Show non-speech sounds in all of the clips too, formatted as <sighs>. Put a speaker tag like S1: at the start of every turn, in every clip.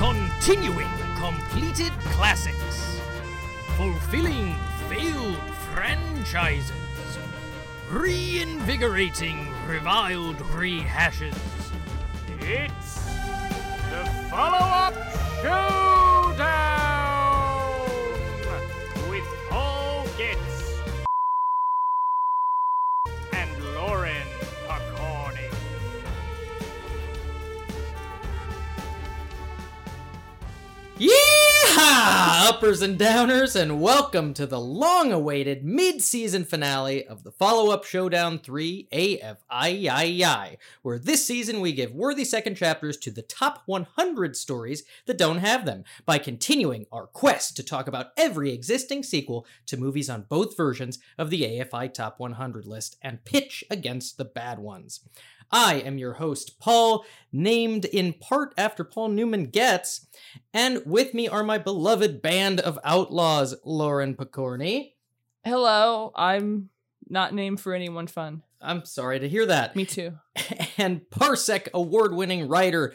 S1: Continuing completed classics. Fulfilling failed franchises. Reinvigorating reviled rehashes.
S2: It's the follow up showdown with Paul Gitz and Lauren Pacorni.
S3: Yeehaw, uppers and downers, and welcome to the long-awaited mid-season finale of the follow-up Showdown 3 AFIII, where this season we give worthy second chapters to the top 100 stories that don't have them by continuing our quest to talk about every existing sequel to movies on both versions of the AFI Top 100 list and pitch against the bad ones. I am your host, Paul, named in part after Paul Newman Gets, and with me are my beloved band of outlaws, Lauren Picorni.
S4: Hello, I'm not named for anyone fun.
S3: I'm sorry to hear that.
S4: Me too.
S3: <laughs> And Parsec award winning writer.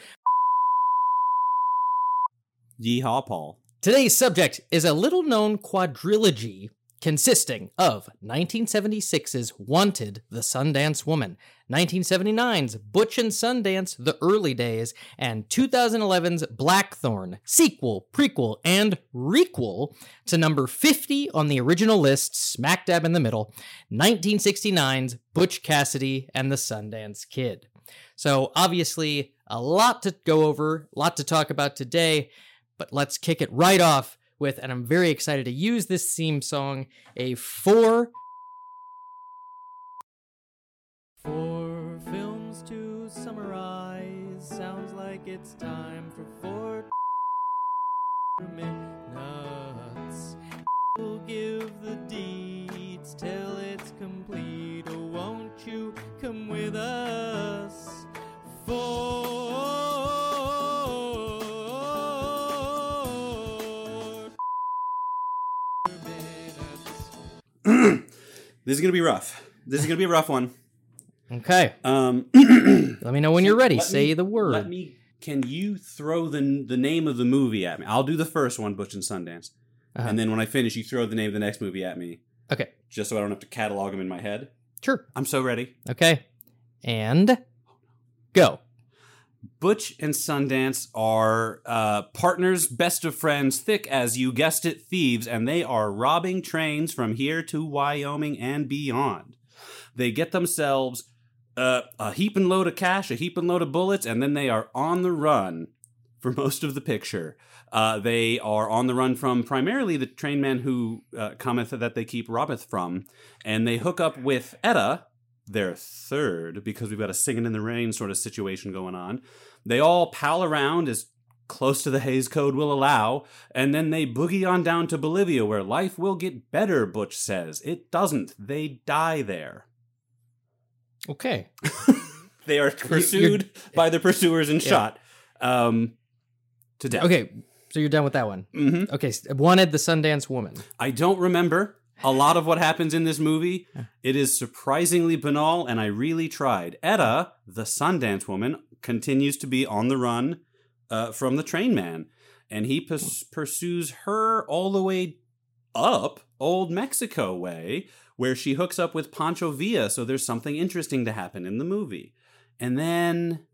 S5: Yeehaw, Paul.
S3: Today's subject is a little known quadrilogy consisting of 1976's Wanted, The Sundance Woman, 1979's Butch and Sundance, The Early Days, and 2011's Blackthorn, sequel, prequel, and requel to number 50 on the original list, smack dab in the middle, 1969's Butch Cassidy and the Sundance Kid. So, obviously, a lot to go over, a lot to talk about today, but let's kick it right off with, and I'm very excited to use this theme song, a four. Four films to summarize. Sounds like it's time for four minutes. We'll give the deeds till it's complete. Oh, won't you come with us? Four minutes.
S5: This is gonna be rough. This is gonna be a rough one.
S3: Okay,
S5: Um, <clears throat>
S3: let me know when you're ready.
S5: Let
S3: Say
S5: me-
S3: the word.
S5: let me. Can you throw the the name of the movie at me? I'll do the first one, Butch and Sundance,
S3: Uh-huh.
S5: and then when I finish, you throw the name of the next movie at me,
S3: Okay,
S5: just so I don't have to catalog them in my head.
S3: sure.
S5: I'm so ready.
S3: Okay, and go.
S5: Butch and Sundance are uh, partners, best of friends, thick as you guessed it, thieves, and they are robbing trains from here to Wyoming and beyond. They get themselves uh, a heap and load of cash, a heap and load of bullets, and then they are on the run for most of the picture. Uh, they are on the run from primarily the trainman who uh, cometh that they keep robbeth from, and they hook up with Etta. Their third, because we've got a singing in the rain sort of situation going on. They all pal around as close to the Hayes Code will allow, and then they boogie on down to Bolivia where life will get better, Butch says. It doesn't. They die there.
S3: Okay.
S5: They are pursued by the pursuers and
S3: Yeah.
S5: shot um, to death.
S3: Okay, so you're done with that one.
S5: hmm
S3: Okay, s- wanted the Sundance
S5: <laughs>
S3: Woman.
S5: I don't remember a lot of what happens in this movie. It is surprisingly banal, and I really tried. Etta, the Sundance woman, continues to be on the run uh, from the train man, and he pus- pursues her all the way up Old Mexico way, where she hooks up with Pancho Villa. So there's something interesting to happen in the movie. And then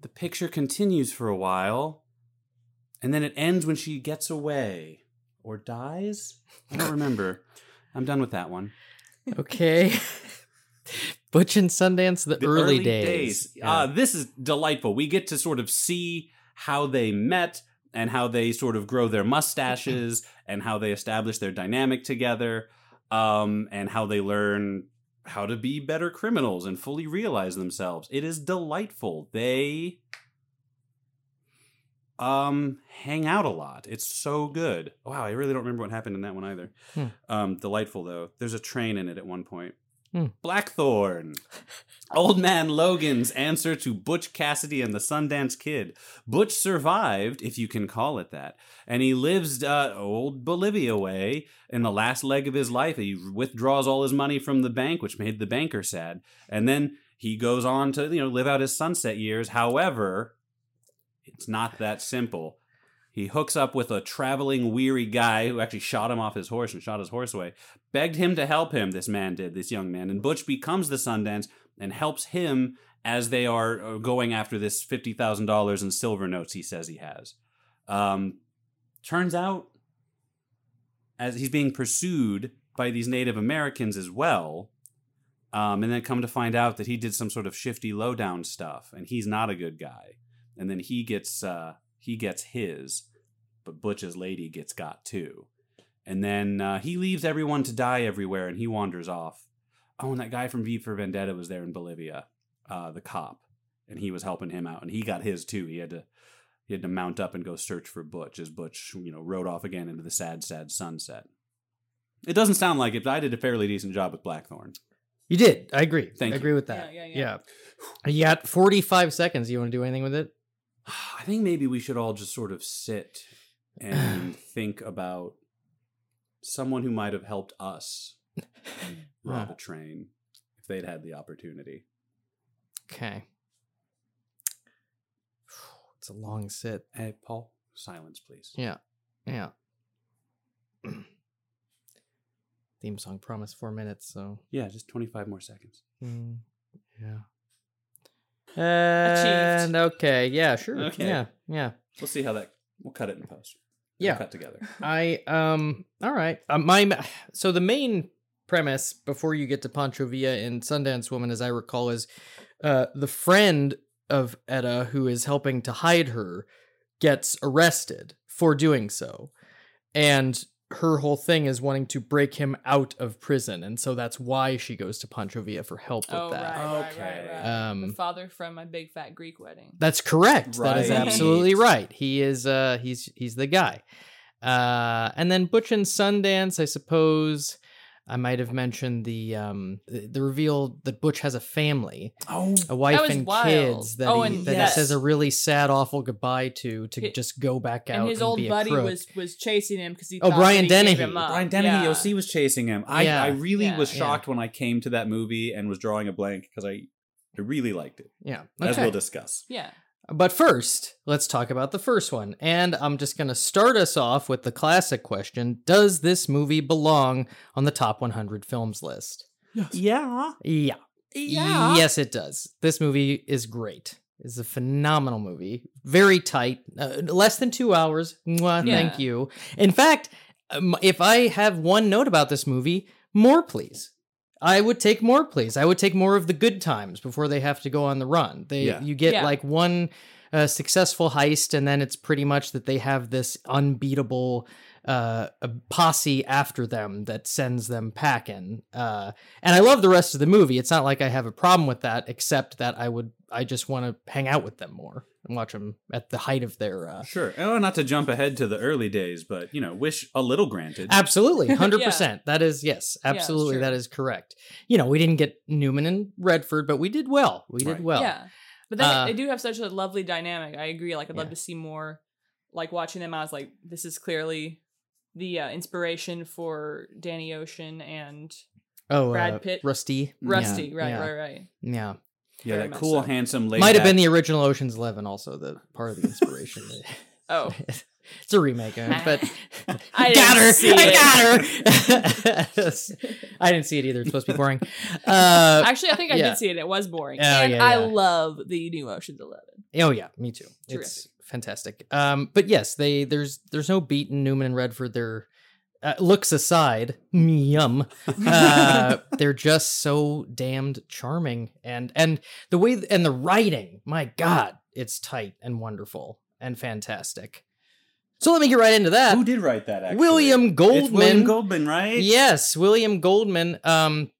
S5: the picture continues for a while, and then it ends when she gets away or dies. I don't remember. I'm done with that one.
S3: Okay. <laughs> Butch and Sundance, the, early, days.
S5: Uh,
S3: Yeah.
S5: this is delightful. We get to sort of see how they met and how they sort of grow
S3: <laughs>
S5: their mustaches and how they establish their dynamic together um, and how they learn how to be better criminals and fully realize themselves. It is delightful. They um hang out a lot. It's so good. Wow, I really don't remember what happened in that one either.
S3: Hmm.
S5: Um, delightful though. There's a train in it at one point.
S3: Hmm.
S5: Blackthorn. Old Man Logan's answer to Butch Cassidy and the Sundance Kid. Butch survived, if you can call it that, and he lives uh, old Bolivia way. In the last leg of his life, he withdraws all his money from the bank, which made the banker sad, and then he goes on to you know live out his sunset years. However, It's not that simple. He hooks up with a traveling weary guy who actually shot him off his horse and shot his horse away, begged him to help him. This man did, this young man. And Butch becomes the Sundance and helps him as they are uh, going after this $50,000 in silver notes he says he has. Um, turns out, as he's being pursued by these Native Americans as well, um, and then come to find out that he did some sort of shifty lowdown stuff, and he's not a good guy. And then he gets uh, he gets his, but Butch's lady gets got too. And then uh, he leaves everyone to die everywhere, and he wanders off. Oh, and that guy from V for Vendetta was there in Bolivia, uh, the cop, and he was helping him out, and he got his too. He had to he had to mount up and go search for Butch as Butch, you know, rode off again into the sad, sad sunset. It doesn't sound like it, but I did a fairly decent job with Blackthorn.
S3: You did. I agree. I
S5: Thank you.
S3: agree with that.
S4: Yeah, yeah,
S3: yeah.
S4: yeah.
S3: You got 45 seconds. You want to do anything with it?
S5: <sighs> I think maybe we should all just sort of sit <sighs> and think about someone who might have helped <laughs> us rob a train if they'd had the opportunity.
S3: Okay. <sighs> It's a long sit.
S5: Hey, Paul, silence, please.
S3: Yeah. Yeah. <clears throat> Theme song promised four minutes, so.
S5: Yeah, just 25 more seconds.
S3: mm, yeah. And okay, yeah, sure.
S5: Okay.
S3: Yeah, yeah.
S5: We'll see how that. We'll cut it in post. We'll
S3: Yeah.
S5: cut together.
S3: I um all right. Uh, my ma- so the main premise before you get to Pancho Villa and Sundance Woman, as I recall, is uh the friend of Etta who is helping to hide her gets arrested for doing so, and her whole thing is wanting to break him out of prison, and so that's why she goes to Pancho Villa for help with
S4: Oh, right,
S3: that.
S4: right,
S5: Okay.
S4: right, right. the
S3: Um,
S4: father from my big fat Greek wedding.
S3: that's correct. That is
S5: Right.
S3: absolutely right. He is uh he's he's the guy. Uh and then Butch and Sundance, I suppose I might have mentioned the um the, the reveal that Butch has a family,
S5: <laughs> Oh,
S3: a wife
S4: was
S3: and
S4: wild.
S3: kids that,
S4: Oh,
S3: he,
S4: and
S3: that
S4: yes.
S3: he says a really sad, awful goodbye to to
S4: Hi-
S3: just go back out.
S4: and his old
S3: be a
S4: buddy
S3: crook.
S4: was was chasing him because he
S3: Oh,
S4: thought
S3: Brian
S4: that he gave
S3: Dennehy.
S4: him up.
S5: Brian Dennehy
S4: yeah.
S5: OC was chasing him. I,
S3: Uh, Yeah.
S5: I really
S4: Yeah.
S5: was
S3: Yeah.
S5: shocked when I came to that movie and was drawing a blank because I, I really liked it,
S3: yeah.
S5: as
S3: okay.
S5: we'll discuss.
S4: Yeah.
S3: But first, let's talk about the first one. And I'm just going to start us off with the classic question Does this movie belong on the top 100 films list?
S5: Yeah.
S3: Yeah. Yes, it does. This movie is great. It's a phenomenal movie. Very tight. Uh, less than two hours. Mwah,
S4: Yeah.
S3: Thank you. In fact, um, if I have one note about this movie, more please. I would take more please. I would take more of the good times before they have to go on the run. They
S5: Yeah.
S3: you get
S4: Yeah.
S3: like one uh, successful heist, and then it's pretty much that they have this unbeatable uh, a posse after them that sends them packing. Uh, and I love the rest of the movie. It's not like I have a problem with that, except that I would I just want to hang out with them more and watch them at the height of their.
S4: <laughs>
S3: Uh,
S5: Sure. Oh, not to jump ahead to the early days, but you know, wish a little granted.
S3: Absolutely,
S4: Yeah.
S3: hundred percent. That is yes,
S4: that's
S3: absolutely.
S4: true.
S3: that is correct. You know, we didn't get Newman and Redford, but we did well. We
S5: Right.
S3: did well.
S4: yeah. But they,
S3: uh,
S4: they do have such a lovely dynamic. I agree. Like I'd love
S3: Yeah.
S4: to see more. Like watching them, I was like, this is clearly the uh, inspiration for Danny Ocean and
S3: Oh, uh,
S4: Brad Pitt.
S3: Rusty,
S4: Rusty.
S3: Yeah,
S4: right,
S3: yeah,
S4: right, right.
S3: yeah.
S5: yeah,
S4: Very
S5: that
S4: much
S5: cool,
S4: so.
S5: handsome lady.
S3: Might have been the original Ocean's Eleven, also the part of the inspiration.
S4: <laughs>
S3: <laughs>
S4: Oh,
S3: it's a remake, uh, but
S4: I
S3: got
S4: didn't
S3: her.
S4: see
S3: I got her. <laughs> I didn't see it either. It's supposed to be boring. Uh,
S4: actually, I think I
S3: yeah.
S4: did see it. It was boring,
S3: Oh,
S4: and
S3: yeah,
S4: I
S3: yeah.
S4: love the new Ocean's Eleven.
S3: oh yeah, me too. It's
S4: Terrific.
S3: fantastic. Um, but yes, they there's there's no beat in Newman and Redford. Their uh, looks aside, yum.
S4: <laughs>
S3: Uh, they're just so damned charming, and and the way and the writing. My God, it's tight and wonderful and fantastic. So let me get right into that.
S5: Who did write that? Actually,
S3: uh, William
S5: It's William
S3: Goldman.
S5: Goldman, right?
S3: Yes, William Goldman. Um,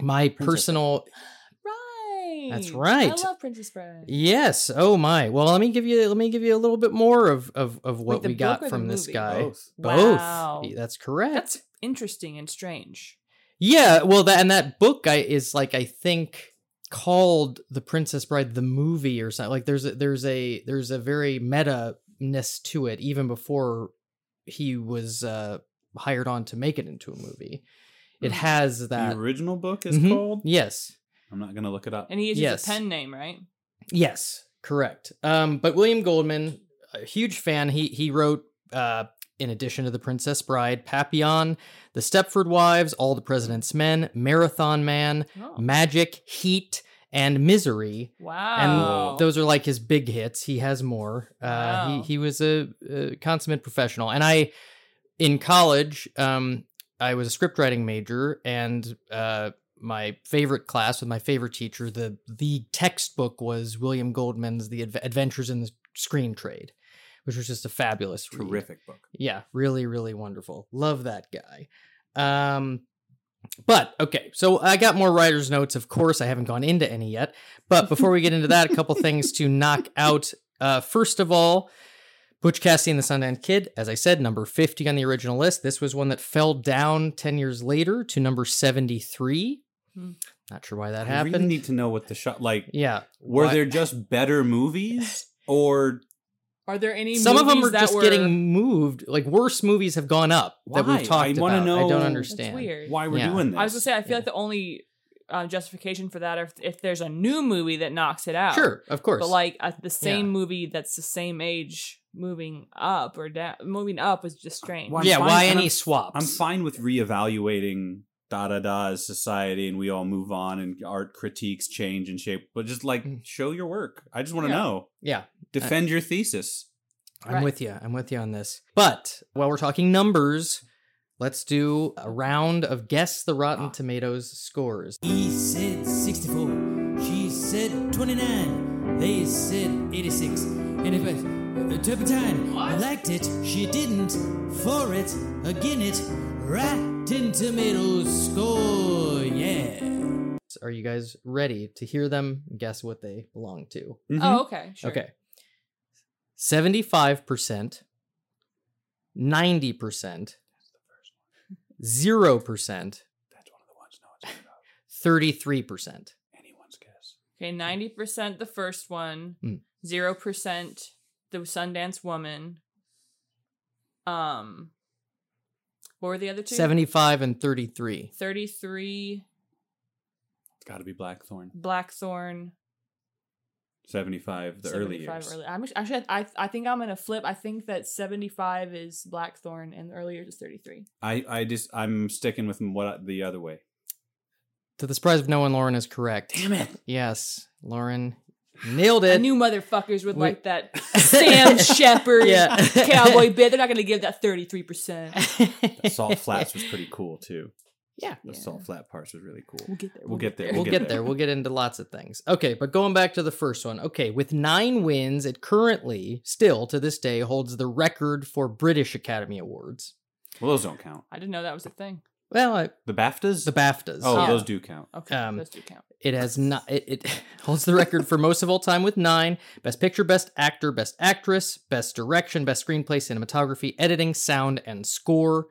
S3: my
S5: Princess
S3: personal.
S4: Right.
S3: That's right.
S4: I love Princess Bride.
S3: Yes. Oh my. Well, let me give you. Let me give you a little bit more of of of what
S4: the
S3: we
S4: book
S3: got
S4: or the
S3: from this
S4: movie?
S3: guy.
S5: Both.
S3: Both.
S4: Wow.
S3: That's correct.
S4: That's interesting and strange.
S3: yeah. Well, that and that book I, is like I think called the Princess Bride the movie or something. Like there's a, there's a there's a very meta ness to it even before he was uh hired on to make it into a movie. It
S4: Hmm.
S3: has that.
S5: The original book is
S3: Mhm.
S5: called.
S3: Yes.
S5: I'm not gonna look it up.
S4: And he uses
S3: Yes.
S4: a pen name, right?
S3: Yes, correct. Um, but William Goldman, a huge fan. He he wrote uh, in addition to the Princess Bride, Papillon, The Stepford Wives, All the President's Men, Marathon Man,
S4: Oh,
S3: Magic, Heat, and Misery.
S4: wow.
S3: And those are like his big hits. He has more. Uh,
S4: Wow.
S3: he, he was a, a consummate professional. And I, in college, um, I was a script writing major, and uh, my favorite class with my favorite teacher, the the textbook was William Goldman's The Adve- Adventures in the Screen Trade, which was just a fabulous read.
S5: Terrific book.
S3: Yeah, really, really wonderful. Love that guy. Um, but okay, so I got more writer's notes. Of course, I haven't gone into any yet. But before we get into that, a couple things to knock out. Uh, first of all, Butch Cassidy and the Sundance Kid, as I said, number 50 on the original list. This was one that fell down 10 years later to number 73.
S4: Hmm.
S3: Not sure why that
S5: I
S3: happened.
S5: really need to know what the shot like.
S3: yeah.
S5: Were
S3: Why-
S5: there just better movies,
S4: <laughs>
S5: or
S4: Are there any
S3: Some of them
S4: movies
S3: are
S4: that
S3: just
S4: were-
S3: getting moved. Like worse movies have gone up that
S5: Why?
S3: we've
S5: I
S3: talked about.
S5: wanna
S3: I
S5: know-
S3: don't
S5: That's
S4: That's
S3: understand.
S4: weird.
S5: why we're
S3: Yeah.
S5: doing this?
S4: I was gonna say I feel
S3: Yeah.
S4: like the only uh, justification for that if if there's a new movie that knocks it out.
S3: Sure, of course.
S4: But like uh, the same movie that's the same age moving up or down, moving up is just strange.
S5: Why- I'm
S3: yeah,
S5: fine,
S3: why
S5: and
S3: any
S5: I'm-
S3: swaps?
S5: I'm fine with reevaluating da da da as society, and we all move on, and art critiques change and shape. But just like
S3: Mm. Uh,
S5: show your work. I just want to
S4: Yeah.
S5: know.
S3: Yeah,
S5: Defend your thesis.
S3: I'm
S4: Right.
S3: with you. I'm with you on this. But while we're talking numbers, let's do a round of guess the Rotten Tomatoes scores.
S6: He said 64. She said 29. They said 86. And if I, uh, turpentine, I liked it. She didn't. For it, again it. Rotten Tomatoes score, yeah.
S3: Are you guys ready to hear them guess what they belong to?
S5: Mhm.
S4: Oh, okay. Sure.
S3: Mm-hmm. Okay. 75%, 90%, 0%,
S5: That's one of the ones no one's heard of.
S3: 33%.
S5: Anyone's guess.
S4: Okay, ninety percent the first
S3: Mm.
S4: one, zero percent the Sundance Woman. Um, what were the other two?
S3: 75 and 33.
S4: Thirty-three,
S5: It's got to be Blackthorn.
S4: Blackthorn.
S5: Seventy-five, the early
S4: 75
S5: years.
S4: early- I'm actu- actually, I, I think I'm gonna flip. I think that 75 is Blackthorn and the early years is 33.
S5: I, I just, I'm sticking with what I- the other way.
S3: To the surprise of no one, Lauren is correct.
S5: Damn it!
S3: Yes, Lauren nailed
S4: I
S3: it.
S4: knew motherfuckers would
S3: we-
S4: like
S3: <laughs>
S4: that <laughs> Sam Shepard
S3: Yeah. <laughs>
S4: cowboy bit. They're not gonna give that 33. percent
S5: The salt flats was pretty cool too.
S3: Yeah.
S5: the
S4: Yeah.
S5: salt flat parts was really cool.
S4: We'll get there.
S5: We'll get there.
S3: <laughs> We'll
S5: get
S3: get
S5: there.
S3: there. We'll get into lots of things. Okay, but going back to the first one. Okay, with nine wins, it currently, still to this day, holds the record for British Academy Awards.
S5: Well, those don't count.
S4: I didn't know that was a thing.
S3: Well, I,
S5: The BAFTAs.
S3: the BAFTAs.
S5: oh,
S4: Yeah.
S5: those do count.
S4: Okay,
S3: Um,
S4: those do count.
S3: It has not. It, it <laughs> holds the record for most of all time with nine: best picture, best actor, best actress, best direction, best screenplay, cinematography, editing, sound, and score.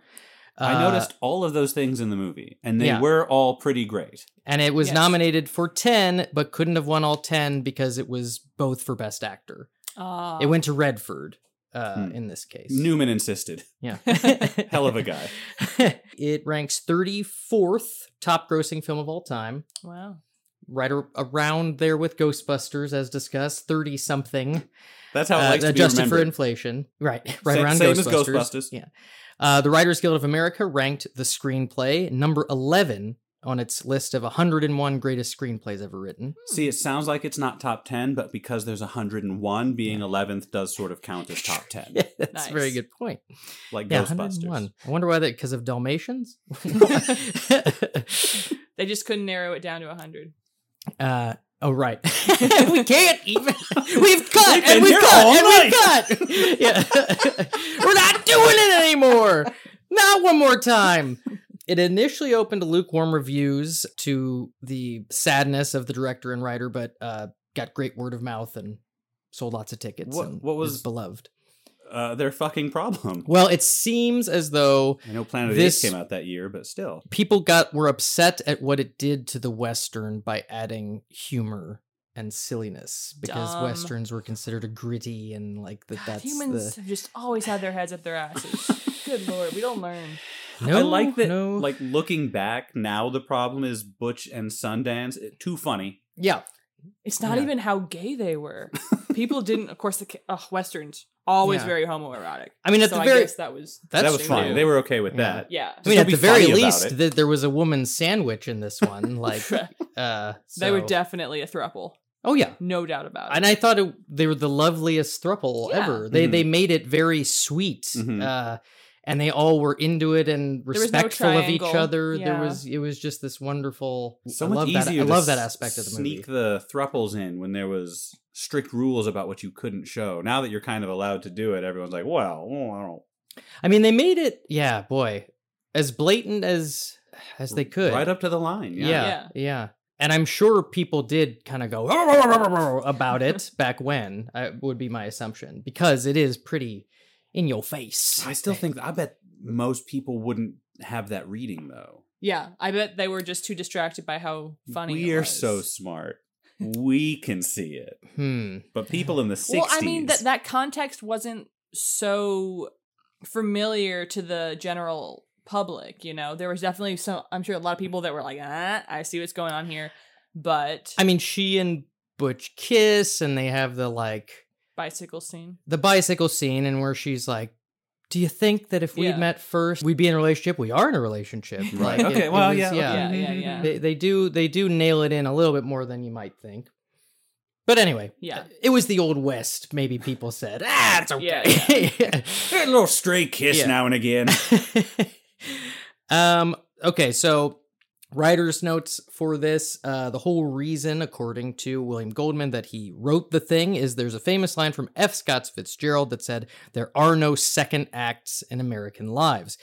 S5: I
S3: Uh,
S5: noticed all of those things in the movie, and they
S3: yeah.
S5: were all pretty great.
S3: and it was
S4: Yes.
S3: nominated for ten, but couldn't have won all ten because it was both for best actor.
S4: Uh,
S3: it went to Redford uh,
S5: Hmm.
S3: in this case.
S5: Newman insisted. <laughs>
S3: <laughs> Yeah.
S5: Hell <laughs> of a guy.
S3: it ranks 34th top grossing film of all time,
S4: Wow.
S3: right ar- around there with Ghostbusters, as discussed, 30 something,
S5: That's how it
S3: uh,
S5: likes to be
S3: adjusted for
S5: remembered.
S3: inflation. Right. <laughs> Right
S5: Same-
S3: around
S5: same as
S3: Ghostbusters.
S5: Ghostbusters.
S3: Yeah. Uh, the Writers Guild of America ranked the screenplay number 11 on its list of 101 greatest screenplays ever written.
S5: See, it sounds like it's not top ten, but because there's 101, being 11th does sort of count as top ten,
S3: <laughs> Yeah, that's a very
S4: Nice.
S3: good point.
S5: like
S3: Yeah,
S5: Ghostbusters.
S3: 101. I wonder why that, because of
S5: <laughs>
S3: Dalmatians? <laughs>
S4: They just couldn't narrow it down to 100.
S3: Uh, oh, right. <laughs> we can't
S5: <laughs>
S3: even. We've cut
S5: We've been
S3: and we've
S5: here
S3: cut
S5: all
S3: and
S5: <laughs>
S3: we've cut. yeah. <laughs> We're not doing it anymore. Not one more time. It initially opened to lukewarm reviews to the sadness of the director and writer, but uh, got great word of mouth and sold lots of tickets.
S5: What-
S3: and
S5: what
S3: is
S5: was-
S3: beloved?
S5: Uh, their fucking problem.
S3: Well, it seems as though
S5: I know Planet
S3: This-
S5: of the Apes came out that year, but still.
S3: people got were upset at what it did to the western by adding humor and silliness because
S4: Dumb.
S3: westerns were considered a gritty and like that
S4: God,
S3: that's
S4: humans
S3: the
S4: have just always had their heads up
S3: <laughs>
S4: their asses. Good lord, we don't learn.
S3: no
S5: I like that.
S3: no
S5: Like looking back now, the problem is Butch and Sundance. It, too funny.
S3: yeah
S4: It's not
S3: Yeah. <laughs>
S4: even how gay they were. people didn't. Of course, the ca- uh, westerns always
S3: Yeah.
S4: very homoerotic.
S3: I mean, at
S4: So
S3: the very-
S4: guess that was
S3: That's
S5: that was
S3: true.
S5: fine. They were okay with
S3: Yeah.
S5: that.
S4: yeah.
S3: I mean,
S5: Still
S3: at
S5: be
S3: the very
S5: funny about
S3: least,
S5: it.
S3: that there was a woman sandwich in this
S4: <laughs>
S3: one. Like, uh,
S4: They were
S3: so-
S4: definitely a throuple,
S3: Oh yeah,
S4: no doubt about it.
S3: and I thought it, they were the loveliest throuple
S4: Yeah.
S3: ever. They
S5: Mhm.
S3: they made it very sweet,
S5: Mhm.
S3: uh, and they all were into it and
S4: was no
S3: respectful of each
S4: triangle.
S3: other. There
S4: Yeah.
S3: was it was just this wonderful.
S5: So
S3: I
S5: much
S3: love that.
S5: easier.
S3: I
S5: to
S3: love that aspect of the movie.
S5: Sneak the thruples in when there was strict rules about what you couldn't show. Now that you're kind of allowed to do it, everyone's like, "Well, oh, I don't."
S3: I mean, they made it. Yeah, boy, as blatant as as they could.
S5: Right up to the line.
S3: yeah,
S5: Yeah.
S3: yeah,
S4: Yeah.
S3: And I'm sure people did kind of go <laughs> about
S4: <laughs>
S3: it back when. Uh, would be my assumption because it is pretty in your face.
S5: I still think I bet most people wouldn't have that reading though.
S4: yeah, I bet they were just too distracted by how funny
S5: we
S4: it
S5: are
S4: was.
S5: so smart. we can see it,
S3: Hmm.
S5: but people in
S3: <laughs>
S5: the '60s.
S4: Well, I mean that that context wasn't so familiar to the general public. You know, there was definitely some. I'm sure a lot of people that were like, ah, I see what's going on here, but
S3: I mean, she and Butch kiss, and they have the like
S4: bicycle scene.
S3: the bicycle scene, and where she's like. Do you think that if we
S4: Yeah.
S3: met first, we'd be in a relationship? We are in a
S5: <laughs>
S3: relationship.
S5: Right.
S3: Like,
S5: Okay, well, yeah,
S4: Yeah,
S5: okay.
S3: <laughs>
S4: yeah, yeah, yeah.
S3: they, they do they do nail it in a little bit more than you might think but anyway
S4: Yeah.
S3: it was the old west maybe people
S5: <laughs>
S3: said ah it's okay
S4: Yeah,
S5: a little stray kiss
S3: Yeah.
S5: now
S3: <laughs>
S5: and again.
S3: <laughs> um okay so writer's notes for this uh the whole reason according to william goldman that he wrote the thing is there's a famous line from f scott's fitzgerald that said there are no second acts in american lives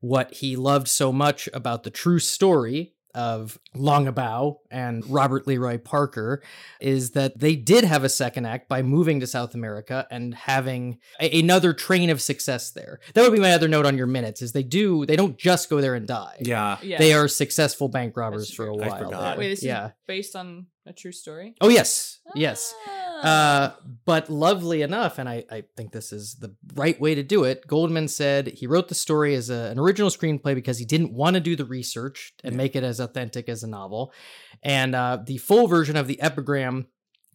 S3: what he loved so much about the true story of Longabow and Robert Leroy Parker is that they did have a second act by moving to South America and having a- another train of success there. That would be my other note on your minutes is they do they don't just go there and die.
S5: yeah.
S4: Yeah,
S3: They are successful bank robbers
S4: That's
S3: for a
S4: true.
S5: I
S3: while.
S5: forgot.
S3: there.
S4: Wait, this
S3: yeah.
S4: is based on a true story.
S3: Oh yes. Yes.
S4: Ah.
S3: Uh, but lovely enough, and I, I think this is the right way to do it. Goldman said he wrote the story as a, an original screenplay because he didn't want to do the research and make it as authentic as a novel. And uh, the full version of the epigram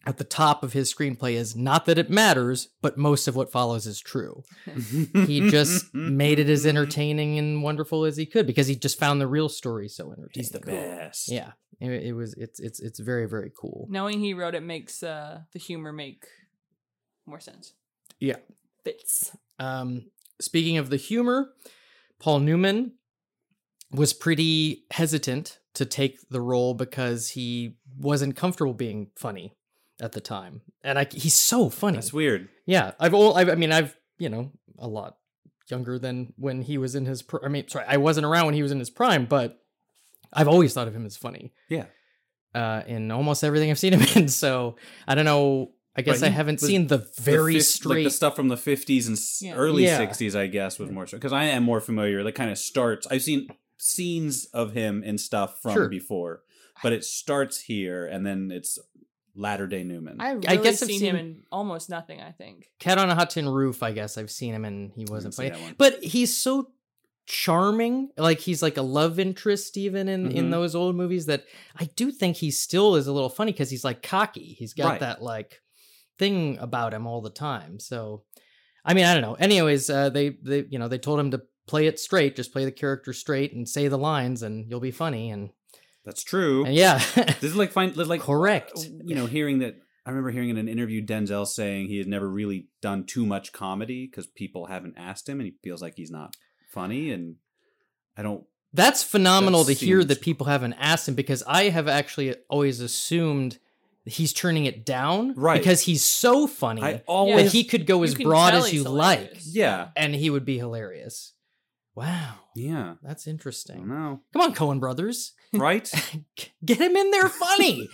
S3: at the top of his screenplay is not that it matters, but most of what follows is true. He just made it as entertaining and wonderful as he could because he just found the real story so entertaining.
S5: <laughs> He's the best.
S3: Yeah, it, it was. It's it's it's very very cool.
S4: Knowing he wrote it makes uh, the humor make more sense.
S3: Yeah.
S4: fits.
S3: Um, speaking of the humor, Paul Newman was pretty hesitant to take the role because he wasn't comfortable being funny at the time, and I, he's so funny.
S5: That's weird.
S3: Yeah, I've all. I've, I mean, I've you know a lot younger than when he was in his. Pr- I mean, sorry, I wasn't around when he was in his prime, but I've always thought of him as funny.
S5: Yeah.
S3: Uh, in almost everything I've seen him in, <laughs> so I don't know. I guess
S5: he
S3: I haven't
S5: was
S3: seen the very
S5: the fif-
S3: straight.
S5: like the stuff from the 50s and s
S4: Yeah.
S5: early
S3: Yeah.
S5: 60s i guess was more because i am more familiar that kind of starts i've seen scenes of him and stuff from
S3: Sure.
S5: before but it starts here and then it's latter day newman
S4: I really
S3: Mm. guess I've
S4: seen,
S3: seen-
S4: him in almost nothing. I think.
S3: Cat on a Hot Tin Roof, I guess I've seen him and he wasn't
S5: see
S3: funny.
S5: that one.
S3: But he's so charming. Like he's like a love interest even in in
S5: Mhm.
S3: those old movies that I do think he still is a little funny because he's like cocky. He's got
S5: Right.
S3: that like thing about him all the time. So I mean, I don't know. Anyways, uh, they they you know, they told him to play it straight, just play the character straight and say the lines and you'll be funny and,
S5: that's true
S3: and yeah. <laughs>
S5: this is like find like uh,
S3: Correct.
S5: you know hearing that i remember hearing in an interview denzel saying he had never really done too much comedy because people haven't asked him and he feels like he's not funny and i don't
S3: That's phenomenal
S5: That
S3: to hear
S5: seems-
S3: that people haven't asked him because I have actually always assumed he's turning it down
S5: Right.
S3: because he's so funny
S5: i
S3: that
S5: always
S3: he could go
S4: You
S3: as
S4: can
S3: broad
S4: tell
S3: as
S4: he's
S3: you like
S4: hilarious.
S5: yeah
S3: and he would be hilarious. Wow,
S5: yeah
S3: that's
S5: i don't
S3: interesting.
S5: know
S3: Come on, Cohen brothers, <laughs>
S5: right
S3: G- get him in there funny.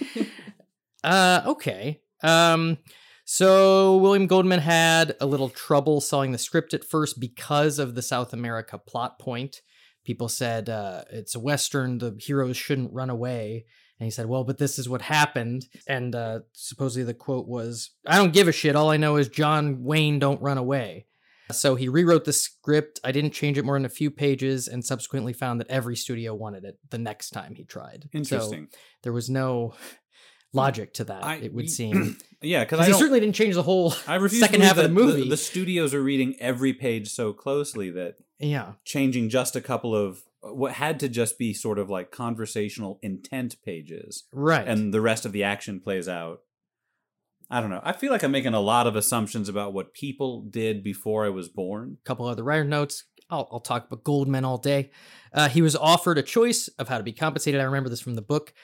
S3: uh, okay. Um, so William Goldman had a little trouble selling the script at first because of the South America plot point. People said uh, it's a western; the heroes shouldn't run away. And he said, "Well, but this is what happened." And uh, supposedly the quote was, "I don't give a shit. All I know is John Wayne don't run away." So he rewrote the script. I didn't change it more than a few pages, and subsequently found that every studio wanted it the next time he tried. So
S5: interesting
S3: there was no <laughs> logic to that.
S5: I-
S3: it would
S5: <clears throat>
S3: seem
S5: Yeah, because I
S3: because he
S5: don't-
S3: certainly didn't change the whole <laughs>
S5: I refuse
S3: second
S5: to believe
S3: half of the
S5: that
S3: movie.
S5: The, studios are reading every page so closely that
S3: yeah,
S5: changing just a couple of uh, what had to just be sort of like conversational intent pages,
S3: right.
S5: and the rest of the action plays out. I don't know. I feel like I'm making a lot of assumptions about what people did before I was born.
S3: couple other writer notes. I'll, I'll talk about Goldman all day. Uh, he was offered a choice of how to be compensated. I remember this from the book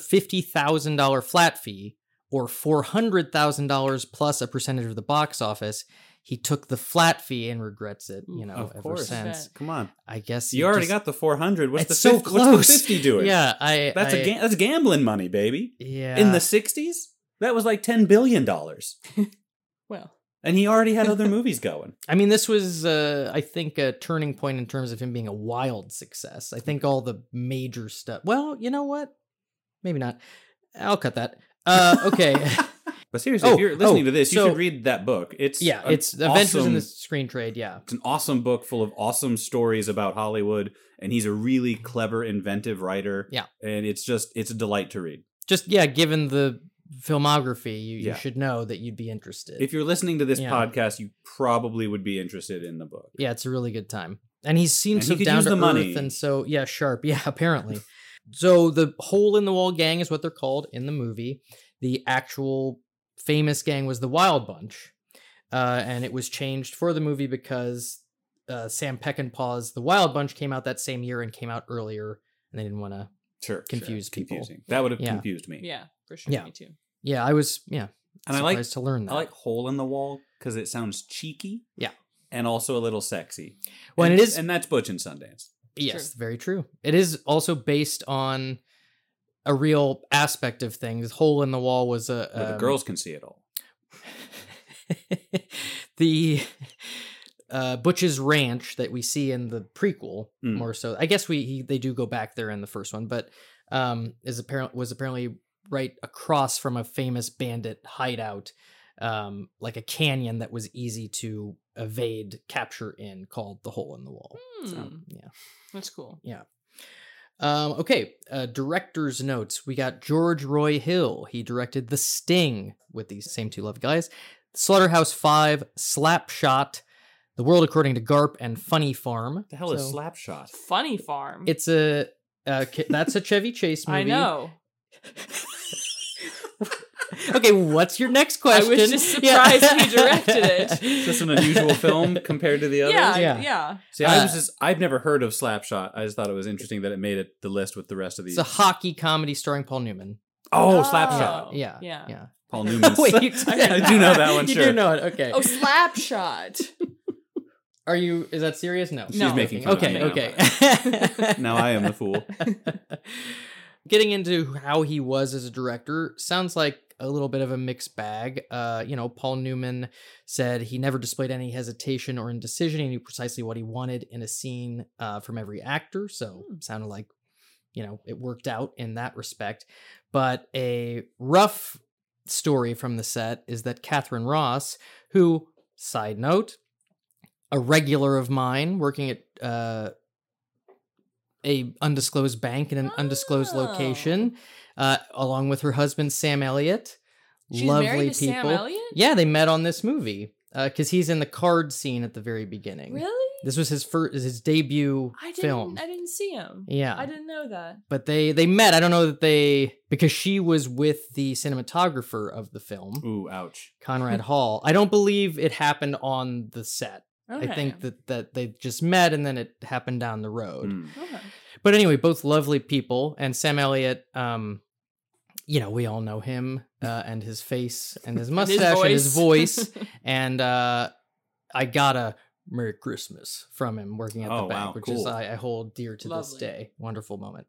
S3: $450,000 flat fee or $400,000 plus a percentage of the box office. He took the flat fee and regrets it, you know,
S5: Of
S3: ever
S5: course.
S3: since.
S5: Come on,
S3: I guess
S5: you
S3: he
S5: already
S3: just-
S5: got the 400. What's
S3: It's
S5: the
S3: so
S5: 50,
S3: close.
S5: What's the 50 doing?
S3: Yeah, I.
S5: that's
S3: I-
S5: a ga- that's gambling money, baby.
S3: Yeah.
S5: In the 60s, that was like 10 billion dollars,
S4: Well,
S5: and he already
S3: <laughs>
S5: had other movies going.
S3: I mean, this was, uh, I think, a turning point in terms of him being a wild success. I think all the major stuff. Well, you know what? Maybe not. I'll cut that. Uh,
S5: <laughs>
S3: okay.
S5: But seriously,
S3: Oh,
S5: if you're listening
S3: oh,
S5: to this, you
S3: so-
S5: should read that book. It's
S3: <laughs> yeah,
S5: an
S3: it's Adventures in
S5: awesome-
S3: the Screen Trade. Yeah.
S5: It's an awesome book full of awesome stories about Hollywood, and he's a really clever, inventive writer.
S3: Yeah.
S5: and it's just it's a delight to read.
S3: Just, yeah, given the filmography, you,
S5: Yeah.
S3: you should know that you'd be interested.
S5: If you're listening to this
S3: Yeah.
S5: podcast, you probably would be interested in the book.
S3: yeah, it's a really good time. And he seems so
S5: And he could
S3: down
S5: use
S3: to
S5: the
S3: earth
S5: money.
S3: and so, yeah, sharp. <laughs> Yeah, apparently.
S5: <laughs>
S3: so the hole in the wall gang is what they're called in the movie. The actual famous gang was the Wild Bunch. Uh, and it was changed for the movie because uh, Sam Peckinpah's The Wild Bunch came out that same year and came out earlier, and they didn't want to.
S5: Sure,
S3: Confuse people.
S5: Confusing. That would have
S3: Yeah.
S5: confused me.
S4: yeah, for sure.
S3: Yeah.
S4: Me too.
S3: Yeah, I was yeah
S5: and I
S3: surprised
S5: like
S3: to learn that.
S5: I like hole in the wall because it sounds cheeky.
S3: Yeah.
S5: and also a little sexy.
S3: well, and
S5: and
S3: it is
S5: and that's Butch and Sundance.
S3: Yes, very true. It is also based on a real aspect of things. Hole in the wall was a
S5: where the
S3: um,
S5: girls can see it all.
S3: <laughs> the uh, Butch's ranch that we see in the prequel
S5: Mm.
S3: more so. I guess we he, they do go back there in the first one, but um, is apparent was apparently right across from a famous bandit hideout, um, like a canyon that was easy to evade capture in, called the Hole in the Wall. So,
S4: Hmm,
S3: yeah.
S4: that's cool.
S3: Um, okay, uh, director's notes. We got George Roy Hill. He directed The Sting with these same two love guys, Slaughterhouse Five, Slapshot, The World According to Garp, and Funny Farm.
S5: The hell is
S3: So,
S5: Slapshot?
S4: Funny farm.
S3: It's a uh, ki- that's a Chevy Chase movie.
S4: <laughs> I know.
S3: Okay, what's your next
S4: <laughs>
S3: question?
S4: just
S3: Yeah.
S4: surprised he
S3: <laughs>
S4: directed it.
S5: Is this an unusual film compared to the others?
S4: Yeah,
S3: Yeah.
S4: yeah,
S5: See, I was
S3: Uh,
S5: just I've never heard of Slapshot. I just thought it was interesting that it made it the list with the rest
S3: <laughs>
S5: of
S3: It's
S5: these.
S3: a hockey comedy starring Paul Newman.
S5: oh,
S4: Oh.
S5: Slapshot.
S3: Yeah,
S4: Yeah.
S5: <laughs>
S3: yeah. <laughs>
S5: Paul Newman.
S3: Wait, you-
S5: <laughs> I do know that one.
S3: you
S5: sure.
S3: do know it. Okay.
S4: Oh, slap shot.
S3: Are you? Is that serious? No.
S5: She's
S4: No.
S5: making fun
S3: Okay.
S5: of me now.
S3: Okay.
S5: <laughs>
S3: <laughs>
S5: Now I am the fool.
S3: Getting into how he was as a director sounds like a little bit of a mixed bag. Uh, you know, Paul Newman said he never displayed any hesitation or indecision. He knew precisely what he wanted in a scene uh, from every actor. So sounded like, you know, it worked out in that respect. But a rough story from the set is that Catherine Ross, who, side note, a regular of mine working at uh, a undisclosed bank in an undisclosed
S4: Oh.
S3: location, uh, along with her husband Sam Elliott.
S4: She's married to Sam Elliott.
S3: Yeah, they met on this movie because he's in the card scene at the very beginning.
S4: Really?
S3: This was his first, his debut
S4: I didn't.
S3: film.
S4: I didn't see him.
S3: yeah,
S4: I didn't know that.
S3: but they they met. I don't know that they because she was with the cinematographer of the film,
S5: Ooh, ouch.
S3: Conrad Hall. I don't believe it happened on the set.
S4: Okay.
S3: I think that that they just met and then it happened down the road.
S5: Mm.
S4: Okay.
S3: But anyway, both lovely people and Sam Elliott. Um, you know, we all know him uh, and his face and his
S4: And
S3: mustache and his
S4: <laughs>
S3: voice. and uh, I got a Merry Christmas from him working at
S5: Oh,
S3: the bank,
S5: wow,
S3: which
S5: cool.
S3: is I, I hold dear to this
S4: Lovely.
S3: day. Wonderful moment.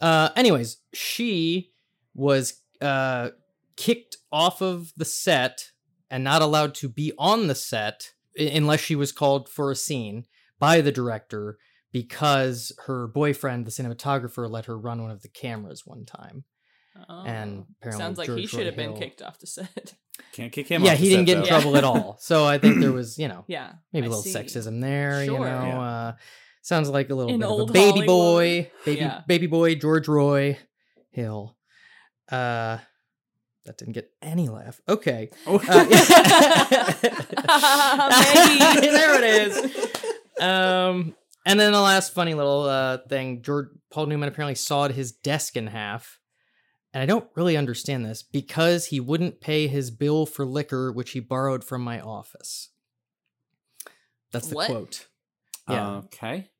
S3: Uh, anyways, she was uh, kicked off of the set and not allowed to be on the set i- unless she was called for a scene by the director because her boyfriend, the cinematographer, let her run one of the cameras one time.
S4: Oh.
S3: And apparently
S4: sounds like he
S3: George Roy
S4: should have been
S3: Hill-
S4: kicked off the set. <laughs>
S5: Can't kick him
S3: yeah,
S5: off
S3: he
S5: the
S3: didn't
S5: set,
S3: get in
S5: though.
S4: though.
S3: trouble at all. So I think there was, you know, <laughs>
S4: yeah.
S3: maybe a
S4: I
S3: little
S4: see.
S3: sexism there. You
S4: Sure.
S3: know,
S5: Yeah.
S3: uh, sounds like a little
S4: In
S3: bit of a
S4: old
S3: baby boy,
S4: Hollywood.
S3: baby
S4: Yeah.
S3: baby boy George Roy Hill. Uh, That didn't get any laugh. Okay.
S5: <laughs> Oh.
S4: <laughs>
S3: Uh,
S4: Maybe.
S3: <laughs> there it is.
S4: <laughs>
S3: Um, and then the last funny little uh, thing: George Paul Newman apparently sawed his desk in half, and I don't really understand this because he wouldn't pay his bill for liquor, which he borrowed from my office. That's the
S4: What?
S3: quote.
S5: Um,
S3: Yeah,
S5: Okay.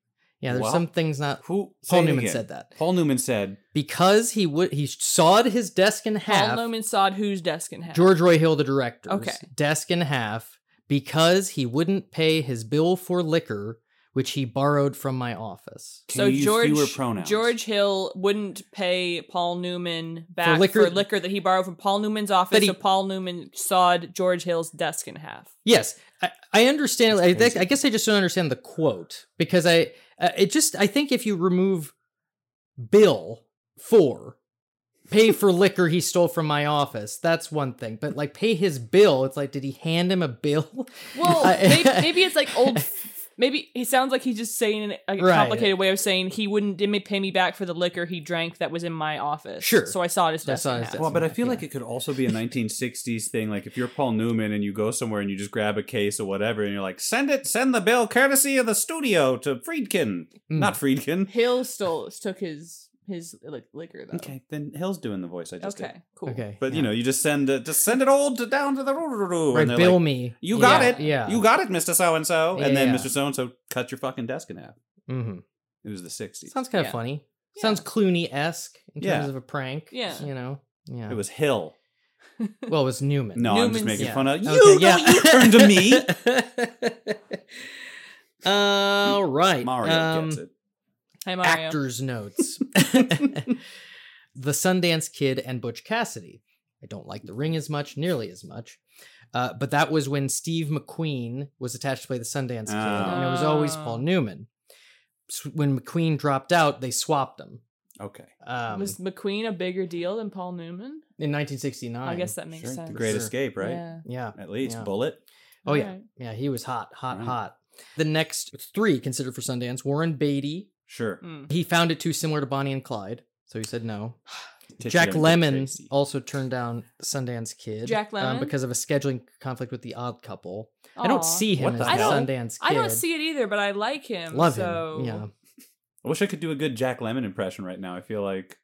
S3: yeah. There's
S5: well,
S3: some things not.
S5: Who?
S3: Paul
S5: say it
S3: Newman
S5: again.
S3: said that
S5: Paul Newman said,
S3: because he would he sawed his desk in half.
S4: Paul Newman sawed whose desk in half.
S3: George Roy Hill, the director's
S4: Okay.
S3: desk in half because he wouldn't pay his bill for liquor, which he borrowed from my office.
S5: Can you use fewer pronouns?
S4: George Hill wouldn't pay Paul Newman back for
S3: liquor-
S4: liquor, that he borrowed from Paul Newman's office,
S3: That he-
S4: so Paul Newman sawed George Hill's desk in half.
S3: Yes, I, I understand.
S5: That's
S3: I, think-
S5: crazy.
S3: I guess I just don't understand the quote because I uh, it just I think if you remove bill for pay
S5: <laughs>
S3: for liquor he stole from my office, that's one thing. But like pay his bill, it's like did he hand him a bill? <laughs>
S4: Well,
S3: I-
S4: maybe,
S3: <laughs>
S4: maybe it's like old. Maybe he sounds like he's just saying a
S3: Right.
S4: complicated way of saying he wouldn't didn't pay me back for the liquor he drank that was in my office.
S3: Sure.
S4: So I saw it as
S3: So I
S4: desk.
S3: saw
S4: in
S3: his
S4: half.
S3: desk.
S5: well, but I feel
S3: Yeah.
S5: like it could also be a 1960s thing. Like if you're Paul Newman and you go somewhere and you just grab a case or whatever, and you're like, send it, send the bill courtesy of the studio to Friedkin,
S3: Hmm,
S5: not Friedkin.
S4: Hill stole took his his li- liquor though.
S5: Okay, then Hill's doing the voice. I just did.
S4: Okay. Cool.
S3: okay,
S5: But
S3: Oh. yeah.
S5: you know, you just send it, just send it all to, down to the
S3: right,
S5: and they're
S3: bill
S5: like,
S3: me.
S5: You got
S4: Yeah,
S5: it.
S3: yeah.
S5: you got it, Mister So and So, and then
S3: Yeah.
S5: Mister So and So cut your fucking desk in half.
S3: Mm-hmm.
S5: It was the 60s.
S3: Sounds kind of
S4: Yeah.
S3: funny. Sounds Clooney esque in
S5: Yeah.
S3: terms of a prank.
S4: Yeah.
S3: You know? Yeah.
S5: It was Hill.
S3: well, it was Newman.
S5: No, I'm just
S4: Newman's-
S5: making
S3: Yeah.
S5: fun of you.
S3: Okay,
S5: don't you turn to me.
S3: <laughs> All right.
S5: Mario
S3: um,
S5: gets it.
S4: Hi Mario.
S3: Actors'
S4: <laughs>
S3: notes <laughs> The Sundance Kid and Butch Cassidy. I don't like The Ring as much, nearly as much. Uh, but that was when Steve McQueen was attached to play the Sundance Kid,
S5: Ah.
S3: and it was always
S4: Ah.
S3: Paul Newman. S- When McQueen dropped out, they swapped him.
S5: Okay,
S3: Um,
S4: was McQueen a bigger deal than Paul Newman?
S3: in 1969.
S4: I guess that makes
S5: sure.
S4: sense.
S5: The Great
S3: Sure.
S5: Escape, right?
S4: Yeah.
S3: Yeah.
S5: At least
S3: Yeah.
S5: Bullet.
S3: Oh yeah,
S4: Alright.
S3: yeah. He was hot, hot,
S5: Right.
S3: hot. The next three considered for Sundance: Warren Beatty.
S5: Sure.
S4: Mm.
S3: He found it too similar to Bonnie and Clyde, so he said no.
S5: Tits are
S3: Jack
S5: gonna be
S3: Lemon
S5: tasty.
S3: also turned down Sundance Kid.
S4: Jack
S3: um,
S4: Lemmon?
S3: because of a scheduling conflict with The Odd Couple. I don't
S4: Aw.
S3: see him
S5: What
S3: as
S5: the
S3: the
S5: hell?
S3: Sundance Kid.
S4: I don't see it either, but I like him.
S3: Love
S4: so.
S3: him. Yeah.
S5: I wish I could do a good Jack Lemon impression right now. I feel like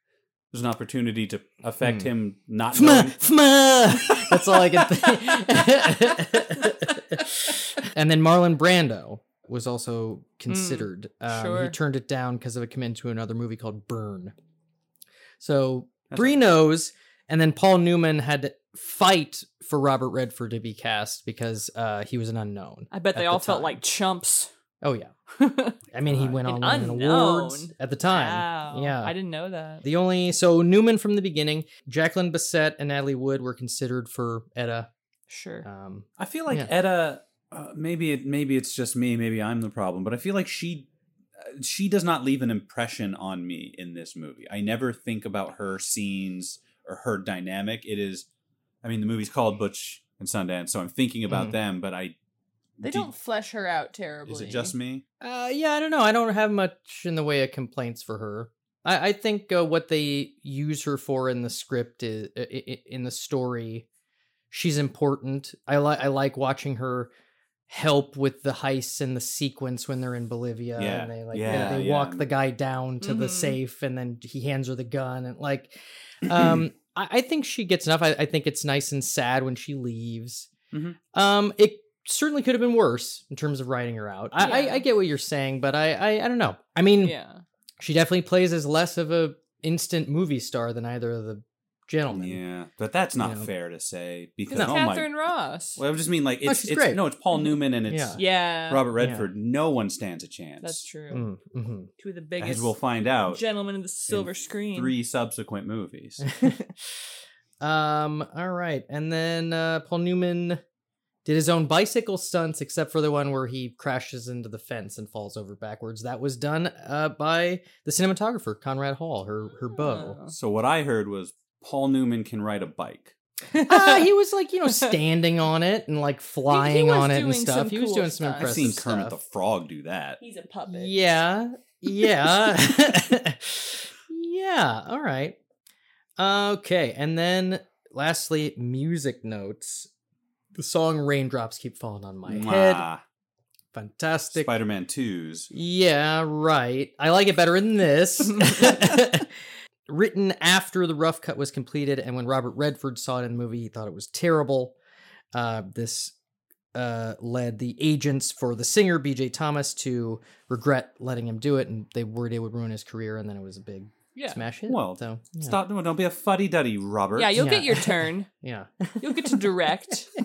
S5: there's an opportunity to affect
S3: Hmm.
S5: him
S3: <laughs>
S5: not knowing.
S3: Fma, fma. <laughs> That's all I can think. and then Marlon Brando was also considered. um, He
S4: Mm, sure.
S3: turned it down because of a commitment to another movie called Burn. So
S5: That's
S3: three no's, and then Paul Newman had to fight for Robert Redford to be cast because uh, he was an unknown.
S4: I bet
S3: at
S4: they
S3: the
S4: all felt
S3: time. <laughs>
S4: like chumps.
S3: Oh yeah, I mean he
S5: God.
S3: went
S4: An
S3: on and won awards
S4: unknown.
S3: at the time.
S4: <laughs> Wow.
S3: Yeah,
S4: I didn't know that.
S3: the only so Newman from the beginning, Jacqueline Bassett and Natalie Wood were considered for Etta.
S4: Sure.
S3: Um,
S5: I feel like
S3: Yeah.
S5: Etta. Uh, maybe it. Maybe it's just me. Maybe I'm the problem. But I feel like she. uh, She does not leave an impression on me in this movie. I never think about her scenes or her dynamic. It is, I mean, the movie's called Butch and Sundance, so I'm thinking about
S3: Mhm.
S5: them. But I
S4: they
S5: do-
S4: don't flesh her out terribly.
S5: Is it just me?
S3: uh, yeah, I don't know. I don't have much in the way of complaints for her. I, I think uh, what they use her for in the script is i- i- in the story. She's important. I like I like watching her help with the heists and the sequence when they're in Bolivia
S5: Yeah,
S3: and they like
S5: yeah,
S3: they, they
S5: yeah.
S3: walk the guy down to the
S4: Mhm.
S3: safe and then he hands her the gun and
S5: <clears throat>
S3: like um I, I think she gets enough I, I think it's nice and sad when she leaves
S5: Mhm.
S3: um it certainly could have been worse in terms of writing her out I, I
S4: Yeah.
S3: i get what you're saying but i i, I don't know i mean
S4: Yeah.
S3: she definitely plays as less of a instant movie star than either of the gentlemen
S5: Yeah, but that's not
S3: Yeah.
S5: fair to say because
S4: It's
S5: oh
S4: Catherine
S5: my.
S4: Ross.
S5: Well, I just mean like it's
S3: she's
S5: it's
S3: great. Mm-hmm.
S5: no, it's Paul Newman and it's
S4: yeah.
S5: Robert Redford. No one stands a chance.
S4: That's true.
S3: Mm, mhm.
S4: Two of the biggest
S5: As we'll find out,
S4: gentlemen in the silver screen.
S5: three subsequent
S4: <laughs>
S5: movies.
S3: <laughs> um all right and then uh paul newman did his own bicycle stunts except for the one where he crashes into the fence and falls over backwards that was done uh by the cinematographer conrad hall her her beau
S4: Oh.
S5: so what I heard was Paul Newman can ride a bike.
S4: Oh.
S3: <laughs> uh,
S4: <laughs>
S3: he was like you know standing on it and like flying
S4: was
S3: on it and
S4: doing
S3: stuff
S4: some
S3: he was
S4: cool
S3: doing some
S4: stuff.
S5: I've
S3: impressive
S5: seen
S3: stuff.
S5: Kermit the Frog do that.
S4: He's a puppet.
S3: Yeah. <laughs> Yeah. yeah. All right. Okay. And then Lastly, music notes. The song Raindrops Keep Falling on My Head.
S5: Mwah.
S3: Fantastic.
S5: Spider-Man 2's.
S3: Yeah, right. I like it better in
S4: <laughs>
S3: this. <laughs> Written after the rough cut was completed, and when Robert Redford saw it in the movie, he thought it was terrible. Uh, this uh, led the agents for the singer B.J. Thomas to regret letting him do it, and they worried it would ruin his career. And then it was a big
S4: Yeah.
S3: smash hit.
S5: Well,
S3: so yeah.
S5: Stop! No, don't be a fuddy-duddy, Robert.
S4: Yeah, you'll
S3: Yeah.
S4: get your turn.
S3: Yeah,
S4: You'll get
S3: <laughs>
S4: to direct. <laughs>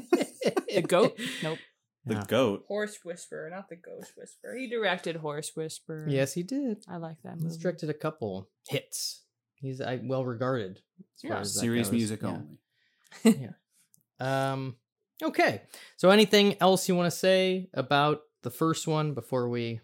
S4: the goat? Nope.
S5: the
S3: Yeah.
S5: goat.
S4: Horse Whisperer, not the Ghost Whisperer. He directed Horse Whisperer.
S3: yes, he did.
S4: I like that
S3: He's
S4: movie.
S3: directed a couple hits. He's I, well regarded. as far
S4: Yeah.
S3: as that
S5: Serious
S3: goes.
S5: music
S3: Yeah.
S5: only.
S3: Um, okay. So, anything else you want to say about the first one before we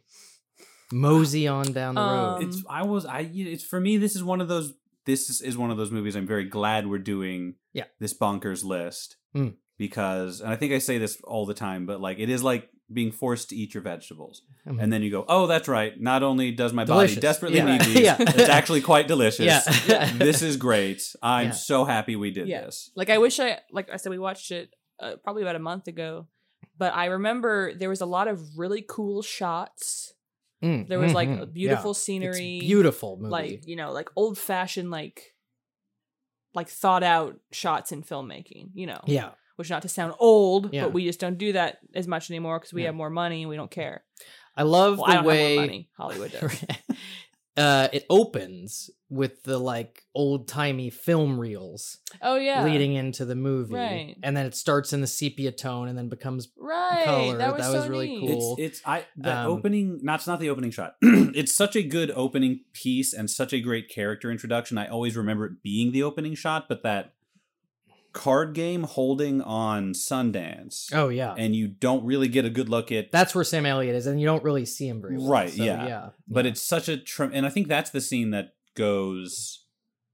S3: mosey on down the road?
S4: Um,
S5: it's I was I it's for me this is one of those this is, is one of those movies I'm very glad we're doing
S3: Yeah.
S5: this bonkers list
S3: Mm.
S5: because and I think I say this all the time but like it is like being forced to eat your vegetables
S3: Mhm.
S5: and then you go oh that's right not only does my
S3: Delicious.
S5: body desperately
S3: Yeah. <laughs>
S5: need these
S3: Yeah.
S5: it's actually quite delicious
S3: yeah.
S5: this is great I'm
S3: Yeah.
S5: so happy we did
S4: Yeah.
S5: this
S4: Like I wish I like I said we watched it uh, probably about a month ago, but I remember there was a lot of really cool shots.
S3: Mm,
S4: There was like
S3: mhm, yeah.
S4: beautiful
S3: It's
S4: scenery,
S3: beautiful movie.
S4: like you know, like old fashioned like like thought out shots in filmmaking. You know,
S3: yeah.
S4: which not to sound old,
S3: Yeah.
S4: but we just don't do that as much anymore because we
S3: Yeah.
S4: have more money and we don't care.
S3: I love
S4: Well,
S3: the
S4: I don't have more
S3: way
S4: money.
S3: <laughs>
S4: Hollywood does.
S3: uh, it opens with the like old timey film reels
S4: oh yeah,
S3: leading into the movie,
S4: Right.
S3: and then it starts in the sepia tone and then becomes
S4: right.
S3: color.
S4: That was,
S3: That was
S4: so
S3: really
S4: neat.
S3: cool.
S4: <laughs>
S5: It's it's I the
S3: Um,
S5: opening not it's not the opening shot. <clears throat> it's such a good opening piece and such a great character introduction. I always remember it being the opening shot, but that card game holding on Sundance,
S3: oh yeah.
S5: and you don't really get a good look at.
S3: That's where Sam Elliott is, and you don't really see him very well.
S5: Right,
S3: so,
S5: yeah.
S3: yeah.
S5: But
S3: yeah.
S5: it's such a trim, and I think that's the scene that goes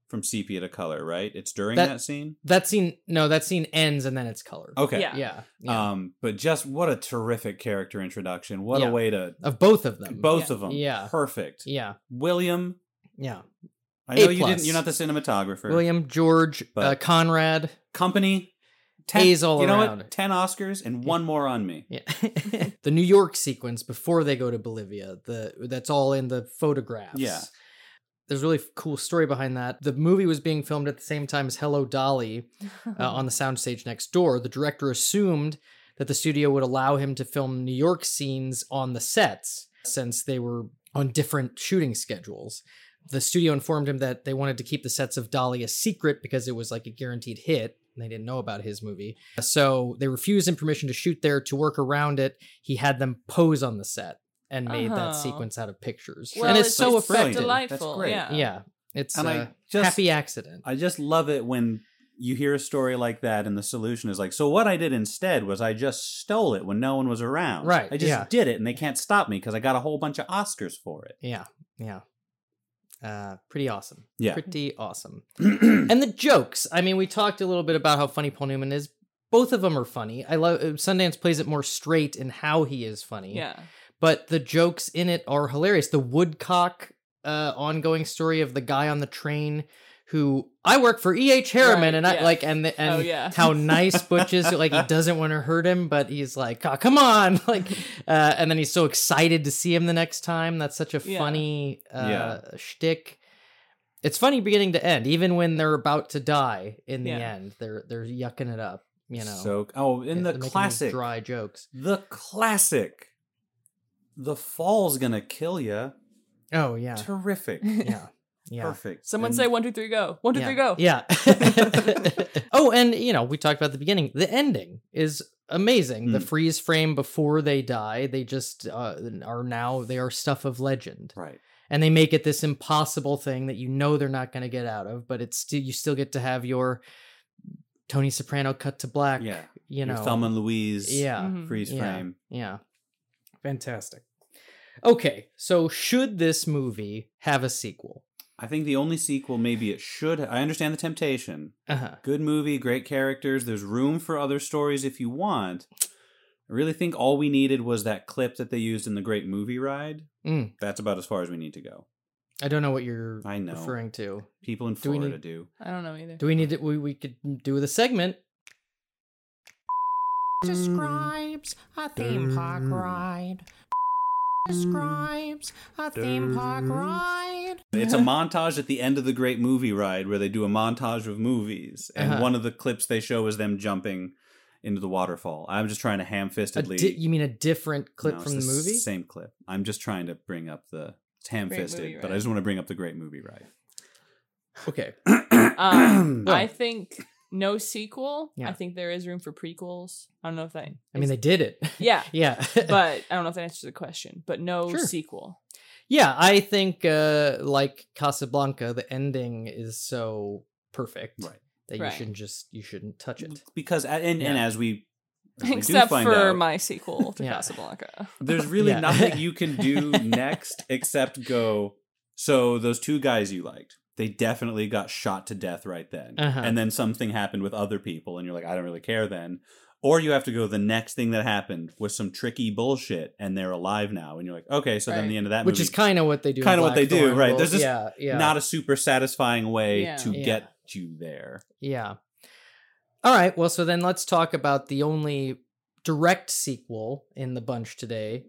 S5: from sepia to color. Right? It's during
S3: That-
S5: that, scene.
S3: that scene. No, that scene ends and then it's colored.
S5: Okay.
S4: Yeah.
S3: yeah, yeah.
S5: Um, but just what a terrific character introduction. What
S3: Yeah.
S5: a way to
S3: of both of them.
S5: both
S4: Yeah.
S5: of them.
S3: Yeah.
S5: Perfect.
S3: yeah,
S5: William
S3: yeah.
S5: I
S3: A
S5: know you
S3: plus.
S5: didn't. You're not the cinematographer.
S3: William George
S5: But-
S3: uh, Conrad.
S5: Company.
S3: A's all
S5: you know
S3: around.
S5: what? Ten Oscars and one more on me. <laughs>
S3: Yeah, the New York sequence before they go to Bolivia. The that's all in the photographs.
S5: Yeah.
S3: There's a really f- cool story behind that. The movie was being filmed at the same time as Hello Dolly uh,
S4: Hmm.
S3: on the soundstage next door. The director assumed that the studio would allow him to film New York scenes on the sets since they were on different shooting schedules. The studio informed him that they wanted to keep the sets of Dolly a secret because it was like a guaranteed hit and they didn't know about his movie. So they refused him permission to shoot there to work around it. He had them pose on the set and made
S4: Oh.
S3: that sequence out of pictures.
S4: Well,
S3: and
S4: it's,
S3: it's, so
S4: just
S5: brilliant.
S3: effective.
S5: That's
S4: delightful.
S5: great.
S4: Yeah.
S3: Yeah. It's
S5: And I
S3: a
S5: just-
S3: happy accident.
S5: I just love it when you hear a story like that, and the solution is like, so what I did instead was I just stole it when no one was around.
S3: Right,
S5: I just
S3: yeah.
S5: did it, and they can't stop me because I got a whole bunch of Oscars for
S3: Yeah, yeah. Uh, pretty awesome.
S5: Yeah.
S3: Pretty awesome.
S5: it. <clears throat>
S3: And the jokes. I mean, we talked a little bit about how funny Paul Newman is. Both of them are funny. I love uh, Sundance plays it more straight in how he is funny.
S4: Yeah.
S3: But the jokes in it are hilarious. The Woodcock uh, ongoing story of the guy on the train who I work for E. H. Harriman
S4: Right,
S3: and I
S4: yeah.
S3: like and the, and
S4: oh yeah.
S3: how
S4: <laughs>
S3: nice Butch is. Like he doesn't want to hurt him, but he's like, oh, "Come on!" <laughs> Like, uh, and then he's so excited to see him the next time. That's such a
S4: Yeah.
S3: funny uh,
S5: Yeah.
S3: shtick. It's funny beginning to end, even when they're about to die. In the
S4: Yeah.
S3: end, they're they're yucking it up. You know,
S5: So oh, in
S3: They're
S5: the
S3: making these
S5: classic,
S3: dry jokes.
S5: the classic, the fall's gonna kill you.
S3: Oh
S4: <laughs>
S3: yeah,
S5: Terrific.
S3: yeah, <laughs> yeah.
S5: Perfect.
S4: Someone
S5: And-
S4: say one, two, three, go. One, two,
S3: yeah.
S4: three, go. <laughs>
S3: Yeah. <laughs> oh, and you know, we talked about the beginning. The ending is amazing. The
S5: Mm.
S3: freeze frame before they die, they just uh, are now they are stuff of legend,
S5: Right.
S3: and they make it this impossible thing that you know they're not going to get out of, but it's still you still get to have your Tony Soprano cut to black.
S5: Yeah.
S3: you know,
S5: Your Thelma and Louise.
S3: yeah,
S4: Mhm.
S5: Freeze
S3: Yeah.
S5: frame.
S3: yeah, fantastic. Okay, so should this movie have a sequel?
S5: I think the only sequel maybe it should. I understand the temptation.
S3: Uh-huh.
S5: Good movie, great characters. There's room for other stories if you want. I really think all we needed was that clip that they used in the Great Movie Ride.
S3: Mm.
S5: That's about as far as we need to go.
S3: I don't know what you're
S5: I know.
S3: referring to.
S5: People in
S3: Do we
S5: Florida
S3: need-
S5: do.
S4: I don't know either.
S3: Do we need to? We, we could do the segment.
S7: describes a theme park ride. Describes a theme park ride.
S3: <laughs>
S5: It's a montage at the end of the Great Movie Ride where they do a montage of movies, and
S3: Uh-huh.
S5: one of the clips they show is them jumping into the waterfall. I'm just trying to
S3: A
S5: ham-fistedly.
S3: di- you mean a different clip
S5: No, it's
S3: from the movie?
S5: Same clip. I'm just trying to bring up the it's ham-fisted,
S4: Movie
S5: but I
S4: Ride.
S5: just want to bring up the Great Movie Ride. <clears throat>
S3: Okay.
S4: <clears throat>
S3: <clears throat>
S4: Um, I think no sequel.
S3: Oh. Yeah.
S4: I think there is room for prequels. I don't know if that.
S3: I mean, they did it. <laughs>
S4: yeah,
S3: yeah.
S4: but I don't know if that answers the question. But no
S3: Sure.
S4: sequel.
S3: <laughs> yeah, I think uh like Casablanca, the ending is so perfect
S5: Right.
S3: that
S4: Right.
S3: you shouldn't just you shouldn't touch it.
S5: Because and, and,
S3: Yeah.
S5: as we as we do
S4: Except
S5: find
S4: for
S5: out,
S4: my sequel to
S3: <laughs> Yeah.
S4: Casablanca. <laughs>
S5: there's really
S3: Yeah. <laughs>
S5: nothing you can do next except go. So those two guys you liked, they definitely got shot to death right then,
S3: Uh-huh.
S5: and then something happened with other people, and you're like, I don't really care then. Or you have to go. The next thing that happened was some tricky bullshit, and they're alive now, and you're like, okay, so then
S4: Right.
S5: the end of that
S3: Which
S5: movie
S3: is kind of what they do. in
S5: Kinda what they do,
S3: Blackthorn,
S5: right.
S3: well,
S5: There's just
S3: yeah, yeah,
S5: not a super satisfying way
S4: Yeah.
S5: to
S3: Yeah.
S5: get you there.
S3: yeah. All right. Well, so then let's talk about the only direct sequel in the bunch today.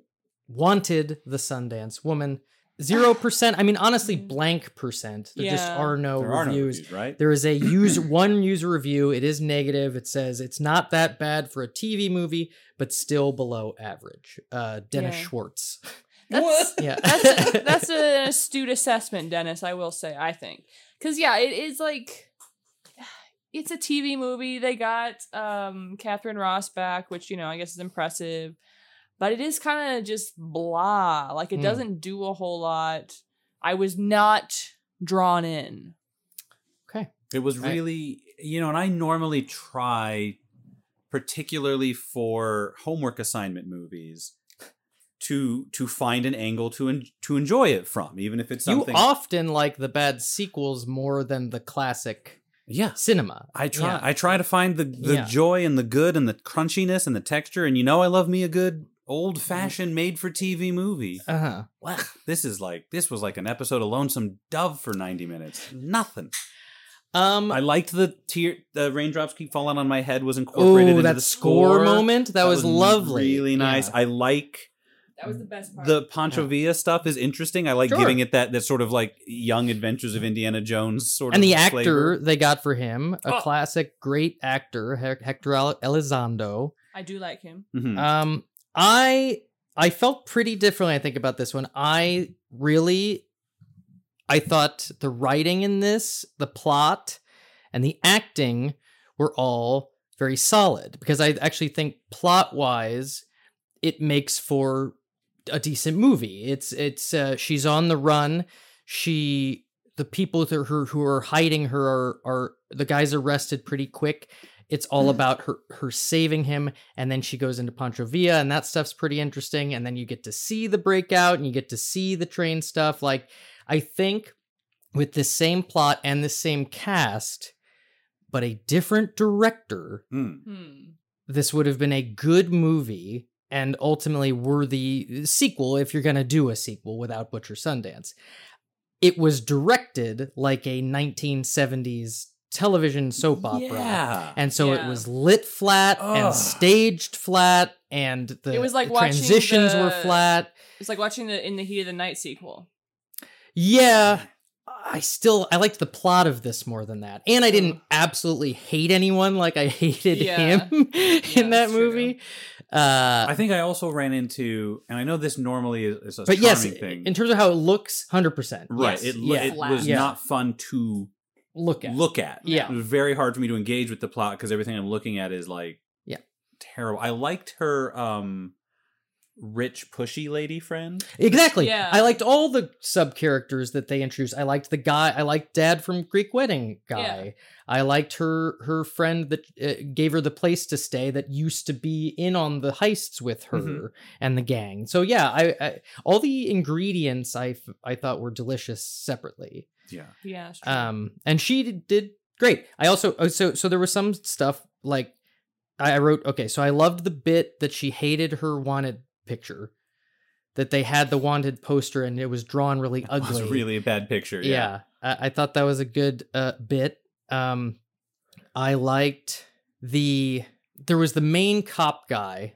S3: Wanted the Sundance Woman.
S4: <laughs>
S3: Zero percent. I mean, honestly, blank percent. There just
S4: Mm-hmm. Yeah.
S3: are no
S5: there are no
S3: reviews.
S5: reviews, right?
S3: There is a
S5: <clears throat>
S3: user one user review. It is negative. It says it's not that bad for a TV movie, but still below average. Uh, Dennis
S4: Yeah. <laughs>
S3: Schwartz.
S4: That's
S3: Yeah,
S4: that's a, that's an astute assessment, Dennis. I will say, I think, because yeah, it is like <sighs> it's a TV movie. They got um Catherine Ross back, which you know I guess is impressive, but it is kind of just blah. Like it
S3: Hmm.
S4: doesn't do a whole lot. I was not drawn in.
S3: okay.
S5: It was
S3: Right.
S5: really, you know, and I normally try, particularly for homework assignment movies, to to find an angle to en- to enjoy it from, even if it's
S3: <laughs>
S5: something.
S3: You often like the bad sequels more than the classic
S5: yeah,
S3: cinema.
S5: I try.
S3: Yeah.
S5: I try to find the the
S3: Yeah.
S5: joy and the good and the crunchiness and the texture, and you know, I love me a good old fashioned made for TV movie.
S3: Mm-hmm. Uh huh.
S5: Wow, this is like this was like an episode of Lonesome Dove for ninety minutes. Nothing.
S3: Um.
S5: I liked the tear. The raindrops keep falling on my head was incorporated
S3: Oh,
S5: into
S3: that
S5: the
S3: score moment. That, was, lovely.
S5: Really nice.
S3: Yeah.
S5: I like
S4: That was the best
S5: the Pancho Villa stuff is interesting. I like
S3: Sure.
S5: giving it that that sort of like young Adventures of Indiana Jones sort
S3: and
S5: of
S3: the actor
S5: flavor.
S3: they got for him, a
S2: Oh.
S3: classic great actor, Hec- Hector Al- Elizondo.
S4: I do like him.
S5: Mhm.
S3: Um, I I felt pretty differently. I think about this one. I really, I thought the writing in this, the plot, and the acting were all very solid because I actually think plot wise, it makes for a decent movie. It's it's uh, she's on the run. She the people that her who are hiding her are are the guys arrested pretty quick. It's all about her her saving him, and then she goes into Pancho Villa, and that stuff's pretty interesting. And then you get to see the breakout, and you get to see the train stuff. Like I think with the same plot and the same cast, but a different director,
S5: Mm.
S4: Hmm.
S3: this would have been a good movie and ultimately worthy uh, sequel if you're going to do a sequel without Butcher Sundance. It was directed like a 1970s television soap opera.
S5: Yeah.
S3: And so it
S4: Yeah.
S3: was lit flat and
S5: Ugh.
S3: staged flat and the
S4: It was like
S3: the
S4: watching
S3: transitions were
S4: the-
S3: flat.
S4: It's like watching the In the Heat of the Night sequel.
S3: Yeah. I still I liked the plot of this more than that. And I didn't absolutely hate anyone like I <laughs> hated
S4: Yeah.
S3: him <laughs>
S4: Yeah,
S3: in that
S4: that's true.
S3: movie. Uh
S5: I think I also ran into, and I know this normally is, is a
S3: but
S5: charming
S3: yes,
S5: thing.
S3: in terms of how it looks, hundred percent.
S5: right.
S4: yes,
S5: it lo-
S3: yeah.
S5: it was
S3: Yeah.
S5: not fun to
S3: Look at
S5: look at.
S3: Yeah.
S5: It was very hard for me to engage with the plot because everything I'm looking at is like
S3: Yeah.
S5: terrible. I liked her um rich pushy lady friend.
S3: exactly.
S4: Yeah.
S3: I liked all the sub characters that they introduced. I liked the guy. I liked Dad from Greek Wedding guy.
S4: Yeah.
S3: I liked her her friend that uh, gave her the place to stay that used to be in on the heists with her
S4: Mm-hmm.
S5: Mhm.
S3: and the gang. So yeah, I, I all the ingredients I f- I thought were delicious separately.
S5: Yeah.
S4: Yeah. it's true.
S3: um and she did, did great i also oh, so so there was some stuff like i I wrote okay so i loved the bit that she hated her wanted picture that they had the wanted poster and it was drawn really ugly.
S5: It's really a bad picture. Yeah.
S3: yeah, I, I thought that was a good uh, bit. Um, I liked the there was the main cop guy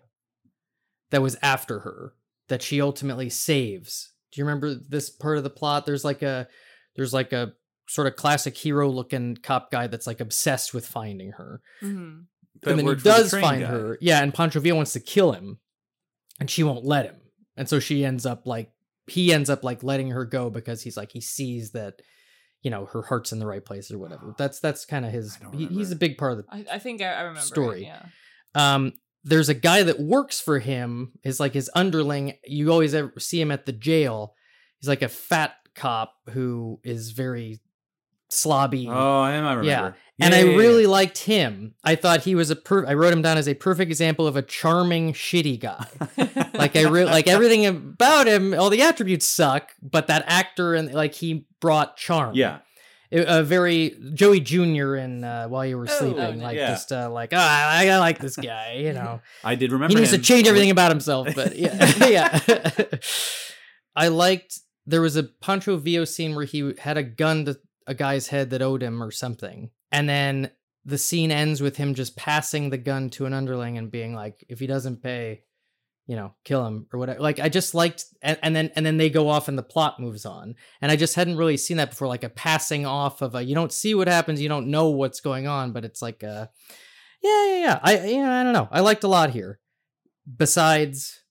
S3: that was after her that she ultimately saves. Do you remember this part of the plot? There's like a there's like a sort of classic hero looking cop guy that's like obsessed with finding her
S4: Mhm.
S5: That
S3: and then he
S5: worked for the
S3: does
S5: train
S3: find
S5: guy.
S3: her. Yeah, and Pancho Villa wants to kill him, and she won't let him, and so she ends up like he ends up like letting her go because he's like he sees that you know her heart's in the right place or
S5: <sighs>
S3: whatever. That's that's kind of his.
S5: I don't
S3: He, he's
S5: remember.
S3: a big part of the
S4: I, I think I, I remember. it,
S3: Story.
S4: Yeah.
S3: um there's a guy that works for him is like his underling you always ever see him at the jail he's like a fat cop who is very slobby
S5: Oh, I am. I remember.
S3: Yeah. and i
S5: Yeah, yeah,
S3: really liked him i thought he was a per- i wrote him down as a perfect example of a charming shitty guy
S5: yeah.
S3: <laughs> like i re-
S5: <laughs>
S3: like everything about him all the attributes suck but that actor and like he brought charm a
S5: Yeah.
S3: a very Joey Jr. in uh, while you were sleeping,
S4: oh,
S3: like
S5: yeah.
S3: just uh, like ah, I, I like this guy, you know.
S5: I did remember.
S3: he needs
S5: him.
S3: to change everything about himself but yeah <laughs> yeah i liked there was a pancho vio scene where he had a gun to a guy's head that owed him or something and then the scene ends with him just passing the gun to an underling and being like if he doesn't pay you know kill him or whatever like i just liked and, and then and then they go off and the plot moves on and i just hadn't really seen that before like a passing off of a you don't see what happens you don't know what's going on but it's like a yeah yeah yeah i yeah i don't know i liked a lot here besides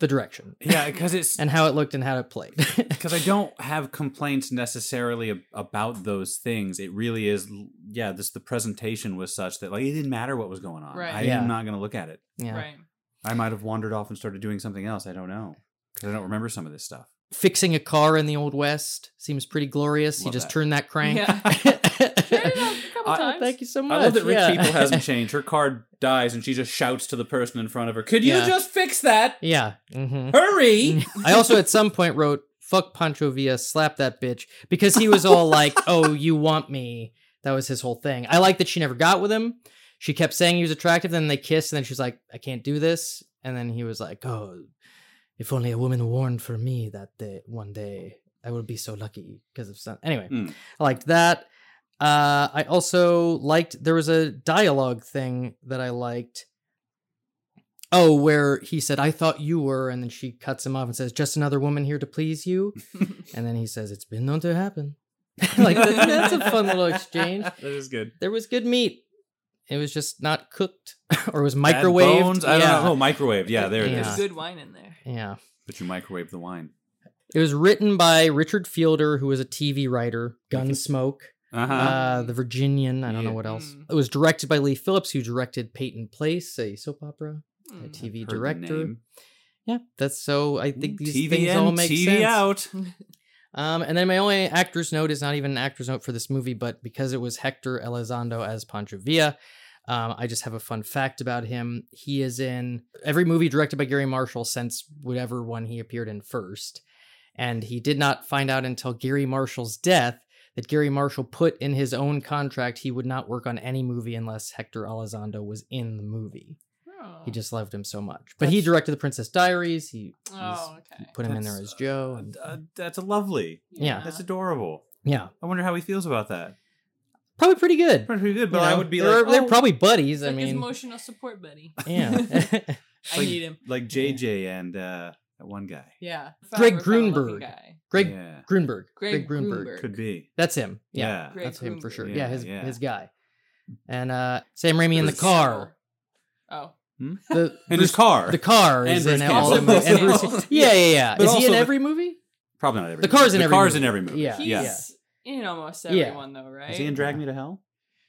S3: the direction
S5: <laughs> Yeah, because it's
S3: and how it looked and how it played. <laughs>
S5: because I don't have complaints necessarily ab- about those things. It really is, l- yeah. This the presentation was such that like it didn't matter what was going on.
S4: Right.
S5: I
S3: Yeah.
S5: am not going to look at it.
S3: yeah.
S4: Right.
S5: I might have wandered off and started doing something else. I don't know because I don't remember some of this stuff.
S3: Fixing a car in the old west seems pretty glorious. you
S5: Love
S3: just
S5: that.
S3: turn that crank. <laughs>
S4: Yeah. Turn it on a couple
S5: I-
S4: times.
S3: Thank you so much.
S5: I love that Rich
S3: yeah. <laughs>
S5: People hasn't changed. Her card dies, and she just shouts to the person in front of her, "Could you
S3: Yeah.
S5: just fix that?
S3: yeah. hmm
S5: Hurry!"
S3: I also at some point wrote "fuck Pancho Villa, slap that bitch" because he was all like, "Oh, you want me?" That was his whole thing. I like that she never got with him. She kept saying he was attractive, then they kissed, and then she's like, "I can't do this," and then he was like, "Oh, if only a woman warned for me that day, one day I would be so lucky because of some." Anyway,
S5: Mm.
S3: I liked that. Uh, I also liked there was a dialogue thing that I liked. Oh, where he said, I thought you were, and then she cuts him off and says, Just another woman here to please you. and then he says, It's been known to happen. <laughs> <laughs> like, that, that's a fun little exchange.
S5: <laughs> That is good.
S3: There was good meat. It was just not cooked <laughs> or it was
S5: Bad
S3: microwaved.
S5: bones? I
S3: yeah.
S5: don't know. Oh, microwave. Yeah, there it is.
S3: Yeah.
S4: There's good wine in there.
S3: Yeah.
S5: But you microwave the wine.
S3: It was written by Richard Fielder, who was a TV writer, Gunsmoke.
S5: Uh-huh.
S3: Uh, the Virginian. I don't know
S5: Yeah.
S3: what else.
S4: Mm.
S3: It was directed by Lee Phillips, who directed Peyton Place, a soap opera, a
S4: Mm.
S3: TV
S5: Heard the
S3: director.
S5: name.
S3: Yeah, that's so. I think these
S5: TV
S3: things
S5: in,
S3: all make
S5: TV
S3: sense.
S5: out.
S3: Um, and then my only actor's note is not even an actor's note for this movie, but because it was Hector Elizondo as Pancho Villa, um, I just have a fun fact about him. He is in every movie directed by Gary Marshall since whatever one he appeared in first. And he did not find out until Gary Marshall's death that Gary Marshall put in his own contract he would not work on any movie unless Hector Elizondo was in the movie.
S4: Oh.
S3: He just loved him so much. But he directed The Princess Diaries. He he's-
S4: Oh, okay.
S3: put him in
S5: That's,
S3: there as Joe.
S5: Uh,
S3: and-
S5: uh, that's lovely.
S3: Yeah.
S5: That's adorable.
S3: yeah.
S5: I wonder how he feels about that.
S3: Probably pretty good.
S5: Pretty good,
S3: You
S5: but I
S3: know,
S5: would be
S3: they're,
S5: like,
S3: they're
S5: oh,
S3: probably buddies.
S4: He's
S3: I
S4: like his
S3: mean,
S4: emotional support
S5: <laughs>
S4: buddy. <laughs>
S3: yeah. <laughs>
S4: I
S5: like-
S4: need him.
S5: like JJ and uh, that one guy.
S4: Yeah.
S3: Greg
S4: Found- found a
S3: Grunberg.
S4: lucky guy.
S3: Greg
S5: yeah.
S3: Grunberg.
S4: Greg
S3: Grunberg.
S4: Grunberg.
S5: could be.
S3: That's him. Yeah,
S5: Yeah.
S4: Greg
S3: that's him for
S4: Grunberg.
S3: sure. Yeah,
S5: Yeah,
S3: his
S5: yeah.
S3: his guy. And uh, Sam Raimi in the
S5: Bruce
S3: car.
S4: Oh.
S3: The
S5: <laughs> In
S3: Bruce-
S5: his car.
S3: The car
S5: <laughs> And
S3: is
S5: Bruce
S3: in
S5: Campbell.
S3: all the
S4: Also
S3: movies. <laughs>
S4: Bruce
S3: And Bruce-
S4: Campbell.
S3: Yeah, yeah, yeah.
S5: But
S3: is he
S5: also
S3: in
S5: the-
S3: every movie?
S5: probably not every.
S3: The
S5: movie.
S3: car's in
S5: the
S3: every
S5: car's
S3: movie.
S5: in every movie.
S3: Yeah.
S4: He's
S5: yeah.
S4: in almost
S3: Yeah.
S4: everyone though, right?
S5: Is he in Drag Me to Hell?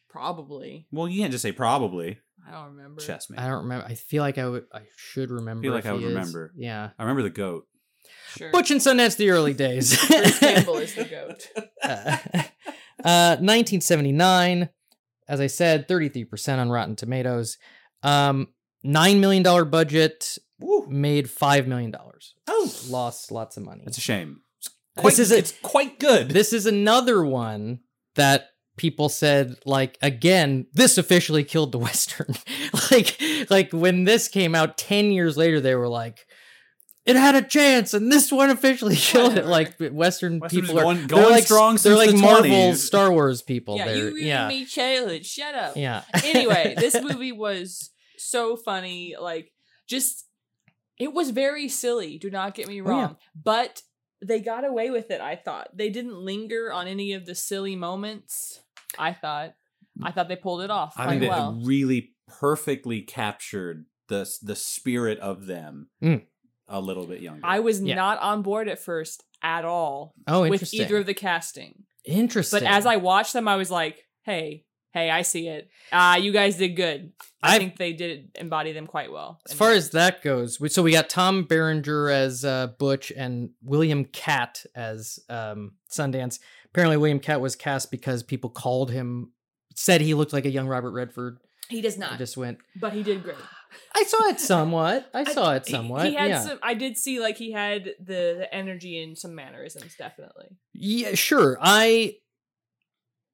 S4: Probably.
S5: Well, you can't just say probably.
S4: I don't remember.
S5: Chess man.
S3: I don't remember. I feel like I would. I should remember.
S5: Feel like
S3: if
S5: I
S3: he
S5: would
S3: is.
S5: remember.
S3: Yeah.
S5: I remember the goat.
S4: Sure.
S3: Butch and Sundance, the early days.
S4: Bruce Campbell is the
S5: <laughs>
S4: goat.
S3: <laughs> uh, 1979 as i said 33% on rotten tomatoes um $9 million budget made $5 million
S5: Oh,
S3: lost lots of money
S5: that's a shame. It's
S3: This is a-
S5: it's quite good.
S3: this is another one that people said like again this officially killed the <laughs> western like like when this came out 10 years later they were like it had a chance, and this one officially <laughs> killed it. Like Western
S5: Western's
S3: people are
S5: going-
S3: they're
S5: going
S3: like,
S5: strong
S3: They're
S5: since
S3: like
S5: the
S3: Marvel
S5: 20s.
S3: Star Wars people.
S4: yeah,
S3: they're,
S4: you reading
S3: yeah,
S4: me childhood. Shut up.
S3: yeah.
S4: <laughs>
S3: <laughs>
S4: anyway, this movie was so funny. Like, just it was very silly. Do not get me
S3: Oh, yeah.
S4: wrong, but they got away with it. I thought they didn't linger on any of the silly moments. I thought, I thought they pulled it off
S5: I
S4: quite
S5: think it
S4: well.
S5: really perfectly captured the s- the spirit of them
S3: Mm.
S5: a little bit younger.
S4: I was
S3: Yeah.
S4: not on board at first at all
S3: oh,
S4: with
S3: interesting.
S4: either of the casting,
S3: interesting.
S4: but as I watched them, I was like, hey. Hey, I see it. Ah, you guys did good. I,
S3: I-
S4: think they did embody them quite well.
S3: As far as that goes, we, so we got Tom Berenger as uh, Butch and William Cat as um, Sundance. Apparently, William Cat was cast because people called him, said he looked like a young Robert Redford.
S4: he does
S3: I
S4: not,
S3: just went,
S4: but he did great.
S3: I saw it somewhat. I saw it
S4: he-
S3: somewhat.
S4: He had
S3: yeah.
S4: some. I did see like he had the, the energy and some mannerisms, definitely.
S3: Yeah, sure. I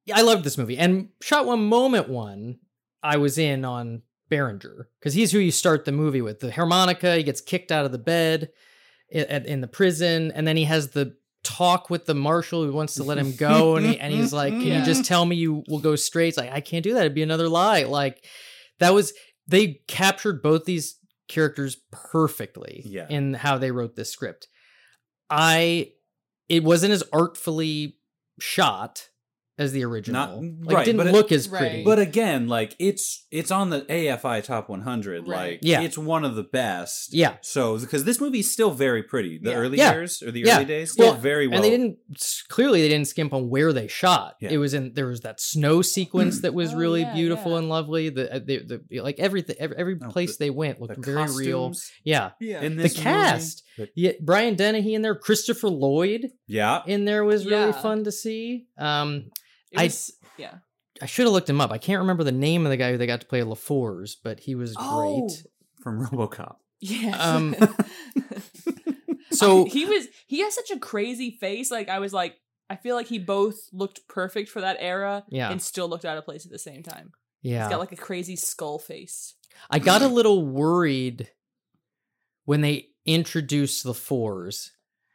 S3: yeah, I loved this movie. And Shot One Moment One, I was in on Behringer because he's who you start the movie with. The harmonica, he gets kicked out of the bed i- at- in the prison, and then he has the talk with the marshal who wants to let him go, and, he, and he's like, "Can
S4: Yeah.
S3: you just tell me you will go straight?" It's like, "I can't do that. It'd be another lie." Like that was they captured both these characters perfectly
S5: Yeah.
S3: in how they wrote this script. I it wasn't as artfully shot as the original. like
S5: right,
S3: it didn't
S5: but it-
S3: look as
S4: Right.
S3: pretty.
S5: but again, like it's it's on the AFI Top 100.
S4: Right.
S5: Like
S3: Yeah.
S5: it's one of the best.
S3: yeah.
S5: So because this movie's still very pretty, the
S4: Yeah.
S5: early
S3: Yeah.
S5: years or the
S3: Yeah.
S5: early days, still
S3: Well,
S5: very well.
S3: And they didn't clearly they didn't skimp on where they shot.
S5: Yeah.
S3: It was in there was that snow sequence that was
S4: Oh,
S3: really
S4: yeah,
S3: beautiful
S4: yeah.
S3: and lovely. The, the, the like everything every, every
S5: Oh,
S3: place
S5: the-
S3: they went
S5: the
S3: looked very real.
S5: costumes
S3: Yeah.
S2: Yeah.
S5: in
S3: The
S5: this movie-
S3: cast. Yeah, Brian Dennehy in there, Christopher Lloyd
S5: yeah,
S3: in there was really
S4: Yeah.
S3: fun to see. Um,
S4: It
S3: I-
S4: was, yeah.
S3: I should have looked him up. I can't remember the name of the guy who they got to play LaFours, but he was
S4: Oh.
S3: great.
S5: from <laughs> RoboCop.
S4: Yes.
S3: Um,
S4: <laughs>
S5: <laughs>
S3: So
S4: he was. He has such a crazy face. Like I was like, I feel like he both looked perfect for that era,
S3: Yeah.
S4: and still looked out of place at the same time.
S3: yeah,
S4: He's got like a crazy skull face.
S3: I got a little worried when they introduced LaFours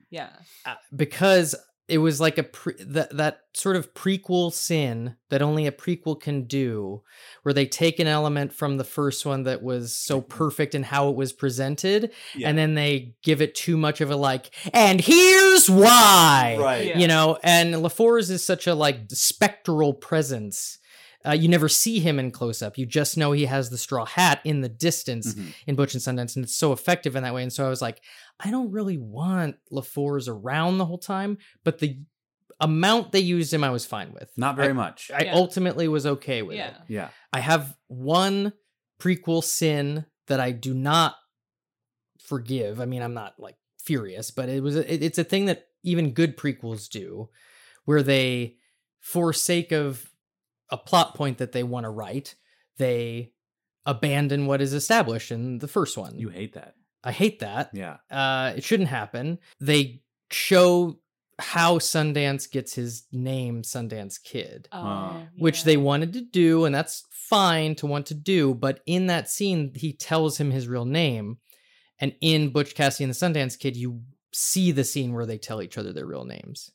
S4: Yeah.
S3: uh, because it was like a pre- that that sort of prequel sin that only a prequel can do, where they take an element from the first one that was so perfect in how it was presented,
S5: Yeah.
S3: and then they give it too much of a like, and here's why,
S5: Right.
S4: Yeah.
S3: you know and LaFours is such a like spectral presence uh, you never see him in close up you just know he has the straw hat in the distance
S5: Mhm.
S3: in butch and sundance and it's so effective in that way and so i was like i don't really want LaFours around the whole time but the amount they used him i was fine with
S5: Not very much.
S3: i
S4: Yeah.
S3: ultimately was okay with it
S4: Yeah.
S5: yeah.
S3: I have one prequel sin that I do not forgive. I mean, I'm not like furious, but it was a, it- it's a thing that even good prequels do where they for sake of a plot point that they want to write, they abandon what is established in the first one.
S5: You hate that.
S3: I hate that.
S5: Yeah.
S3: Uh it shouldn't happen. They show how Sundance gets his name Sundance Kid
S4: Um,
S5: Uh,
S3: which they wanted to do, and that's fine to want to do. But in that scene, he tells him his real name, and in Butch Cassidy and the Sundance Kid, you see the scene where they tell each other their real names.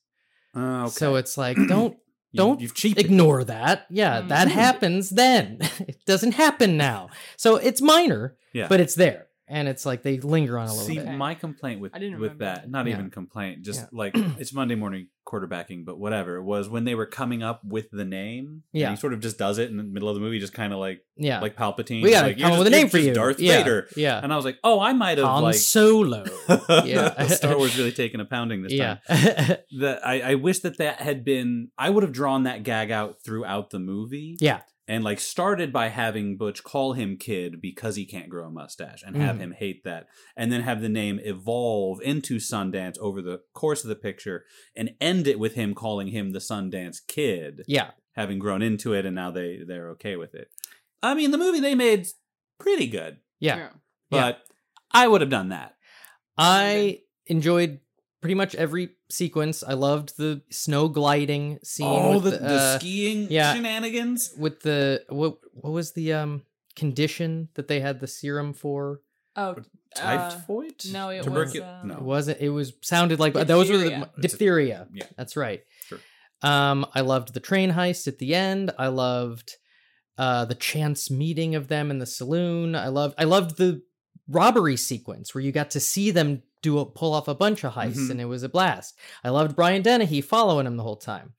S5: Uh, okay.
S3: So it's
S5: <clears throat>
S3: like, don't
S5: You-
S3: don't
S5: you've cheated.
S3: ignore that. Yeah,
S5: Mm-hmm.
S4: Mm.
S3: that happens then. <laughs> it doesn't happen now. So it's minor,
S5: Yeah.
S3: but it's there, and it's like they linger on a little
S5: See,
S3: bit.
S4: Okay.
S5: my complaint with
S4: I didn't
S5: with
S4: remember
S5: that,
S4: that.
S5: not
S3: Yeah.
S5: even complaint, just
S3: Yeah. <clears throat>
S5: like it's Monday morning quarterbacking, but whatever, was when they were coming up with the name. and
S3: Yeah.
S5: he sort of just does it in the middle of the movie, just kind of like
S3: Yeah,
S5: like Palpatine.
S3: we gotta
S5: like, you're
S3: come up
S5: just-
S3: with a
S5: you're
S3: name for
S5: just
S3: you.
S5: Darth
S3: yeah,
S5: Vader.
S3: Yeah,
S5: And I was like, oh, I might have
S3: Han
S5: like <laughs>
S3: Solo. <laughs> Yeah.
S5: Star Wars really taking a pounding this
S3: yeah,
S5: time. That I, I wish that that had been. I would have drawn that gag out throughout the movie.
S3: Yeah.
S5: and like started by having Butch call him kid because he can't grow a mustache, and have
S3: Mhm.
S5: him hate that, and then have the name evolve into Sundance over the course of the picture, and end it with him calling him the Sundance Kid,
S3: <laughs> yeah.
S5: having grown into it, and now they they're okay with it. I mean, the movie they made's pretty good,
S3: Yeah. Yeah.
S5: but I would have done that.
S3: I enjoyed pretty much every sequence. I loved the snow gliding scene.
S5: Oh,
S3: with
S5: the,
S3: the,
S5: the
S3: uh,
S5: skiing
S3: yeah.
S5: shenanigans.
S3: with the what what was the um condition that they had the serum for?
S4: Oh, uh,
S5: Typhoid?
S4: no, it
S5: Tubercu-
S4: was, uh,
S3: It
S5: no.
S3: wasn't. It was sounded like those were the
S5: Oh. Diphtheria.
S3: diphtheria.
S5: Yeah.
S3: that's right.
S5: Sure.
S3: Um, I loved the train heist at the end. I loved uh the chance meeting of them in the saloon. I loved. I loved the robbery sequence where you got to see them do a pull off a bunch of heists,
S5: Mhm.
S3: and it was a blast. I loved Brian Dennehy following him the whole time.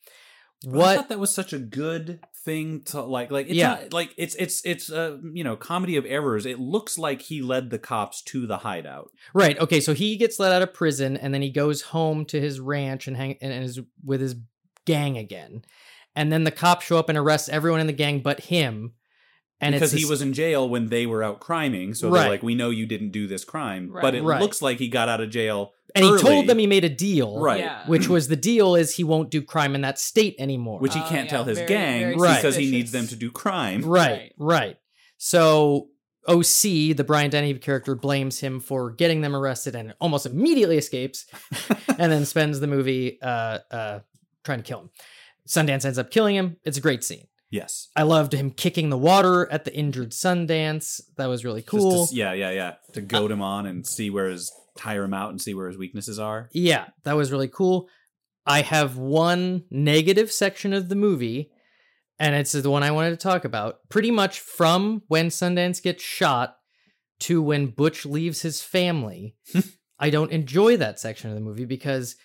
S5: I
S3: What
S5: thought that was such a good thing to like like it's
S3: Yeah.
S5: not, like it's it's it's a you know comedy of errors. It looks like he led the cops to the hideout.
S3: Right. Okay. So he gets let out of prison, and then he goes home to his ranch and hang and is with his gang again. And then the cops show up and arrest everyone in the gang but him. And
S5: because
S3: it's
S5: he
S3: this-
S5: was in jail when they were out criming, so
S3: Right.
S5: they're like, "We know you didn't do this crime,"
S4: Right.
S5: but it
S3: Right.
S5: looks like he got out of jail.
S3: and he
S5: early,
S3: told them he made a deal,
S5: right,
S4: Yeah.
S3: Which was the deal is he won't do crime in that state anymore.
S5: Um, which he
S4: Oh,
S5: can't
S4: yeah,
S5: tell his
S4: very-
S5: gang
S4: very
S3: Right.
S5: because he needs them
S4: suspicious.
S5: to do crime.
S3: right, right. So OC, the Brian Dennehy character, blames him for getting them arrested and almost immediately
S5: <laughs>
S3: escapes, and then spends the movie uh, uh, trying to kill him. Sundance ends up killing him. It's a great scene.
S5: Yes,
S3: I loved him kicking the water at the injured Sundance. That was really
S5: Just to-
S3: cool.
S5: yeah, yeah, yeah. To goad him on and see where his tire him out and see where his weaknesses are.
S3: Yeah, that was really cool. I have one negative section of the movie, and it's the one I wanted to talk about. Pretty much from when Sundance gets shot to when Butch leaves his family. I don't enjoy that section of the movie because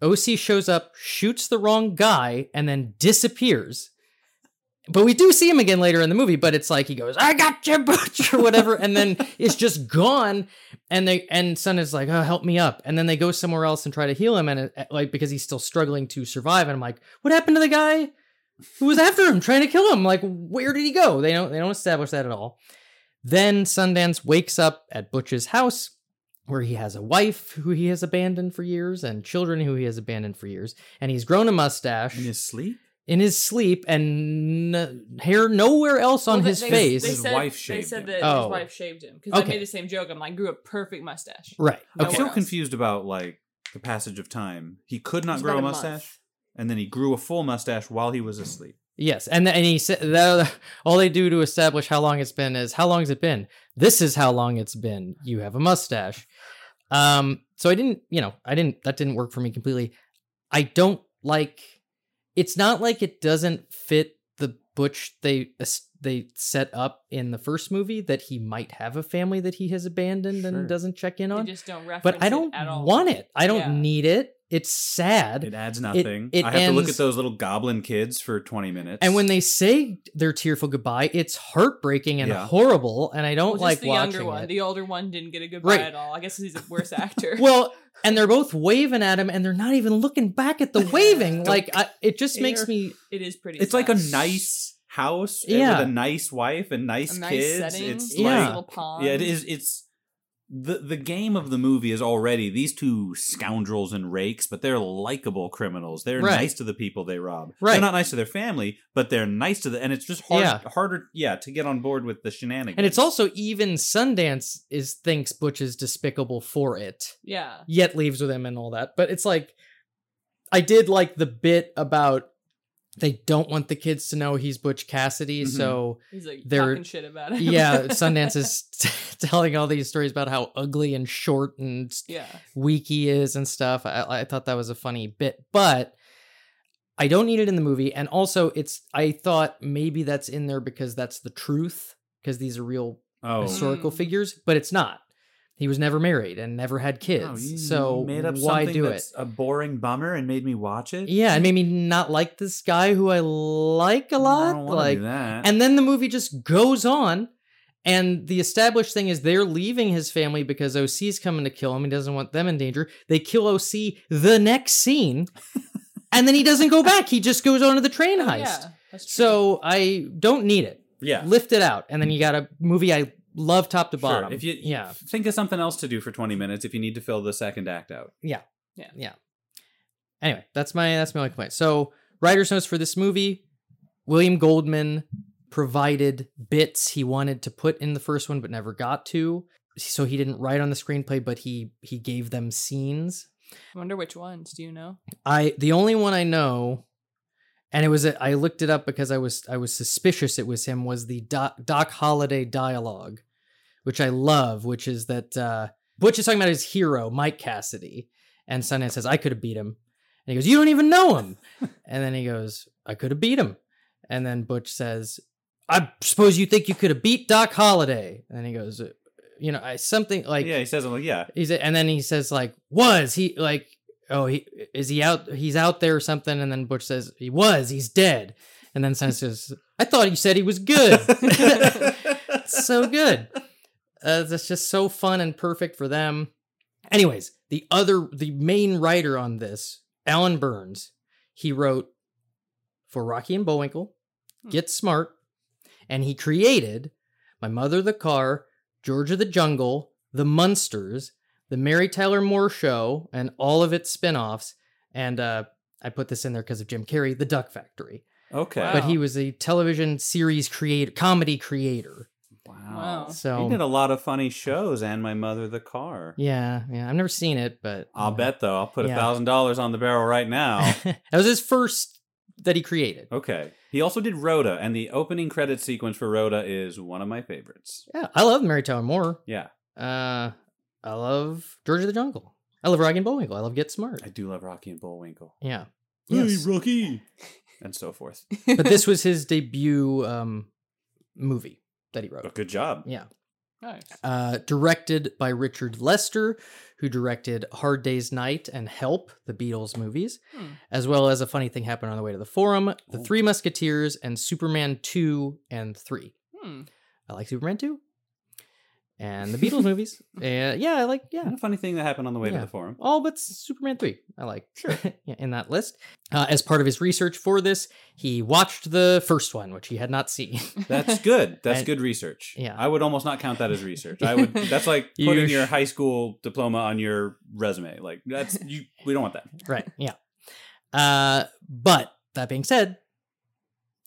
S3: OC shows up, shoots the wrong guy, and then disappears. But we do see him again later in the movie, but it's like he goes, I got you, Butch, or whatever, and then it's just gone. And they and Sun is like, Oh, help me up. And then they go somewhere else and try to heal him, and it, eh, like because he's still struggling to survive. And I'm like, what happened to the guy who was after him trying to kill him? Like, where did he go? They don't they don't establish that at all. Then Sundance wakes up at Butch's house where he has a wife who he has abandoned for years and children who he has abandoned for years. And he's grown a mustache
S5: In his sleep,
S3: in his sleep and n- hair nowhere else on
S4: Well, they-
S3: his
S4: they-
S3: face.
S4: They
S5: His
S4: said,
S5: wife
S4: they
S5: shaved
S4: said
S5: him.
S4: that
S3: Oh.
S4: his wife shaved him because
S3: Okay.
S4: I made the same joke. I'm like, grew a perfect mustache.
S3: right.
S4: No
S5: I'm
S3: Okay.
S5: so
S4: else.
S5: confused about like the passage of time. He could not
S4: It's
S5: grow
S4: about
S5: a
S4: month.
S5: mustache, and then he grew a full mustache while he was asleep.
S3: Yes, and and he said that <laughs> all they do to establish how long it's been is how long has it been? This is how long it's been. You have a mustache. Um, so I didn't, you know, I didn't. That didn't work for me completely. I don't like. It's not like it doesn't fit the butch they es- they set up in the first movie that he might have a family that he has abandoned
S5: Sure.
S3: and doesn't check in
S4: They
S3: on.
S4: just don't reference
S3: But I don't
S4: it at all.
S3: want it. I don't
S4: Yeah.
S3: need it. It's sad.
S5: It adds nothing.
S3: it
S5: I have to look
S3: ends-
S5: at those little goblin kids for 20 minutes.
S3: And when they say their tearful goodbye, it's heartbreaking and
S5: Yeah.
S3: horrible, and I don't
S4: Well, just
S3: like
S4: the
S3: watching
S4: younger one.
S3: it.
S4: The older one didn't get a goodbye
S3: Right.
S4: at all. I guess he's a
S3: <laughs>
S4: worse actor.
S3: well, and they're both waving at him, and they're not even looking back at the
S4: <laughs>
S3: waving. like I, it just makes
S5: care.
S3: me
S4: it is pretty.
S5: it's like a
S4: sad.
S5: nice house and
S3: Yeah.
S5: with a nice wife and nice,
S4: a nice
S5: kids.
S4: setting.
S5: It's
S3: Yeah.
S4: nice
S5: like
S4: little pond.
S5: Yeah, it is it's the the game of the movie is already these two scoundrels and rakes, but they're likable criminals. They're
S3: Right.
S5: nice to the people they rob.
S3: Right.
S5: They're not nice to their family, but they're nice to the and it's just hard,
S3: Yeah.
S5: harder yeah, to get on board with the shenanigans.
S3: and it's also even Sundance is thinks Butch is despicable for it,
S4: Yeah.
S3: yet leaves with him and all that. But it's like I did like the bit about they don't want the kids to know he's Butch Cassidy,
S5: Mhm.
S3: so
S4: He's like
S3: They're-
S4: talking shit about it. <laughs>
S3: yeah, Sundance is <laughs> telling all these stories about how ugly and short and
S4: yeah.
S3: weak he is and stuff. I, I thought that was a funny bit, but I don't need it in the movie. And also, it's I thought maybe that's in there because that's the truth because these are real
S5: oh.
S3: historical
S4: Mm.
S3: figures, but it's not. He was never married and never had kids,
S5: Oh, you
S3: so
S5: made up
S3: why
S5: something
S3: do it?
S5: that's A boring bummer, and made me watch it.
S3: Yeah, it
S5: <laughs>
S3: made me not like this guy who I like a lot.
S5: I don't wanna
S3: like
S5: do that.
S3: And then the movie just goes on. And the established thing is they're leaving his family because OC's coming to kill him. He doesn't want them in danger. They kill OC the next
S4: <laughs>
S3: scene. and then he doesn't go back. He just goes on to the train
S4: Oh,
S3: heist.
S4: yeah. That's true.
S3: So I don't need it.
S5: yeah,
S3: Lift it out. And then you got a movie I love top to
S5: Sure,
S3: bottom.
S5: If you
S3: yeah.
S5: think of something else to do for twenty minutes, if you need to fill the second act out,
S3: Anyway, that's my that's my only complaint. So writer's notes for this movie. William Goldman provided bits he wanted to put in the first one but never got to. So he didn't write on the screenplay, but he he gave them scenes.
S4: I wonder which ones. Do you know?
S3: I the only one I know, and it was a, I looked it up because I was I was suspicious it was him was the Doc, Doc Holiday dialogue, which I love, which is that uh, Butch is talking about his hero, Mike Cassidy, and Sundance says, I could have beat him. And he goes, You don't even know him. and then he goes, I could have beat him. And then Butch says, I suppose you think you could have beat Doc Holliday. And then he goes, You know, I, something like,
S5: yeah, he says, I'm
S3: <laughs>
S5: like, yeah. <laughs>
S3: he's, and then he says, like, was he like, oh, he is he out? He's out there or something. And then Butch says, he was, he's dead. And then Sundance says, I thought you said he was
S5: <laughs>
S3: good. <laughs> It's so good. Uh, that's just so fun and perfect for them. Anyways, the other, the main writer on this, Alan Burns, he wrote for Rocky and Bullwinkle,
S5: Hmm.
S3: Get Smart, and he created My Mother the Car, Georgia the Jungle, The Munsters, The Mary Tyler Moore Show, and all of its spin offs. And uh, I put this in there because of Jim Carrey, The Duck Factory.
S5: Okay.
S4: Wow.
S3: But he was a television series creator, comedy creator.
S4: Wow.
S3: So
S5: He did a lot of funny shows and My Mother the Car.
S3: Yeah, yeah. I've never seen it, but
S5: I'll
S3: you know. <laughs>
S5: bet though. I'll put a
S3: Yeah.
S5: thousand dollars on the barrel
S3: <laughs>
S5: right now.
S3: that was his first that he created.
S5: okay. He also did Rhoda, and the opening credit sequence for Rhoda is one of my favorites.
S3: Yeah, I love Mary Tyler Moore.
S5: Yeah,
S3: Uh, I love George of the Jungle. I love Rocky and Bullwinkle. I love Get Smart.
S5: I do love Rocky and Bullwinkle,
S3: Yeah,
S8: Hey, Rocky.
S5: <laughs> and so forth. <laughs>
S3: but this was his debut um movie that he
S5: Oh,
S3: wrote.
S5: good job.
S3: Yeah,
S4: Nice.
S3: uh, directed by Richard Lester, who directed Hard Day's Night and Help, the Beatles movies,
S4: Hmm.
S3: as well as A Funny Thing Happened on the Way to the Forum, The
S5: Ooh.
S3: Three Musketeers, and Superman two and three.
S4: Hmm.
S3: I like Superman 2 and the Beatles
S5: <laughs>
S3: movies. And yeah, I like, yeah,
S5: And a funny thing that happened on the way
S3: Yeah.
S5: to
S3: <laughs>
S5: the forum.
S3: all but Superman 3. I like, sure, <laughs> yeah, in that list. Uh, as part of his research for this, he watched the first one, which he had not seen. <laughs>
S5: That's good. That's
S3: And-
S5: good research.
S3: Yeah.
S5: I would almost not count that as research. I would. That's like
S3: <laughs> You
S5: putting
S3: sh-
S5: your high school diploma on your resume. Like that's you. We don't want that.
S3: right, yeah. Uh, but that being said,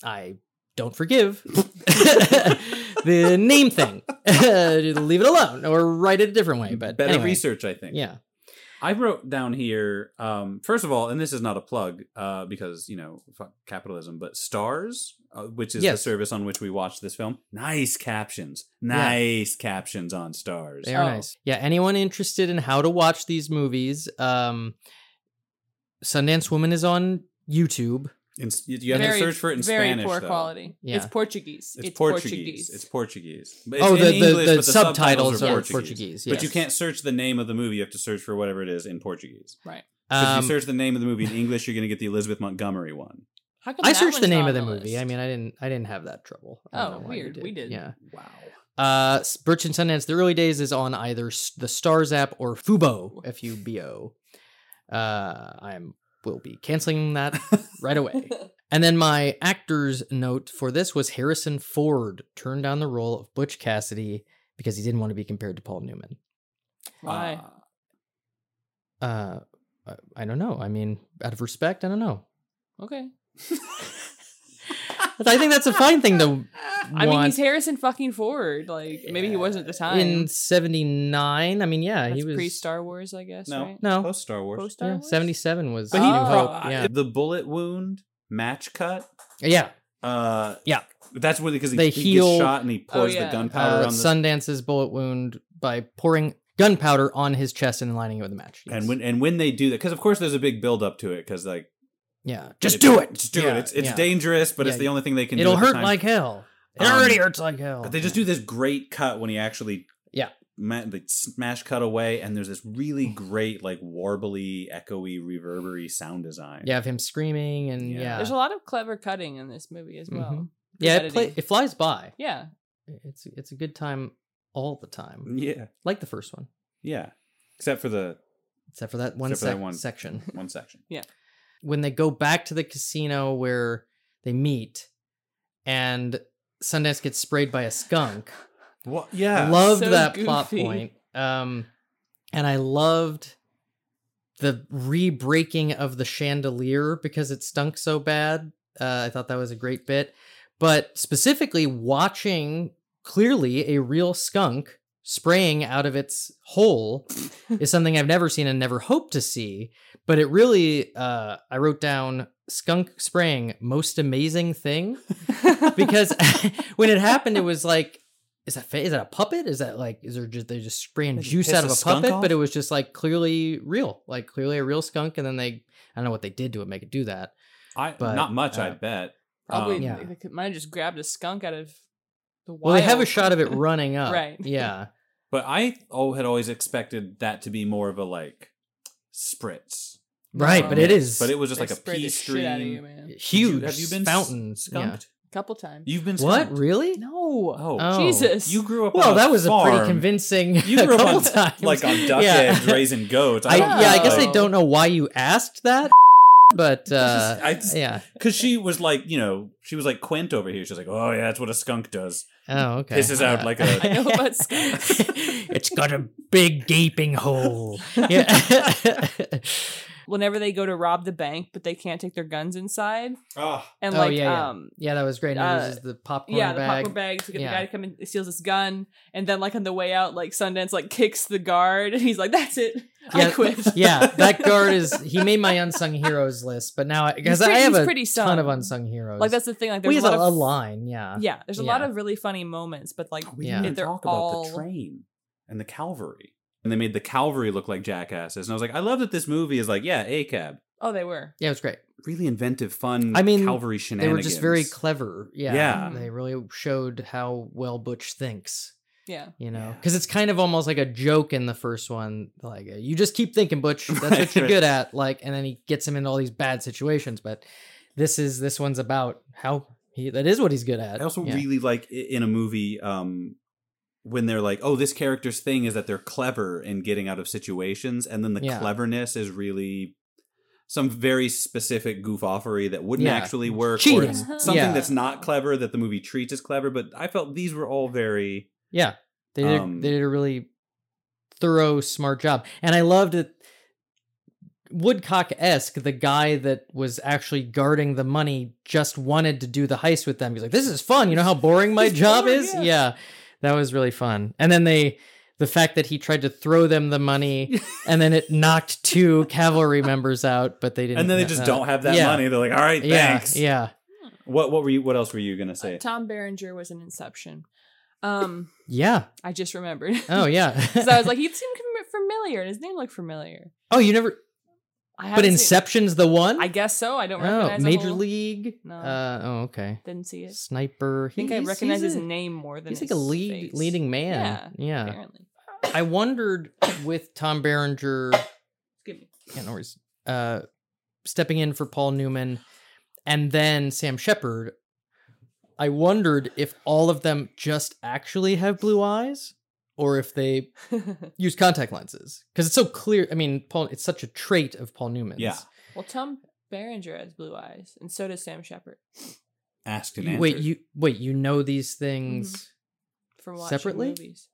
S3: I don't
S5: <laughs>
S3: forgive <laughs> the name thing. <laughs> Leave it alone or write it a different way. But
S5: Better
S3: anyway,
S5: research, I think.
S3: Yeah.
S5: I wrote down here, um, first of all, and this is not a plug uh, because, you know, fuck capitalism, but Stars, uh, which is
S3: Yes.
S5: the service on which we watched this film, nice captions. Nice captions on Stars.
S3: They are
S4: Oh.
S3: nice. Yeah, anyone interested in how to watch these movies, um Sundance Woman is on YouTube.
S5: In, you you have
S4: Very-
S5: to search for it in
S4: very
S5: Spanish.
S4: poor
S5: though.
S4: quality.
S3: Yeah.
S4: It's Portuguese.
S5: It's, Portuguese. It's Portuguese. But
S3: oh,
S5: it's
S3: the,
S5: in
S3: the,
S5: English,
S3: the,
S5: but
S3: subtitles are Portuguese.
S5: But you
S3: yes.
S5: can't search the name of the movie. You have to search for whatever it is in Portuguese. Because if
S3: Um,
S5: you search the name of the movie in English, you're going to get the Elizabeth Montgomery one.
S3: <laughs>
S4: How come
S3: I
S4: that
S3: searched the
S4: one's
S3: name
S4: not
S3: of the
S4: on
S3: movie. I
S4: list? <laughs>
S3: mean, I didn't. I didn't have that trouble. I don't
S4: Oh,
S3: know why you
S4: weird. We did.
S3: Yeah.
S5: Wow.
S3: Uh, S- Birch and Sundance. The early days is on either S- the Stars app or Fubo. F U B O. Uh, I'm will be canceling that right away. And then my actor's note for this was Harrison Ford turned down the role of Butch Cassidy because he didn't want to be compared to Paul Newman.
S4: Why?
S5: Uh,
S3: Uh, I- I don't know. I mean, out of respect, I don't know.
S4: okay.
S3: But I think that's a fine thing to
S4: <laughs> I mean,
S3: want.
S4: he's Harrison fucking Ford. Like maybe he wasn't at the time.
S3: in 79. I mean, yeah,
S4: That's
S3: he was
S4: pre Star Wars, I guess.
S5: No.
S4: Right?
S3: No.
S5: Post Star Wars.
S4: Post Star
S3: Yeah,
S4: Wars.
S3: 77 was
S4: But he uh,
S3: New
S4: didn't
S3: Hope,
S4: prob-
S3: yeah.
S5: the bullet wound match cut
S3: Yeah.
S5: uh
S3: Yeah.
S5: that's what because he,
S3: They
S5: he
S3: heal-
S5: gets shot and he pours
S4: Oh, yeah.
S5: the gunpowder
S3: uh,
S5: on the
S3: Sundance's bullet wound by pouring gunpowder on his chest and lining it with a match.
S5: and
S3: yes.
S5: when and when they do that because of course there's a big build up to it because like
S3: yeah, just
S5: if-
S3: do it.
S5: just do
S3: Yeah,
S5: it it's it's
S3: yeah.
S5: dangerous but it's
S3: Yeah,
S5: the only thing they can
S3: It'll
S5: do at the
S3: hurt
S5: time.
S3: like hell. It
S5: Um,
S3: already hurts like hell.
S5: but they just do this great cut when he actually
S3: Yeah.
S5: ma- the smash cut away and there's this really great like warbly echoey reverbery sound design
S3: Yeah, of him screaming and
S5: Yeah.
S3: yeah,
S4: There's a lot of clever cutting in this movie as well.
S3: Mhm. yeah. It, play,
S4: editing.
S3: it flies by. <laughs>
S4: Yeah.
S3: It's it's a good time all the time,
S5: yeah
S3: like the first one,
S5: yeah except for the
S3: except for that one,
S5: Except for that
S3: sec-
S5: one.
S3: section <laughs>
S5: one section
S3: when they go back to the casino where they meet, and Sundance gets sprayed by a skunk.
S5: what yeah
S3: loved
S4: So
S3: that plot
S4: goofy.
S3: point. Um, and I loved the re-breaking of the chandelier because it stunk so bad. Uh, I thought that was a great bit. But specifically watching clearly a real skunk spraying out of its
S4: <laughs>
S3: hole is something I've never seen and never hoped to see. But it really, uh, I wrote down skunk
S5: <laughs>
S3: <laughs> spraying most amazing thing because when it happened, it was like is that fa- is that a puppet? Is that like is there just they just spraying
S5: They just
S3: juice
S5: piss
S3: out of
S5: a
S3: a
S5: skunk
S3: puppet?
S5: off?
S3: But it was just like clearly real, like clearly a real skunk. And then they I don't know what they did to it, make it do that.
S5: I
S3: But,
S5: not much, I
S3: uh,
S5: bet.
S4: <laughs> Probably
S5: Um,
S3: yeah.
S4: they could, might have just grabbed a skunk out of the wild.
S3: Well, they have a shot
S5: <laughs>
S3: of it running up,
S4: Right.
S3: Yeah,
S5: But I oh, had always expected that to be more of a like spritz.
S3: right. But it
S5: Um,
S3: is,
S5: but it was
S4: They
S5: just like a
S4: sprayed
S5: pea
S4: the shit out of you,
S5: stream.
S4: man.
S3: was huge.
S5: Have you been
S3: fountains?
S5: skunked?
S4: A couple times.
S5: Yeah. You've been
S3: Yeah. What
S5: skunked.
S3: really?
S4: no.
S5: Oh,
S3: Oh.
S4: Jesus.
S5: you grew up.
S3: Well,
S5: on a
S3: that was a pretty
S5: farm.
S3: convincing.
S5: <laughs> You
S3: <laughs> a
S5: grew up
S3: couple
S5: on,
S3: times.
S5: like on duck
S3: Yeah.
S5: eggs raising
S3: <laughs>
S5: goats.
S3: I,
S5: don't
S3: yeah, I guess I
S5: know.
S3: don't know why you asked that,
S5: <laughs>
S3: but uh,
S5: I just,
S3: yeah.
S5: because she was like, you know, she was like Quint over here. She's like, oh yeah, that's what a skunk does.
S3: Oh, okay.
S5: Pisses out
S3: Uh,
S5: <laughs> like
S4: <laughs>
S5: a-
S4: I know about <laughs> skunks.
S3: it's <laughs> got a big gaping hole. Yeah.
S4: Whenever they go to rob the bank, but they can't take their guns inside,
S5: Ah,
S4: and
S3: Oh,
S4: like
S3: yeah, yeah.
S4: um,
S3: yeah, that was great. And he uses the popcorn
S4: yeah, the
S3: bag.
S4: popcorn bag to get
S3: Yeah.
S4: the guy to come in, he steals his gun, and then like on the way out, like Sundance like kicks the guard, <laughs> and he's like, "That's it, I
S3: Yeah. <laughs>
S4: quit."
S3: yeah, that guard is he made my unsung heroes list, but now because
S4: He's
S3: I
S4: pretty-
S3: have
S4: he's
S3: a
S4: pretty
S3: ton of
S4: sung.
S3: unsung heroes.
S4: Like that's the thing. Like
S3: we
S4: there's a
S3: have a,
S4: lot of
S3: a line, yeah.
S4: Yeah, there's a lot
S3: Yeah.
S4: of really funny moments, but like
S5: we
S3: Yeah.
S5: didn't even
S4: They're
S5: talk about
S4: all-
S5: the train and the cavalry, and they made the cavalry look like jackasses. And I was like, I love that this movie is like, yeah, a cab,
S4: oh, they were.
S3: Yeah, it was great.
S5: really inventive, fun.
S3: I mean,
S5: cavalry
S3: They
S5: shenanigans.
S3: were just very clever. Yeah.
S5: Yeah.
S3: They really showed how well Butch thinks.
S4: Yeah,
S3: you know because it's kind of almost like a joke in the first one like uh, you just keep thinking
S5: <laughs>
S3: butch that's
S5: Right,
S3: what you're
S5: right.
S3: good at like and then he gets him into all these bad situations but this is this one's about how he that is what he's good at
S5: I also
S3: yeah.
S5: really like i- in a movie um, when they're like, "Oh, this character's thing is that they're clever in getting out of situations," and then the
S3: Yeah.
S5: cleverness is really some very specific goofoffery that wouldn't
S3: Yeah.
S5: actually work, or
S3: Cheating.
S4: <laughs>
S5: it's something
S3: Yeah.
S5: that's not clever that the movie treats as clever. But I felt these were all very
S3: yeah they did,
S5: Um,
S3: they did a really thorough smart job and i loved it woodcock-esque the guy that was actually guarding the money just wanted to do the heist with them he's like this is fun you know how boring my
S4: It's
S3: job
S4: boring,
S3: is
S4: yeah.
S3: yeah that was really fun and then they the fact that he tried to throw them the money and then it knocked two cavalry members out but they didn't
S5: and then they
S3: kn-
S5: just
S3: uh,
S5: don't have that
S3: yeah.
S5: money. They're like, "All right,
S3: yeah
S5: thanks."
S3: yeah
S5: What what were you? What else were you gonna say?
S4: Uh, Tom Berenger was an Inception. Um,
S3: yeah
S4: I just remembered. <laughs>
S3: oh yeah
S4: so I was like, he seemed com- familiar, and his name looked familiar.
S3: <laughs> oh you never
S4: I
S3: but
S4: haven't seen-
S3: inception's the one
S4: I guess so. I don't
S3: oh
S4: recognize. the
S3: major
S4: whole-
S3: league
S4: No.
S3: uh oh okay
S4: Didn't see it.
S3: sniper.
S4: I think I
S3: He's-
S4: recognize
S3: he's
S4: his
S3: a-
S4: name more than
S3: He's like
S4: his
S3: a lead
S4: face,
S3: leading uh, man. Yeah.
S4: Apparently,
S3: I wondered with Tom Berenger,
S4: excuse me.
S3: yeah, no worries, uh, stepping in for Paul Newman, and then Sam Shepard. I wondered if all of them just actually have blue eyes, or if they use contact lenses, because it's so clear. I mean, Paul, it's such a trait of Paul Newman's.
S5: Yeah.
S4: <laughs> well, Tom Berenger has blue eyes, and so does Sam Shepard.
S5: Asked and
S3: You- wait,
S5: answered.
S3: you wait, you know these things.
S4: Mm-hmm. From watching
S3: Separately?
S4: movies.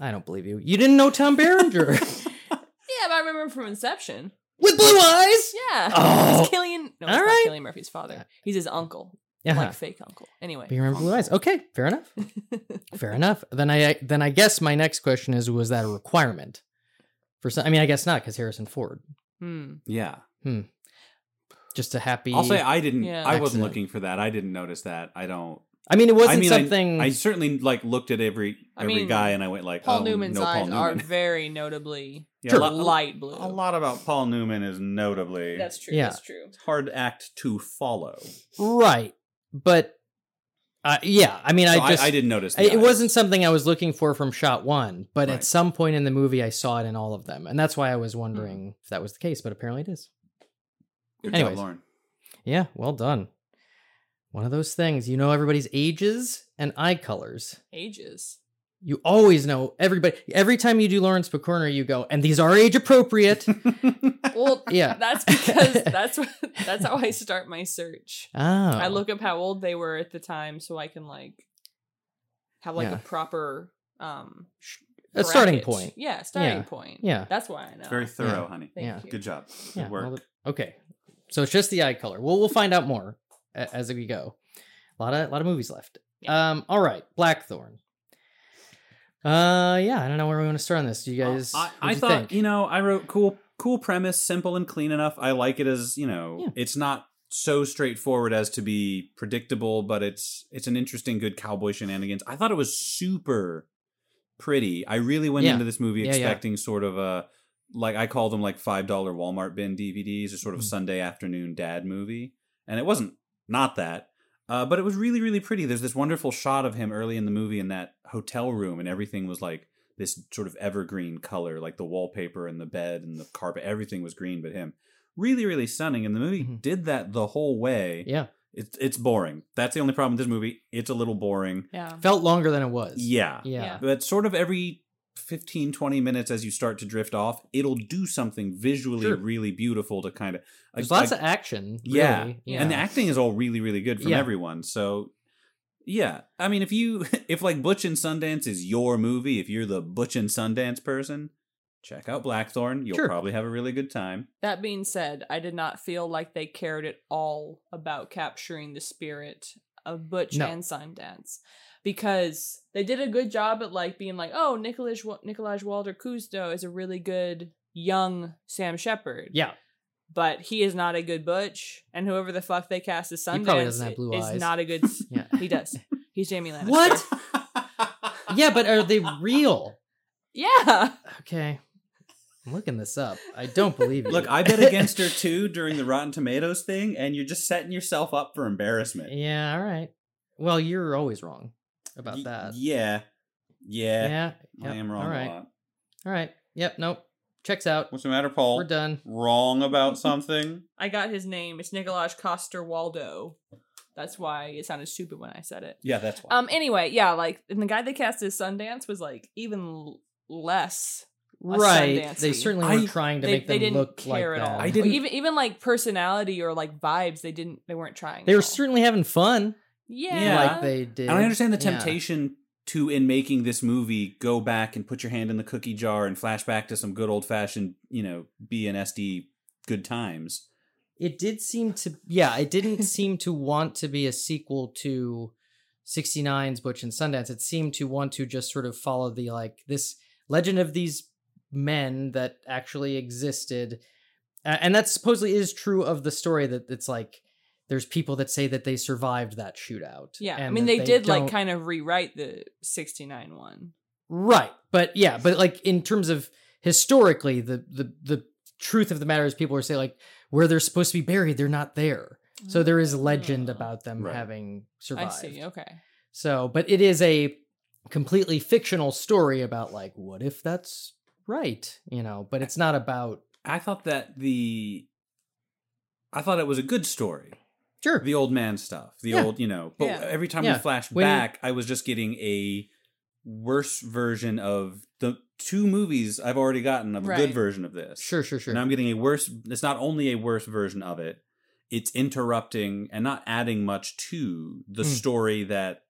S3: I don't believe you. You didn't know Tom <laughs> Berenger
S4: Yeah, but I remember him from Inception.
S3: with blue eyes.
S4: Yeah, <laughs>
S3: Oh.
S4: it's Killian. No, it's
S3: All
S4: not
S3: right.
S4: Killian Murphy's father. He's his uncle,
S3: Uh-huh.
S4: like fake uncle. <laughs>
S3: But
S4: Anyway,
S3: you remember blue eyes. Okay, fair enough. <laughs> fair enough. Then I then I guess my next question is: Was that a requirement for some? I mean, I guess not because Harrison Ford.
S4: hmm.
S5: yeah.
S3: Just a happy.
S5: I'll say I didn't.
S4: Yeah.
S5: I wasn't
S3: Accident.
S5: looking for that. I didn't notice that. I don't.
S3: I mean, it wasn't
S5: I mean, I-
S3: something.
S5: I, certainly like looked at every
S4: I
S5: every
S4: mean,
S5: guy, and I went like,
S4: Paul
S5: oh,
S4: Newman's
S5: no,
S4: eyes
S5: Paul
S4: are
S5: Newman.
S4: very notably
S5: Yeah, a lot-
S4: light blue.
S5: <laughs> A lot about Paul Newman is notably
S4: That's true.
S3: Yeah.
S4: That's true.
S5: It's hard act to follow.
S3: right, but uh, yeah. I mean,
S5: So
S3: I just
S5: I, didn't notice.
S3: I-
S5: the
S3: it
S5: eyes.
S3: wasn't something I was looking for from shot one, but
S5: Right.
S3: at some point in the movie, I saw it in all of them, and that's why I was wondering
S5: Hmm.
S3: if that was the case. But apparently, it is.
S5: Good
S3: anyways.
S5: job, Lauren. <laughs>
S3: Yeah, well done. One of those things, you know, everybody's ages and eye colors.
S5: <laughs>
S4: Ages.
S3: You always know everybody. Every time you do Lawrence Corner, you go, and these are age appropriate.
S4: Well,
S3: Yeah.
S4: <laughs>
S3: <laughs>
S4: That's because that's what, that's how I start my search.
S3: oh,
S4: <laughs> I look up how old they were at the time, so I can like have like
S3: Yeah.
S4: a proper um
S3: a starting
S4: bracket.
S3: point.
S4: Yeah, starting
S3: Yeah.
S4: point.
S3: Yeah.
S4: that's why I know.
S5: It's very thorough, honey.
S4: Thank
S3: Yeah.
S4: you.
S5: Good job. Good
S3: Yeah,
S5: work.
S3: well, okay, so it's just the eye color. Well, we'll find out more a- as we go. A lot of lot of movies left.
S4: Yeah.
S3: Um, all right, Blackthorn. Uh, yeah, I don't know where we want to start on this. Do you
S5: Uh,
S3: guys?
S5: I,
S3: what'd
S5: I
S3: you
S5: thought
S3: think?
S5: you know I wrote cool cool premise, simple and clean enough. I like it as you know
S3: Yeah.
S5: it's not so straightforward as to be predictable, but it's it's an interesting good cowboy shenanigans. I thought it was super pretty. I really went
S3: Yeah.
S5: into this movie
S3: Yeah, yeah.
S5: expecting sort of a like I call them like five dollar Walmart bin DVDs or sort
S3: Mm.
S5: of Sunday afternoon dad movie, and it wasn't not that. Uh, but it was really, really pretty. There's this wonderful shot of him early in the movie in that hotel room, and everything was like this sort of evergreen color, like the wallpaper and the bed and the carpet. Everything was green, but him. Really, really stunning. And the movie
S3: Mhm.
S5: did that the whole way.
S3: Yeah.
S5: It's it's boring. That's the only problem with this movie. It's a little boring.
S4: Yeah.
S3: Felt longer than it was.
S5: Yeah.
S3: Yeah.
S4: Yeah.
S5: But sort of every 15, 20 minutes as you start to drift off, it'll do something visually
S3: Sure.
S5: really beautiful to kind of.
S3: There's lots of action.
S5: Yeah.
S3: really.
S5: And the acting is all really, really good from
S3: Yeah.
S5: everyone. So, yeah. I mean, if you, <laughs> if like Butch and Sundance is your movie, if you're the Butch and Sundance person, check out Blackthorn. You'll
S3: Sure.
S5: probably have a really
S3: <laughs>
S5: good time.
S4: That being said, I did not feel like they cared at all about capturing the spirit of Butch
S3: No.
S4: and Sundance because they did a good job at like being like, oh, Nikolaj Wa- Nikolaj Walter Kuzdo is a really good young Sam Shepard,
S3: Yeah.
S4: but he is not a good Butch, and whoever the fuck they cast as Sundance
S3: probably doesn't have blue
S4: is
S3: eyes.
S4: not a
S3: <laughs>
S4: good. s-
S3: Yeah.
S4: he does. He's Jamie Lannister.
S3: What? yeah, but are they real?
S4: Yeah.
S3: Okay. I'm looking this up. I don't believe you.
S5: Look, I bet
S3: <laughs>
S5: against her too during the Rotten Tomatoes thing, and you're just setting yourself up for embarrassment.
S3: Yeah, all right. Well, you're always wrong about
S5: Y-
S3: that.
S5: Yeah. Yeah.
S3: Yeah.
S5: I
S3: yep,
S5: am wrong
S3: All
S5: a
S3: right.
S5: lot.
S3: All right. Yep. Nope. Checks out.
S5: What's the matter, Paul?
S3: We're done.
S5: Wrong
S3: <laughs>
S5: about something?
S4: I got his name. It's Nikolaj Coster Waldo. That's why it sounded stupid when I said it.
S5: yeah, that's why.
S4: Um. Anyway, yeah. Like, and the guy they cast as Sundance was like even l- less. A
S3: Right.
S4: Sundance
S3: They
S4: scene.
S3: certainly
S5: I-
S3: were trying to
S4: they,
S3: make them
S4: they didn't
S3: look
S4: care
S3: like
S4: at
S3: that.
S4: all.
S5: I didn't-
S4: Or even even like personality or like vibes. They didn't. They weren't trying.
S3: They
S4: at
S3: were
S4: all.
S3: certainly having fun,
S4: Yeah.
S5: Yeah.
S3: like they did.
S5: and I understand the
S3: Yeah.
S5: temptation to, in making this movie, go back and put your hand in the cookie jar and flash back to some good old fashioned, you know, B and SD good times.
S3: It did seem to, yeah, it
S4: <laughs>
S3: didn't seem to want to be a sequel to 69's Butch and Sundance. It seemed to want to just sort of follow the, like, this legend of these men that actually existed. A- And that supposedly is true of the story that it's like, there's people that say that they survived that shootout.
S4: Yeah. I
S3: and
S4: mean,
S3: that
S4: they, did
S3: don't-
S4: like kind of rewrite the '69 one.
S3: Right. But yeah, but like in terms of historically, the the the truth of the matter is people are saying like where they're supposed to be buried, they're not there. So there is legend
S4: Ah.
S3: about them
S5: Right.
S3: having
S4: I
S3: survived.
S4: see. Okay.
S3: So, but it is a completely fictional story about like what if that's right, you know, but it's not about
S5: I thought that the. I thought it was a good story.
S3: sure.
S5: the old man stuff the
S3: Yeah.
S5: old you know but
S4: Yeah.
S5: every time
S3: Yeah.
S5: we flashed
S3: When you-
S5: back i was just getting a worse version of the two movies i've already gotten of a
S4: Right.
S5: good version of this
S3: sure, sure, sure.
S5: and i'm getting a worse it's not only a worse version of it it's interrupting and not adding much to the
S3: Mm.
S5: story that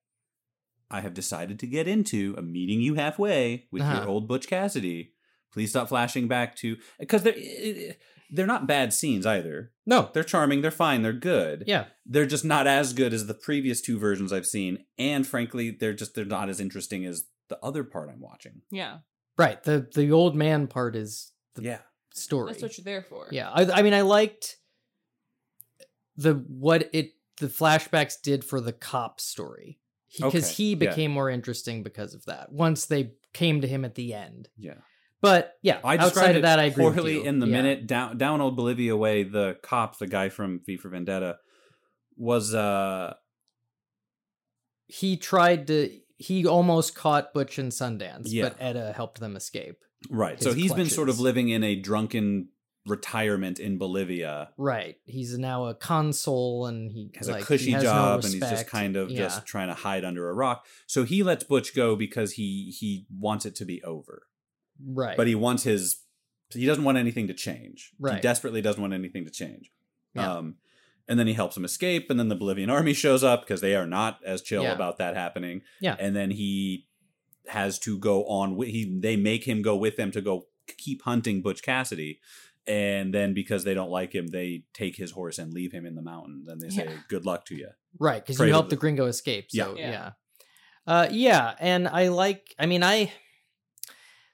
S5: i have decided to get into i'm meeting you halfway with your
S3: Uh-huh.
S5: old butch cassidy please stop flashing back to because they're eh, they're not bad scenes either
S3: no.
S5: they're charming they're fine they're good
S3: Yeah.
S5: they're just not as good as the previous two versions I've seen, and frankly, they're just they're not as interesting as the other part I'm watching.
S4: Yeah.
S3: Right. The the old man part is the
S5: yeah,
S3: story.
S4: That's what you're there for.
S3: Yeah, I, I mean, I liked the what it the flashbacks did for the cop story because
S5: Okay,
S3: he
S5: yeah.
S3: became more interesting because of that. Once they came to him at the end,
S5: yeah.
S3: but yeah,
S5: I described
S3: outside
S5: it
S3: of that, I agree. with
S5: poorly
S3: you.
S5: in the
S3: Yeah.
S5: minute down down old Bolivia way. The cop, the guy from V for Vendetta, was uh
S3: he tried to. He almost caught Butch and Sundance,
S5: Yeah.
S3: but Etta helped them escape.
S5: right. So
S3: His
S5: he's been sort of
S3: clutches.
S5: living in a drunken retirement in Bolivia.
S3: Right, he's now a consul, and he
S5: Has
S3: like,
S5: a
S3: he
S5: cushy
S3: has no
S5: job, and he's just
S3: respect.
S5: kind of
S3: yeah.
S5: just trying to hide under a rock. So he lets Butch go because he he wants it to be over.
S3: right.
S5: but he wants his he doesn't want anything to change he
S3: Right.
S5: desperately doesn't want anything to change
S3: Yeah.
S5: um and then he helps him escape and then the bolivian army shows up because they are not as chill
S3: Yeah.
S5: about that happening
S3: Yeah.
S5: and then he has to go on wi- he they make him go with them to go keep hunting butch cassidy and then because they don't like him they take his horse and leave him in the mountains and they say
S4: Yeah.
S5: good luck to you
S3: Right, because
S5: Prey
S3: you
S5: to
S3: helped
S5: the-
S3: the gringo escape. So
S4: Yeah.
S3: yeah. Yeah. Uh, yeah, and I like I mean I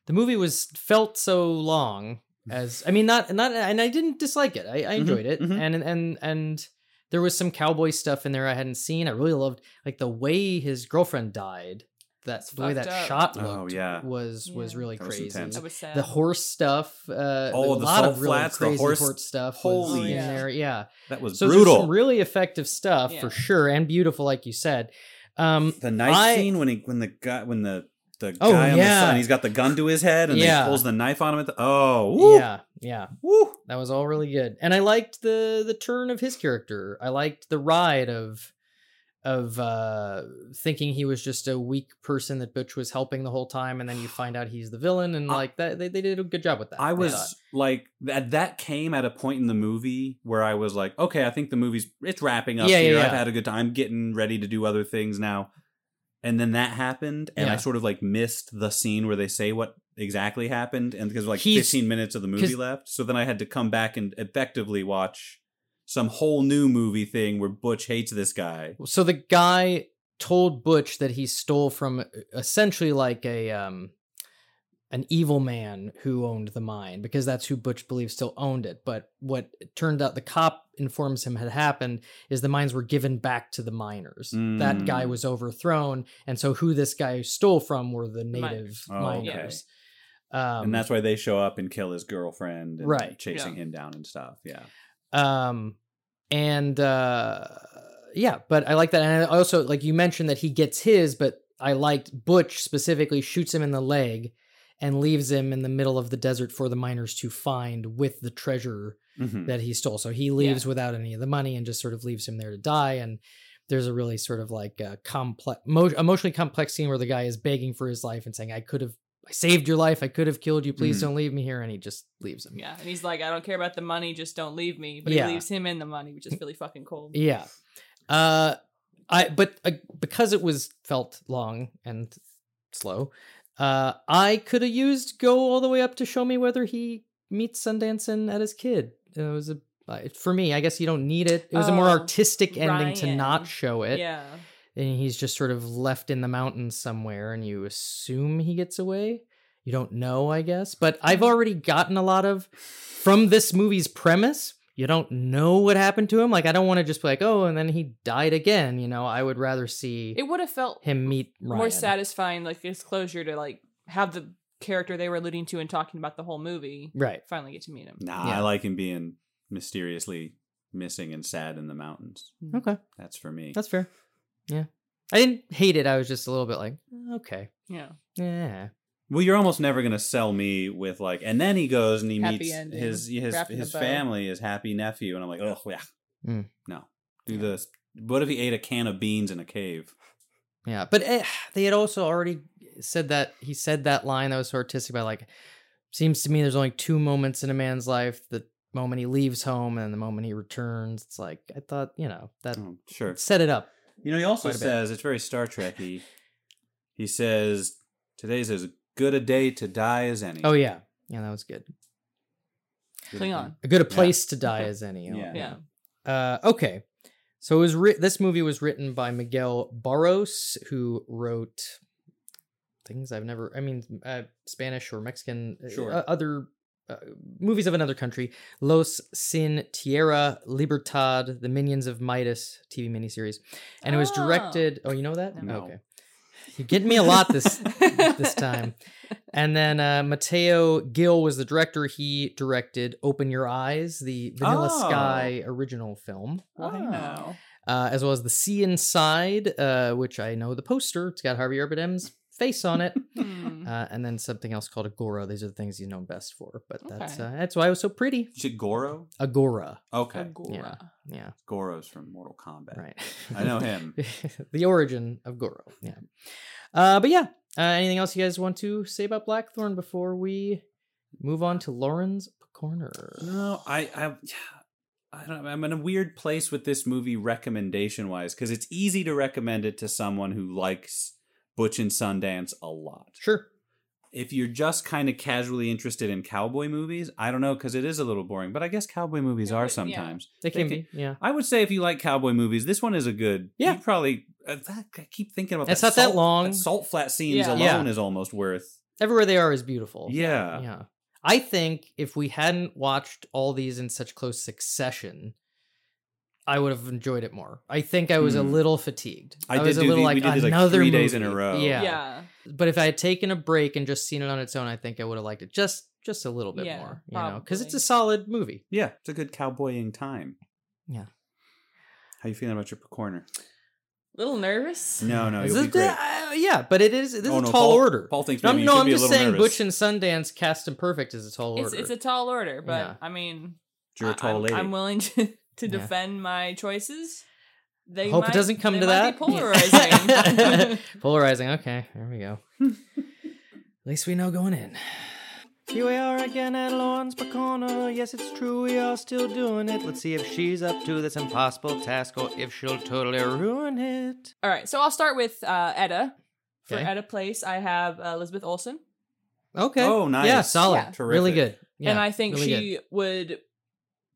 S3: the movie was felt so long as I mean not not and I didn't dislike it. I, I
S5: Mhm,
S3: enjoyed it.
S5: mhm.
S3: And and and There was some cowboy stuff in there I hadn't seen. I really loved like the way his girlfriend died. That's the way that
S4: fucked up.
S3: shot
S5: Oh,
S3: looked
S5: yeah.
S3: was was
S4: Yeah.
S3: really
S5: That was
S3: crazy.
S5: intense.
S4: That was sad.
S3: the horse stuff, uh,
S5: Oh,
S3: a
S5: the
S3: lot
S5: salt
S3: of really
S5: flats, the
S3: crazy
S5: horse-
S3: horse stuff was
S5: Holy
S3: in
S4: shit.
S3: there. Yeah,
S5: That was
S3: so there's
S5: brutal.
S3: some really effective stuff
S4: Yeah.
S3: for sure, and beautiful, like you said. Um,
S5: the knife
S3: I-
S5: scene when he when the guy when the the
S3: Oh,
S5: guy on the
S3: yeah.
S5: sun he's got the gun to his head and then
S3: Yeah.
S5: he pulls the knife on him at the oh woo,
S3: Yeah, yeah,
S5: woo.
S3: that was all really good, and I liked the the turn of his character. I liked the ride of of uh thinking he was just a weak person that Butch was helping the whole time, and then you find out he's the villain, and
S5: I-
S3: like that they, they did a good job with that.
S5: I was
S3: thought.
S5: like that that came at a point in the movie where I was like, okay, I think the movie's it's wrapping up
S3: Yeah, yeah,
S5: here. I've
S3: yeah.
S5: had a good time. I'm getting ready to do other things now. And then that happened, and I
S3: Yeah.
S5: sort of like missed the scene where they say what exactly happened, and because like
S3: He's-
S5: 15 minutes of the movie
S3: 'cause-
S5: left, so then I had to come back and effectively watch some whole new movie thing where Butch hates this guy.
S3: so the guy told Butch that he stole from uh, essentially like a um an evil man who owned the mine because that's who Butch believes still owned it. But what it turned out the cop informs him had happened is the mines were given back to the miners. That guy
S5: Mm.
S3: was overthrown, and so who this guy stole from were the native
S5: Oh, okay.
S3: miners. Um,
S5: and that's why they show up and kill his girlfriend, and
S3: Right.
S5: Chasing
S4: Yeah.
S5: him down and stuff. Yeah,
S3: um and uh yeah but i like that and i also like you mentioned that he gets his but i liked butch specifically shoots him in the leg and leaves him in the middle of the desert for the miners to find with the treasure
S5: Mhm.
S3: that he stole so he leaves without any of the money and just sort of leaves him there to die and there's a really sort of like uh complex mo- emotionally complex scene where the guy is begging for his life and saying i could have i saved your life i could have killed you please
S5: Mhm.
S3: don't leave me here and he just leaves him
S4: yeah, and he's like, I don't care about the money, just don't leave me. But
S3: Yeah.
S4: he leaves him in the money, which is really fucking cold.
S3: Yeah. Uh I but uh, because it was felt long and slow, uh I could have used go all the way up to show me whether he meets Sundance and at his kid. It was a I- for me, I guess you don't need it. It was a more
S4: Oh,
S3: artistic ending to
S4: Ryan.
S3: not show it.
S4: yeah,
S3: And he's just sort of left in the mountains somewhere and you assume he gets away. You don't know, I guess. But I've
S4: Mm-hmm.
S3: already gotten a lot of from this movie's premise. You don't know what happened to him. Like I don't want to just be like, oh, and then he died again. You know, I would rather see
S4: it would have felt
S3: him meet Ryan.
S4: more satisfying, like this closure to like have the character they were alluding to and talking about the whole movie
S3: Right.
S4: finally get to meet him.
S5: Nah,
S3: Yeah.
S5: I like him being mysteriously missing and sad in the mountains.
S3: Okay.
S5: That's for me.
S3: That's fair. Yeah. I didn't hate it. I was just a little bit like, okay.
S4: Yeah,
S3: Yeah.
S5: well, you're almost never gonna sell me with like, and then he goes and he
S4: Happy
S5: meets
S4: ending,
S5: his his
S4: wrapped in a
S5: his
S4: bow.
S5: family, his happy nephew, and I'm like, oh yeah,
S3: Mm.
S5: no, do this. What if he ate a can of beans in a cave? <laughs>
S3: Yeah, but eh, <sighs> they had also already said that he said that line that was so artistic about like seems to me there's only two moments in a man's life the moment he leaves home and the moment he returns. It's like I thought, you know, that
S5: Oh, sure.
S3: set it up.
S5: You know, he also
S3: Quite a bit.
S5: says it's very Star Trekky. he says today's as good a day to die as any.
S3: Oh yeah. Yeah, that was good.
S5: Good
S4: Klingon.
S3: A good a
S5: Yeah.
S3: place to die as any.
S5: Yeah.
S4: Yeah.
S3: Uh, okay. So it was writ this movie was written by Miguel Barros, who wrote things I've never. I mean, uh, Spanish or Mexican, uh,
S5: Sure.
S3: uh, other uh, movies of another country. Los Sin Tierra, Libertad, The Minions of Midas TV miniseries, and it was
S4: Ah.
S3: directed. Oh, you know that?
S5: No.
S3: Okay. You're getting me a lot this
S4: <laughs>
S3: this time. And then uh, Mateo Gill was the director. He directed "Open Your Eyes," the Vanilla
S5: Oh.
S3: Sky original film,
S5: What do you know?
S3: uh, as well as "The Sea Inside," uh, which I know the poster. It's got Harvey Arbidem's face on
S5: <laughs>
S3: it, <laughs>
S4: Hmm.
S3: uh, and then something else called Agora. These are the things he's known best for. But that's
S4: Okay.
S3: uh, that's why I was so pretty.
S5: Is it Goro?
S3: Agora.
S5: Okay,
S4: Agora.
S3: Yeah,
S5: Goro's from Mortal Kombat.
S3: right.
S5: I know
S3: <laughs>
S5: him.
S3: the origin of Goro. Yeah. Uh, but yeah. Uh, anything else you guys want to say about Blackthorn before we move on to Lauren's corner?
S5: No, I, I, I don't. I'm in a weird place with this movie recommendation wise because it's easy to recommend it to someone who likes Butch and Sundance a lot.
S3: Sure.
S5: If you're just kind of casually interested in cowboy movies, I don't know because it is a little boring. But I guess cowboy movies
S4: Yeah,
S5: are
S4: but- yeah.
S5: sometimes.
S3: They
S5: They
S3: can
S5: can-
S3: be, yeah.
S5: I would say if you like cowboy movies, this one is a good.
S3: Yeah.
S5: you probably. uh, that- I keep thinking about.
S3: It's
S5: that
S3: not that
S5: salt-
S3: long.
S5: salt flat scenes
S4: Yeah.
S5: alone
S3: Yeah.
S5: is almost worth.
S3: Everywhere they are is beautiful.
S5: Yeah.
S3: Yeah. I think if we hadn't watched all these in such close succession, I would have enjoyed it more. I think I was a
S5: Hmm.
S3: little fatigued.
S5: I did
S3: was a
S5: do
S3: little
S5: the-
S3: like
S5: we did it, like,
S3: another
S5: three days in
S3: movie."
S5: a row.
S3: Yeah.
S4: yeah.
S3: But if I had taken a break and just seen it on its own, I think I would have liked it just just a little bit
S4: Yeah,
S3: more, you know, because it's
S4: probably.
S3: a solid movie.
S5: Yeah, it's a good cowboying time.
S3: Yeah.
S5: How you feeling about your corner?
S4: little nervous.
S5: No, no,
S3: This
S5: you'll
S3: is-
S5: be great.
S3: uh, yeah, but it is this
S5: Oh,
S3: is
S5: no,
S3: a tall
S5: Paul-
S3: order.
S5: Paul thinks
S3: No,
S5: maybe
S3: I'm,
S5: you
S3: no,
S5: should
S3: I'm
S5: be a
S3: just
S5: little
S3: saying
S5: nervous.
S3: Butch and Sundance cast and perfect is a tall
S4: It's
S3: order.
S4: it's a tall order, but
S3: Yeah.
S4: I mean,
S5: You're a
S4: I-
S5: tall
S4: I'm,
S5: lady.
S4: I'm willing to to
S3: Yeah.
S4: defend my choices. They
S3: Hope it
S4: might-
S3: doesn't come
S4: they
S3: to
S4: might
S3: that.
S4: be polarizing.
S3: <laughs>
S4: <laughs>
S3: Polarizing. Okay, there we go. At least we know going in. Here we are again at Lauren's Corner. Yes, it's true, we are still doing it. Let's see if she's up to this impossible task or if she'll totally ruin it.
S4: All right, so I'll start with uh, Etta. For
S3: Okay.
S4: Etta Place, I have uh, Elizabeth Olsen,
S3: Okay.
S5: Oh, nice.
S3: Yeah, solid.
S4: Yeah.
S3: Really
S5: Terrific.
S3: good. Yeah,
S4: and I think
S3: really
S4: she would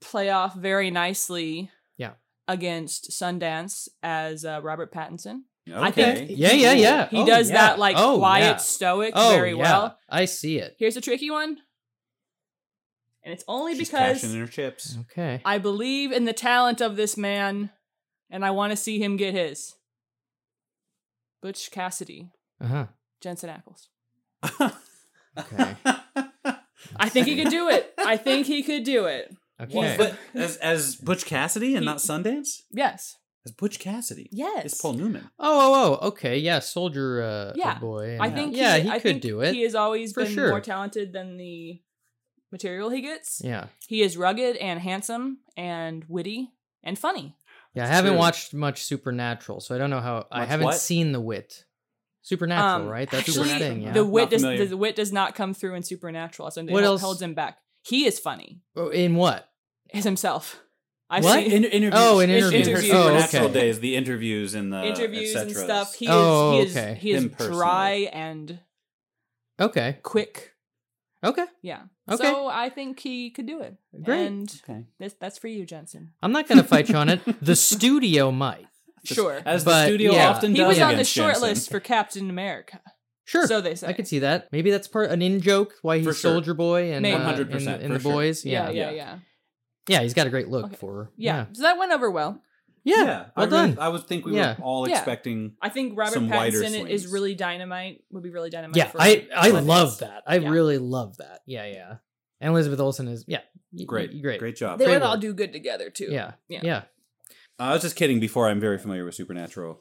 S4: play off very nicely.
S3: Yeah.
S4: Against Sundance as uh, Robert Pattinson.
S5: okay.
S4: I think
S3: good. Yeah, yeah, yeah.
S4: He
S3: Oh,
S4: does
S3: yeah.
S4: that like
S3: Oh,
S4: quiet
S3: yeah.
S4: stoic
S3: Oh,
S4: very
S3: yeah.
S4: well.
S3: I see it.
S4: Here's a tricky one. And it's only
S5: She's
S4: because
S5: cashing in her chips.
S3: Okay.
S4: I believe in the talent of this man, and I want to see him get his. Butch Cassidy,
S3: Uh huh.
S4: Jensen Ackles.
S3: Mm.
S5: <laughs>
S4: <laughs>
S3: Okay.
S4: I think he could do it. I think he could do it.
S3: Okay.
S5: But as, as Butch Cassidy and not Sundance?
S4: Yes.
S5: As Butch Cassidy.
S4: Yes.
S5: It's Paul Newman.
S3: Oh, oh, oh. Okay. Yeah, soldier uh,
S4: Yeah.
S3: boy.
S4: I
S3: and-
S4: think
S3: Yeah,
S4: he,
S3: he
S4: I
S3: could
S4: think
S3: do it.
S4: He has always
S3: For
S4: been
S3: sure.
S4: more talented than the material he gets.
S3: yeah.
S4: He is rugged and handsome and witty and funny.
S3: Yeah, I haven't
S5: true.
S3: watched much Supernatural, so I don't know how. I
S5: Much
S3: haven't
S5: what?
S3: seen The Wit. Supernatural,
S4: Um,
S3: right? That's
S4: actually,
S3: the thing. Yeah.
S4: The wit
S5: Not
S4: does
S5: familiar.
S4: the wit does not come through in Supernatural. So
S3: What
S4: it
S3: else?
S4: holds him back. He is funny.
S3: Oh, In what?
S4: Is himself. I've
S3: What?
S4: seen
S5: In, interviews.
S3: Oh, in
S5: In her
S3: interviews.
S4: interviews.
S3: Oh,
S5: Supernatural
S3: okay.
S5: days, the interviews and the
S4: interviews
S5: Uh, et
S4: and
S5: ceteras.
S4: stuff. He is
S3: Oh,
S4: he is
S3: okay.
S4: he is
S5: Him personally.
S4: dry and
S3: Okay.
S4: quick.
S3: Okay.
S4: Yeah.
S3: Okay.
S4: So I think he could do it.
S3: Great.
S4: And
S5: Okay.
S4: this, that's for you, Jensen.
S3: I'm not going to fight you on it.
S4: <laughs>
S3: The studio might.
S4: Sure.
S5: As
S3: But,
S5: the studio
S3: yeah.
S5: often
S4: He
S5: does.
S4: was on the
S5: against
S4: short
S5: Jensen.
S4: list for Captain America.
S3: Sure.
S4: So they say.
S3: I could see that. Maybe that's part an in joke why he's
S5: For sure.
S3: Soldier Boy and
S4: Maybe.
S3: uh,
S5: 100%,
S3: in, in
S5: for
S3: the
S5: sure.
S3: boys.
S4: Yeah,
S3: Yeah.
S4: yeah, yeah.
S5: Yeah.
S4: Yeah.
S3: Yeah, he's got a great look
S4: Okay.
S3: for. her.
S4: So that went over well.
S3: Yeah. Yeah.
S5: I
S3: Well
S5: really-
S3: done.
S5: I would think we
S3: Yeah.
S5: were all
S4: Yeah.
S5: expecting.
S4: I think Robert
S5: Some wider
S4: Pattinson is
S5: swings.
S4: really dynamite. Would be really dynamite.
S3: Yeah,
S4: for
S3: I I
S4: Sundance.
S3: love that. I
S4: Yeah.
S3: really love that. Yeah, yeah. And Elizabeth Olsen is yeah, y-
S5: Great,
S3: y-
S5: great,
S3: great.
S5: job.
S4: They
S3: Great
S4: would all
S3: work.
S4: do good together too.
S3: Yeah.
S4: Yeah.
S3: Yeah.
S5: I was just kidding. Before I'm very familiar with Supernatural.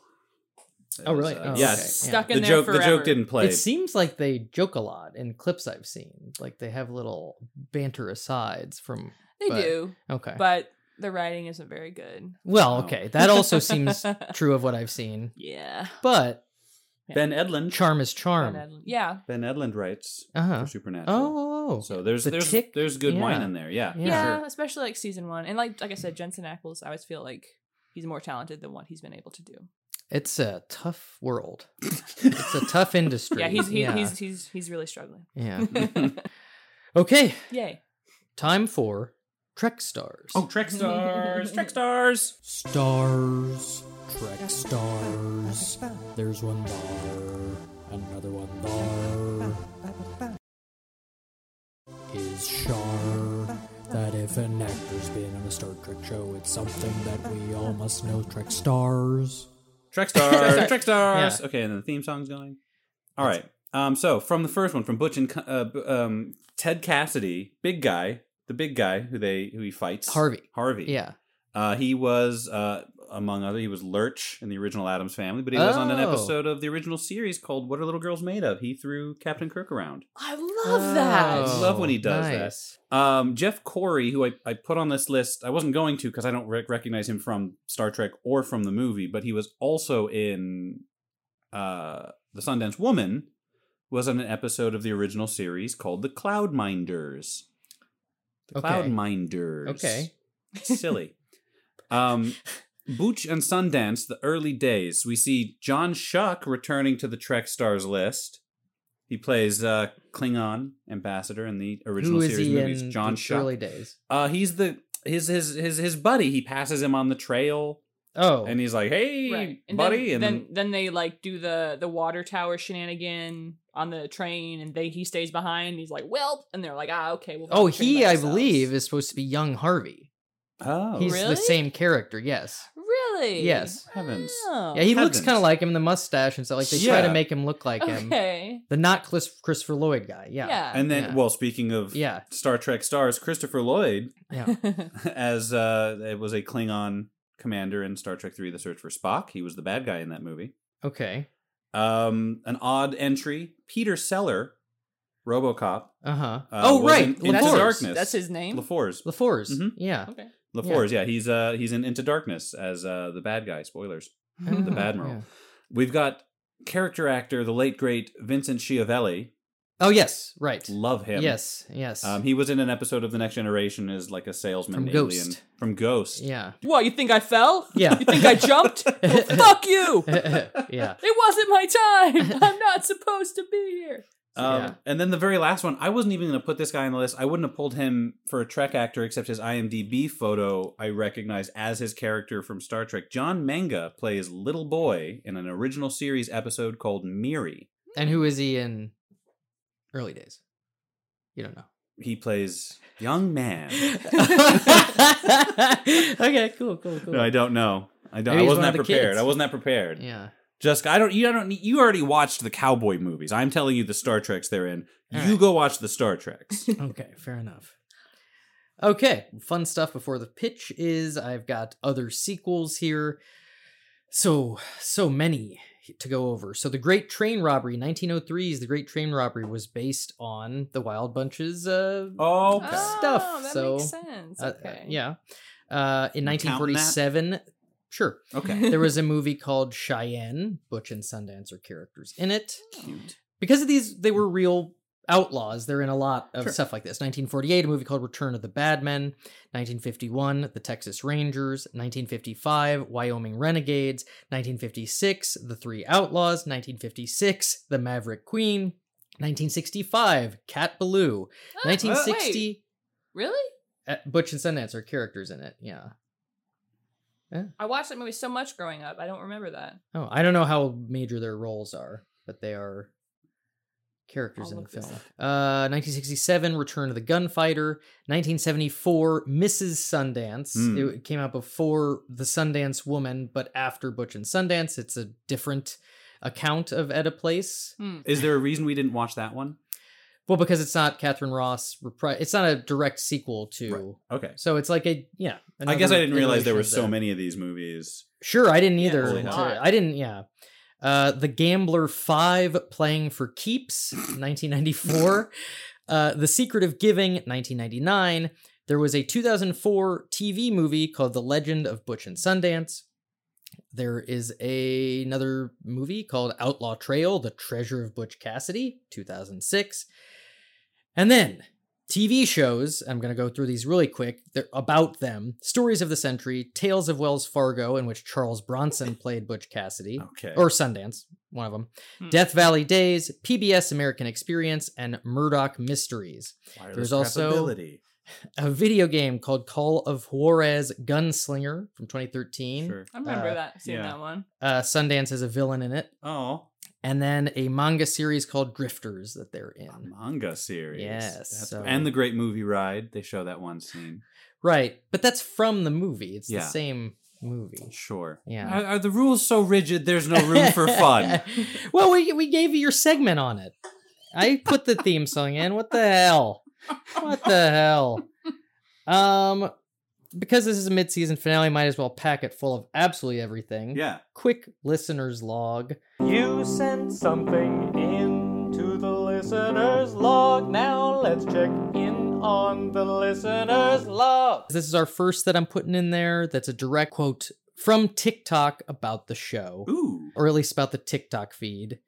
S3: Oh,
S5: It was,
S3: really?
S5: uh,
S3: Oh,
S5: yes.
S3: okay.
S4: Stuck in
S5: The
S4: there
S5: joke.
S4: forever.
S5: The joke didn't play.
S3: It seems like they joke a lot in clips I've seen. Like they have little banter asides from.
S4: They
S3: but-
S4: do,
S3: Okay.
S4: but the writing isn't very good.
S3: well,
S5: Oh.
S3: okay. That also
S4: <laughs>
S3: seems true of what I've seen.
S4: Yeah.
S3: But
S5: Ben Edlund.
S3: charm is charm.
S4: Yeah.
S5: ben Edlund writes
S3: Uh huh.
S5: for Supernatural.
S3: Oh.
S5: So there's
S3: The
S5: there's
S3: tick-
S5: there's good wine
S3: yeah.
S5: in there. Yeah.
S3: Yeah.
S4: yeah,
S5: Sure.
S4: especially like season one, and like like I said, Jensen Ackles. I always feel like he's more talented than what he's been able to do.
S3: It's a tough world. <laughs> It's a tough industry.
S4: <laughs> Yeah, he's he,
S3: yeah.
S4: he's he's he's really struggling.
S3: yeah.
S4: <laughs>
S3: Okay.
S4: Yay!
S3: Time for Trek Stars.
S5: Oh, Trek Stars. Trek Stars.
S9: Stars, Trek stars. There's one bar, another one bar. Is sure that if an actor's been on a Star Trek show, it's something that we all must know. Trek stars.
S5: Trek Stars. Trek Stars.
S3: Yeah.
S5: Okay, and then the theme song's going. All right. Um. So from the first one, from Butch and Co- uh, B- um Ted Cassidy, big guy, the big guy who they who he fights,
S3: Harvey.
S5: Harvey.
S3: Yeah.
S5: Uh, he was, uh, among other, he was Lurch in the original Adams Family, but he was on an
S3: Oh.
S5: episode of the original series called "What Are Little Girls Made Of." He threw Captain Kirk around.
S4: I love that.
S5: Oh. love when he does that.
S3: nice.
S5: Um, Jeff Corey, who I, I put on this list, I wasn't going to because I don't rec- recognize him from Star Trek or from the movie, but he was also in uh, The Sundance Woman, was on an episode of the original series called The Cloudminders. The
S3: Okay.
S5: Cloudminders.
S3: Okay.
S5: Silly. um, Booch and Sundance, the early days. We see John Shuck returning to the Trek Stars list. He plays uh, Klingon ambassador in the original
S3: Who is
S5: series
S3: he
S5: movies.
S3: in
S5: John
S3: the
S5: Shuck.
S3: early days?
S5: Uh, he's the his his his his buddy. He passes him on the trail,
S3: Oh.
S5: and he's like, "Hey,
S4: Right. And
S5: buddy!"
S4: then,
S5: and
S4: then then they like do the the water tower shenanigan on the train, and they he stays behind. And he's like, "Well," and they're like, "Ah, okay." Well,
S3: oh, he I believe is supposed to be young Harvey.
S5: Oh,
S3: He's
S4: Really?
S3: the same character. Yes.
S4: Really?
S3: Yes.
S5: heavens.
S4: Oh.
S3: Yeah, he looks
S5: Heavens.
S3: kind of like him. The mustache and stuff. Like they try
S5: Yeah.
S3: to make him look like him.
S4: okay.
S3: The not Chris- Christopher Lloyd guy. Yeah.
S4: Yeah. <laughs>
S5: And then,
S3: Yeah.
S5: well, speaking of
S3: Yeah.
S5: Star Trek stars, Christopher Lloyd <laughs>
S4: <laughs>
S3: Yeah.
S5: as uh, it was a Klingon commander in Star Trek Three: The Search for Spock. He was the bad guy in that movie.
S3: Okay.
S5: Um, an odd entry: Peter Seller, RoboCop.
S3: Uh-huh.
S5: Uh,
S3: oh
S5: was
S3: right.
S5: in Into
S3: LaFours.
S5: Darkness.
S4: That's his name.
S5: LaFours.
S3: LaFours.
S5: Mhm.
S3: Yeah.
S4: Okay.
S5: LaFours. Yeah. he's uh he's in Into Darkness as uh the bad guy. Spoilers.
S3: Oh,
S5: the Admiral.
S3: yeah.
S5: We've got character actor the late great Vincent Schiavelli.
S3: Oh yes, right.
S5: Love him.
S3: Yes, yes.
S5: Um, he was in an episode of The Next Generation as like a salesman
S3: From
S5: alien
S3: Ghost.
S5: from Ghost.
S3: yeah.
S4: What, you think I fell?
S3: Yeah.
S5: <laughs>
S4: You think
S3: <laughs>
S4: I jumped? Well, fuck you!
S3: yeah.
S4: It wasn't
S3: <laughs>
S4: my time! I'm not supposed to be here.
S5: Um,
S3: Yeah.
S5: And then the very last one, I wasn't even going to put this guy on the list. I wouldn't have pulled him for a Trek actor, except his IMDb photo I recognized as his character from Star Trek. John Manga plays Little Boy in an original series episode called Miri.
S3: And who is he in early days? You
S5: <laughs>
S3: don't know.
S5: He plays
S3: <laughs>
S5: young man.
S3: okay, cool, cool, cool.
S5: No, I don't know. I don't.
S3: Maybe
S5: I
S3: he's
S5: wasn't
S3: one
S5: that
S3: of the
S5: prepared.
S3: kids.
S5: I wasn't that prepared.
S3: yeah.
S5: Jessica, I don't. You I don't. need- You already watched the cowboy movies. I'm telling you the Star Treks they're in.
S3: All
S5: you
S3: right.
S5: go watch the
S3: <laughs>
S5: Star Treks.
S3: Okay, fair enough. Okay, fun stuff before the pitch is I've got other sequels here. So, so many to go over. So, The Great Train Robbery, 1903's The Great Train Robbery was based on The Wild Bunch's uh,
S5: oh,
S3: Okay. Stuff,
S4: Oh, that
S3: so,
S4: makes sense.
S3: uh,
S4: Okay.
S3: yeah. Uh, in
S5: You counting that?
S3: 1947, sure.
S5: okay. <laughs>
S3: There was a movie called Cheyenne. Butch and Sundance are characters in it.
S5: Cute.
S3: Because of these, they were real outlaws. They're in a lot of
S5: Sure.
S3: stuff like this. 1948, a movie called Return of the Bad Men. 1951, The Texas Rangers. 1955, Wyoming Renegades. 1956, The Three Outlaws. 1956, The Maverick Queen. 1965, Cat
S5: <gasps>
S3: Baloo.
S4: <laughs> Oh,
S3: 1960.
S4: wait, really?
S3: Uh, Butch and Sundance are characters in it. Yeah.
S4: I watched that movie so much growing up. I don't remember that.
S3: Oh, I don't know how major their roles are, but they are characters
S4: I'll
S3: in the
S4: look this
S3: film.
S4: up.
S3: Uh, 1967, Return of the Gunfighter. 1974, Mrs. Sundance.
S5: Hmm.
S3: It came out before The Sundance Woman, but after Butch and Sundance. It's a different account of Etta Place.
S5: Is there a reason we didn't watch that one?
S3: Well, because it's not Catherine Ross. Repri- it's not a direct sequel to.
S5: Okay.
S3: So it's like a yeah.
S5: I guess I
S3: another
S5: didn't realize there were
S3: iteration of
S5: so
S3: the-
S5: many of these movies.
S3: Sure, I didn't
S4: Yeah,
S3: either.
S5: holy
S3: until-
S4: hell.
S3: I didn't, yeah. Uh, the Gambler 5 playing for keeps 1994. uh, the Secret of Giving 1999. There was a 2004 TV movie called The Legend of Butch and Sundance. There is a- another movie called Outlaw Trail: The Treasure of Butch Cassidy 2006. And then TV shows, I'm going to go through these really quick. They're about them. Stories of the Century, Tales of Wells Fargo, in which Charles Bronson played Butch Cassidy,
S5: Okay.
S3: or Sundance, one of them.
S4: Hmm.
S3: Death Valley Days, PBS American Experience, and Murdoch Mysteries.
S5: Wireless
S3: there's also-
S5: capability.
S3: A video game called Call of Juarez Gunslinger from 2013.
S5: Sure.
S4: I remember
S3: Uh,
S4: that. Seeing
S5: yeah.
S4: that one.
S3: Uh, Sundance is a villain in it.
S5: Oh,
S3: And then a manga series called Drifters that they're in.
S5: a manga series.
S3: Yes, so-
S5: and the Great Movie Ride. They show that one scene.
S3: Right, but that's from the movie. It's the
S5: Yeah.
S3: same movie.
S5: Sure.
S3: Yeah.
S5: Are, are the rules so rigid? There's no room
S3: <laughs>
S5: for fun.
S3: well, we we gave you your segment on it. I put the theme song in. What the hell? What the hell? Um, because this is a mid-season finale, might as well pack it full of absolutely everything.
S5: yeah.
S3: Quick listeners log.
S2: You sent something in to the listener's log. Now let's check in on the listener's log.
S3: This is our first that I'm putting in there. That's a direct quote from TikTok about the show.
S5: Ooh.
S3: or at least about the TikTok feed,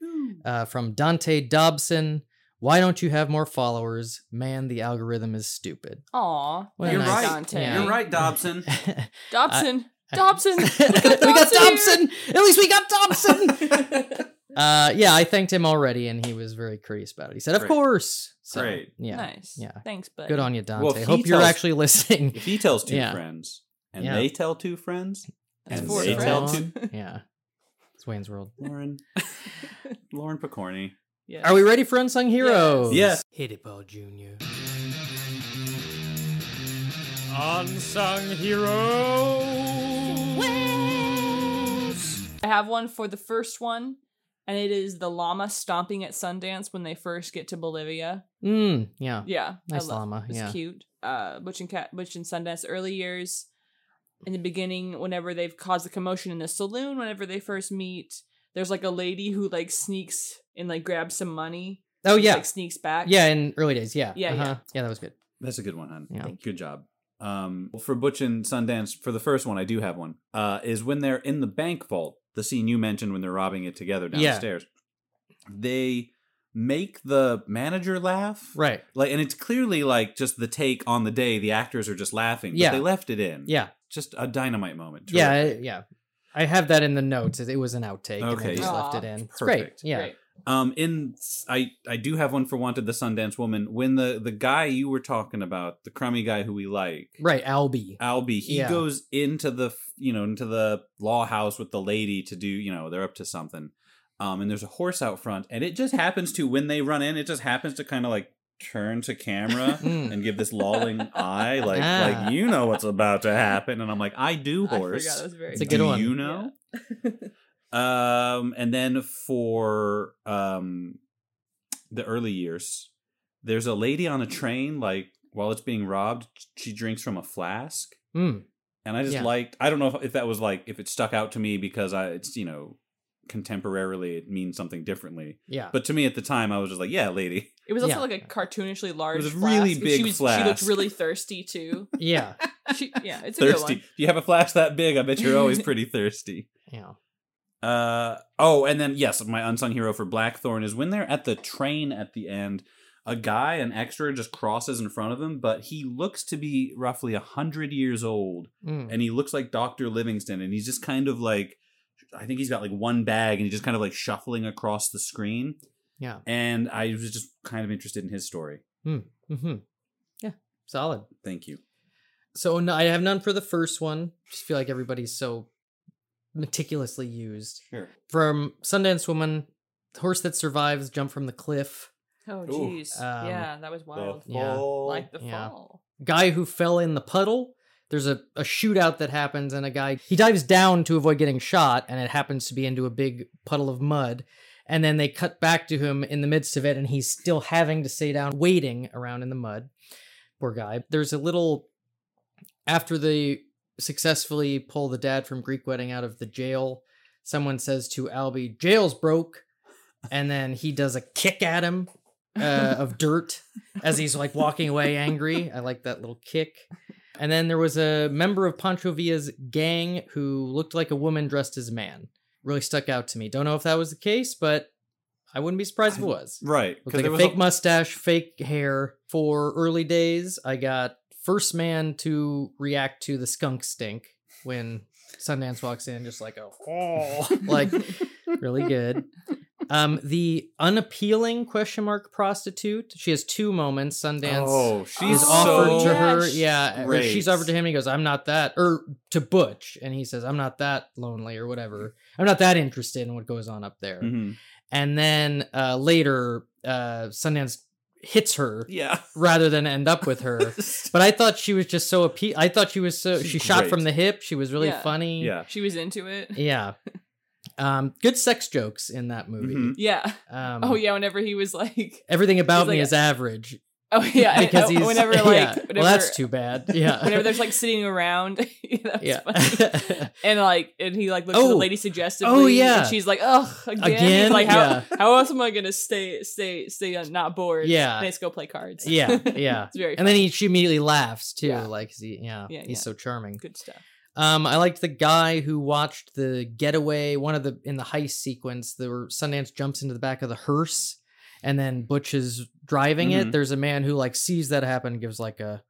S3: uh, from Dante Dobson. Why don't you have more followers? Man, the algorithm is stupid. <laughs>
S4: Aw.
S3: What a
S5: You're
S3: nice-
S5: right.
S4: Dante.
S3: Yeah.
S5: You're right,
S3: <laughs>
S5: Dobson.
S4: Dobson.
S3: we
S4: Dobson. Dobson
S3: got
S4: here.
S3: Dobson. At least we got Dobson. uh, yeah, I thanked him already, and he was very courteous about it. He said, "Of
S5: Great.
S3: course." So,
S5: Great.
S3: Yeah.
S4: Nice.
S3: Yeah.
S4: Thanks, buddy.
S3: Good on you, Dante.
S5: if he
S3: Hope you're
S5: tells-
S3: actually
S5: <laughs>
S3: listening.
S5: If he tells two
S3: Yeah.
S5: friends, and
S3: Yeah.
S5: they tell two friends,
S4: That's
S5: and
S4: four
S5: they tell
S4: friends.
S5: two
S4: <laughs>
S3: yeah. It's Wayne's World. <laughs>
S5: Lauren, Lauren Picorni.
S4: Yes.
S3: Are we ready for Unsung Heroes?
S5: Yes.
S9: Hit it, Ball Jr.
S1: A
S2: Unsung hero.
S4: I have one for the first one, and it is the llama stomping at Sundance when they first get to Bolivia.
S3: Mm, yeah.
S4: Yeah,
S3: Nice
S4: love-
S3: llama,
S4: It's
S3: yeah.
S4: cute. Uh, Butch and Cat, Butch and Sundance early years, in the beginning, whenever they've caused a commotion in the saloon, whenever they first meet, there's like a lady who like sneaks and like grabs some money.
S3: Oh
S4: She,
S3: yeah.
S4: like sneaks back.
S3: yeah, in early days, yeah. Uh-huh.
S4: Yeah, yeah.
S3: yeah, that was good.
S5: That's a good one, hon.
S3: Yeah. Thank
S5: Good job. Um, well, for Butch and Sundance, for the first one, I do have one. Uh, is when they're in the bank vault, the scene you mentioned when they're robbing it together
S3: Yeah.
S5: downstairs. They make the manager laugh,
S3: Right.
S5: Like, and it's clearly like just the take on the day. The actors are just laughing. But
S3: Yeah.
S5: they left it in.
S3: Yeah.
S5: just a dynamite moment.
S3: Yeah,
S5: Terrific.
S3: I- yeah. I have that in the notes. It it was an outtake. And I
S5: Okay,
S3: just
S4: yeah.
S3: left
S4: Aw,
S3: it in. It's great.
S5: perfect.
S3: Yeah.
S4: Great.
S5: Um, in I I do have one for Wanted the Sundance Woman. When the the guy you were talking about, the crummy guy who we like,
S3: Right, Albie.
S5: <laughs> Albie, he
S3: Yeah.
S5: goes into the f- you know into the law house with the lady to do you know they're up to something, um, and there's a horse out front, and it just happens to when they run in, it just happens to kind of like turn to camera
S3: Mm.
S5: and give this lolling eye, like
S3: Ah.
S5: like you know what's about to happen, and I'm like I do
S4: I forgot
S5: horse.
S4: it was very
S3: It's a good
S5: do
S3: one.
S5: You know. Um, and then for um, the early years, there's a lady on a train. Like while it's being robbed, she drinks from a flask,
S3: Mm.
S5: and I just
S3: Yeah.
S5: liked. I don't know if, if that was like if it stuck out to me because I it's you know contemporarily it means something differently,
S3: Yeah.
S5: but to me at the time I was just like, yeah, lady,
S4: <laughs> It was also
S3: Yeah.
S4: like a cartoonishly large.
S5: It was a
S4: flask.
S5: really
S4: She
S5: big
S4: was, She looked
S5: flask.
S4: really thirsty too.
S5: <laughs>
S3: yeah.
S4: She, yeah, it's a
S5: thirsty.
S4: good
S5: If you have a flask that big, I bet
S4: <laughs>
S5: you're always pretty thirsty.
S3: Yeah.
S5: Uh oh, and then yes, my unsung hero for Blackthorn is when they're at the train at the end. A guy, an extra, just crosses in front of him, but he looks to be roughly a hundred years old,
S3: Mm.
S5: and he looks like Doctor Livingston, and he's just kind of like, I think he's got like one bag, and he's just kind of like shuffling across the screen.
S3: Yeah.
S5: And I was just kind of interested in his story.
S3: Mm-hmm. Yeah. Solid.
S5: Thank you.
S3: So no, I have none for the first one. Just feel like everybody's so meticulously used.
S5: Sure.
S3: From Sundance Woman, Horse That Survives, Jump from the Cliff,
S4: one. Oh
S5: Ooh.
S4: jeez,
S3: Um,
S4: yeah, that was wild.
S3: Yeah.
S4: Like the
S3: Yeah.
S4: fall.
S3: Guy Who Fell in the Puddle. There's a, a shootout that happens, and a guy he dives down to avoid getting shot, and it happens to be into a big puddle of mud. And then they cut back to him in the midst of it, and he's still having to stay down, waiting around in the mud. Poor guy. There's a little after they successfully pull the dad from Greek Wedding out of the jail. Someone says to Albie, "Jail's broke," and then he does a kick at him uh, of dirt as he's like walking away angry. I like that little kick. And then there was a member of Pancho Villa's gang who looked like a woman dressed as a man. Really stuck out to me. Don't know if that was the case, but I wouldn't be surprised if it was.
S5: Right.
S3: Looked
S5: there
S3: like a
S5: was a-
S3: fake mustache, fake hair. For early days, I got first man to react to the skunk stink when Sundance walks in, just like a oh, <laughs> like really good. Um, the unappealing question mark prostitute. She has two moments. Sundance
S5: Oh, she's
S3: is
S5: offered
S3: offered
S5: so
S3: to her.
S4: yes.
S3: Yeah, or she's
S5: Great.
S3: offered to him. He goes, "I'm not that," or to Butch, and he says, "I'm not that lonely," or whatever. I'm not that interested in what goes on up there.
S5: Mhm.
S3: And then uh, later, uh, Sundance hits her
S5: Yeah.
S3: rather than end up with
S5: <laughs>
S3: her. but I thought she was just so appe- I thought she was so
S5: She's
S3: she shot
S5: great.
S3: from the hip. She was really
S4: Yeah.
S3: funny.
S5: yeah.
S4: She was into it.
S3: yeah. Um, good sex jokes in that movie.
S5: Mhm.
S3: <laughs>
S4: Yeah.
S3: Um,
S4: Oh yeah. Whenever he was like,
S3: Everything about
S4: He's
S3: me
S4: like-
S3: is average
S4: oh <laughs>
S3: <laughs>
S4: yeah, <laughs>
S3: because he's
S4: whenever like,
S3: yeah.
S4: whenever,
S3: well, that's too
S4: <laughs>
S3: bad. Yeah.
S4: whenever there's like sitting around, <laughs>
S3: <laughs>
S4: that was
S3: yeah.
S4: funny.
S3: <laughs>
S4: and like, and he like looks at the
S3: Oh.
S4: lady suggestively.
S3: Oh, yeah.
S4: and she's like, ugh, again. He's
S3: Again?
S4: like, how,
S3: Yeah.
S4: how else am I gonna stay, stay, stay uh, not bored?
S3: Yeah.
S4: <laughs> and let's go play cards.
S3: yeah. Yeah.
S4: it's very
S3: And then he she immediately laughs too.
S4: Yeah.
S3: Like 'cause he, yeah,
S4: Yeah,
S3: he's
S4: yeah.
S3: so charming. <laughs>
S4: good stuff.
S3: Um, I liked the guy who watched the getaway. One of the in the heist sequence, there were Sundance jumps into the back of the hearse, and then Butch is driving it.
S5: Mhm.
S3: There's a man who like sees that happen, and gives like a,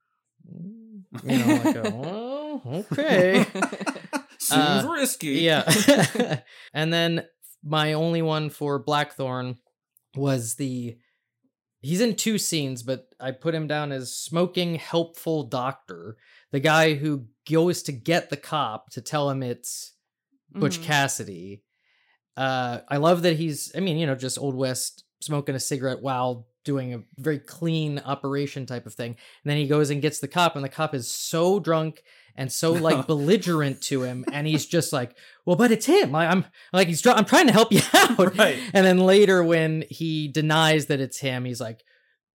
S3: you know, like a "Oh, okay,
S5: Seems
S3: Uh,
S5: risky.
S3: yeah. <laughs> and then my only one for Blackthorn was the. He's in two scenes, but I put him down as smoking helpful doctor, the guy who goes to get the cop to tell him it's Butch
S4: <laughs> Mhm.
S3: Cassidy. Uh, I love that he's, I mean, you know, just Old West smoking a cigarette while doing a very clean operation type of thing. And then he goes and gets the cop, and the cop is so drunk and so like belligerent to him, and he's just like, "Well, but it's him. I, I'm like he's dr- I'm trying to help you <laughs> out."
S5: Right.
S3: And then later, when he denies that it's him, he's like.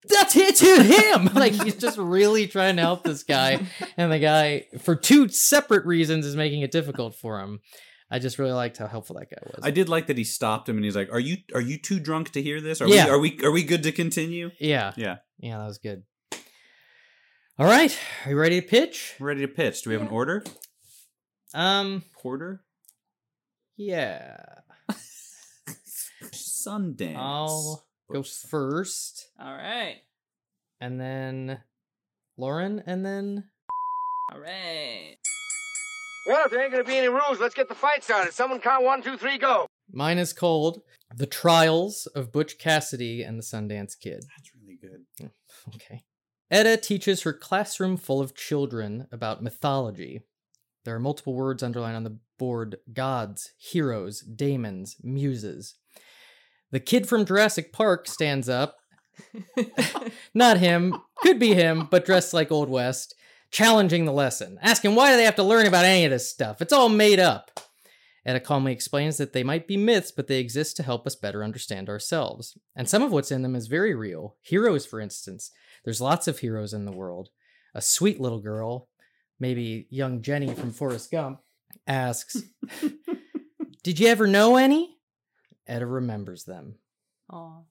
S3: That's it to him. <laughs> like he's just really trying to help this guy, and the guy, for two separate reasons, is making it difficult for him. I just really liked how helpful that guy was.
S5: I did like that he stopped him and he's like, "Are you are you too drunk to hear this? Are
S3: Yeah.
S5: we are we are we good to continue?"
S3: Yeah.
S5: Yeah.
S3: Yeah, that was good. All right. Are you ready to pitch?
S5: I'm ready to pitch. Do we have an order?
S3: Um,
S5: Porter,
S3: yeah.
S5: Sundance.
S3: I'll go first
S4: Mm-hmm. All right.
S3: and then Lauren and then
S4: All right.
S10: Well, if there ain't gonna be any rules, let's get the fight started. Someone count one, two, three, go.
S3: mine is called The Trials of Butch Cassidy and the Sundance Kid.
S5: That's really good.
S3: Okay. Etta teaches her classroom full of children about mythology. There are multiple words underlined on the board gods, heroes, daemons, muses. The kid from Jurassic Park stands up. Not him, could be him, but dressed like Old West, challenging the lesson, asking why do they have to learn about any of this stuff? It's all made up. Etta calmly explains that they might be myths, but they exist to help us better understand ourselves. And some of what's in them is very real. Heroes, for instance. There's lots of heroes in the world. A sweet little girl, maybe young Jenny from Forrest Gump, asks, Did you ever know any? Etta remembers them.
S4: Oh.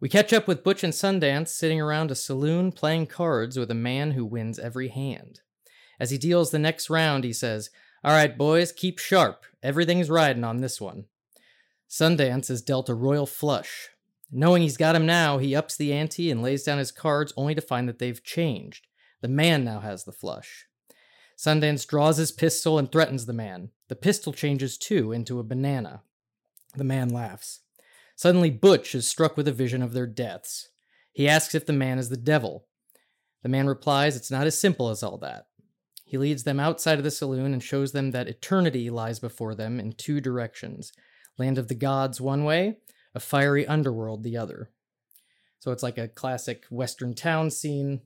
S3: We catch up with Butch and Sundance sitting around a saloon playing cards with a man who wins every hand. As he deals the next round, he says, All right, boys, keep sharp. Everything's riding on this one. Sundance is dealt a royal flush. Knowing he's got him now, he ups the ante and lays down his cards only to find that they've changed. The man now has the flush. Sundance draws his pistol and threatens the man. The pistol changes too into a banana. The man laughs. Suddenly, Butch is struck with a vision of their deaths. He asks if the man is the devil. The man replies it's not as simple as all that. He leads them outside of the saloon and shows them that eternity lies before them in two directions land of the gods one way, a fiery underworld the other. So it's like a classic Western town scene.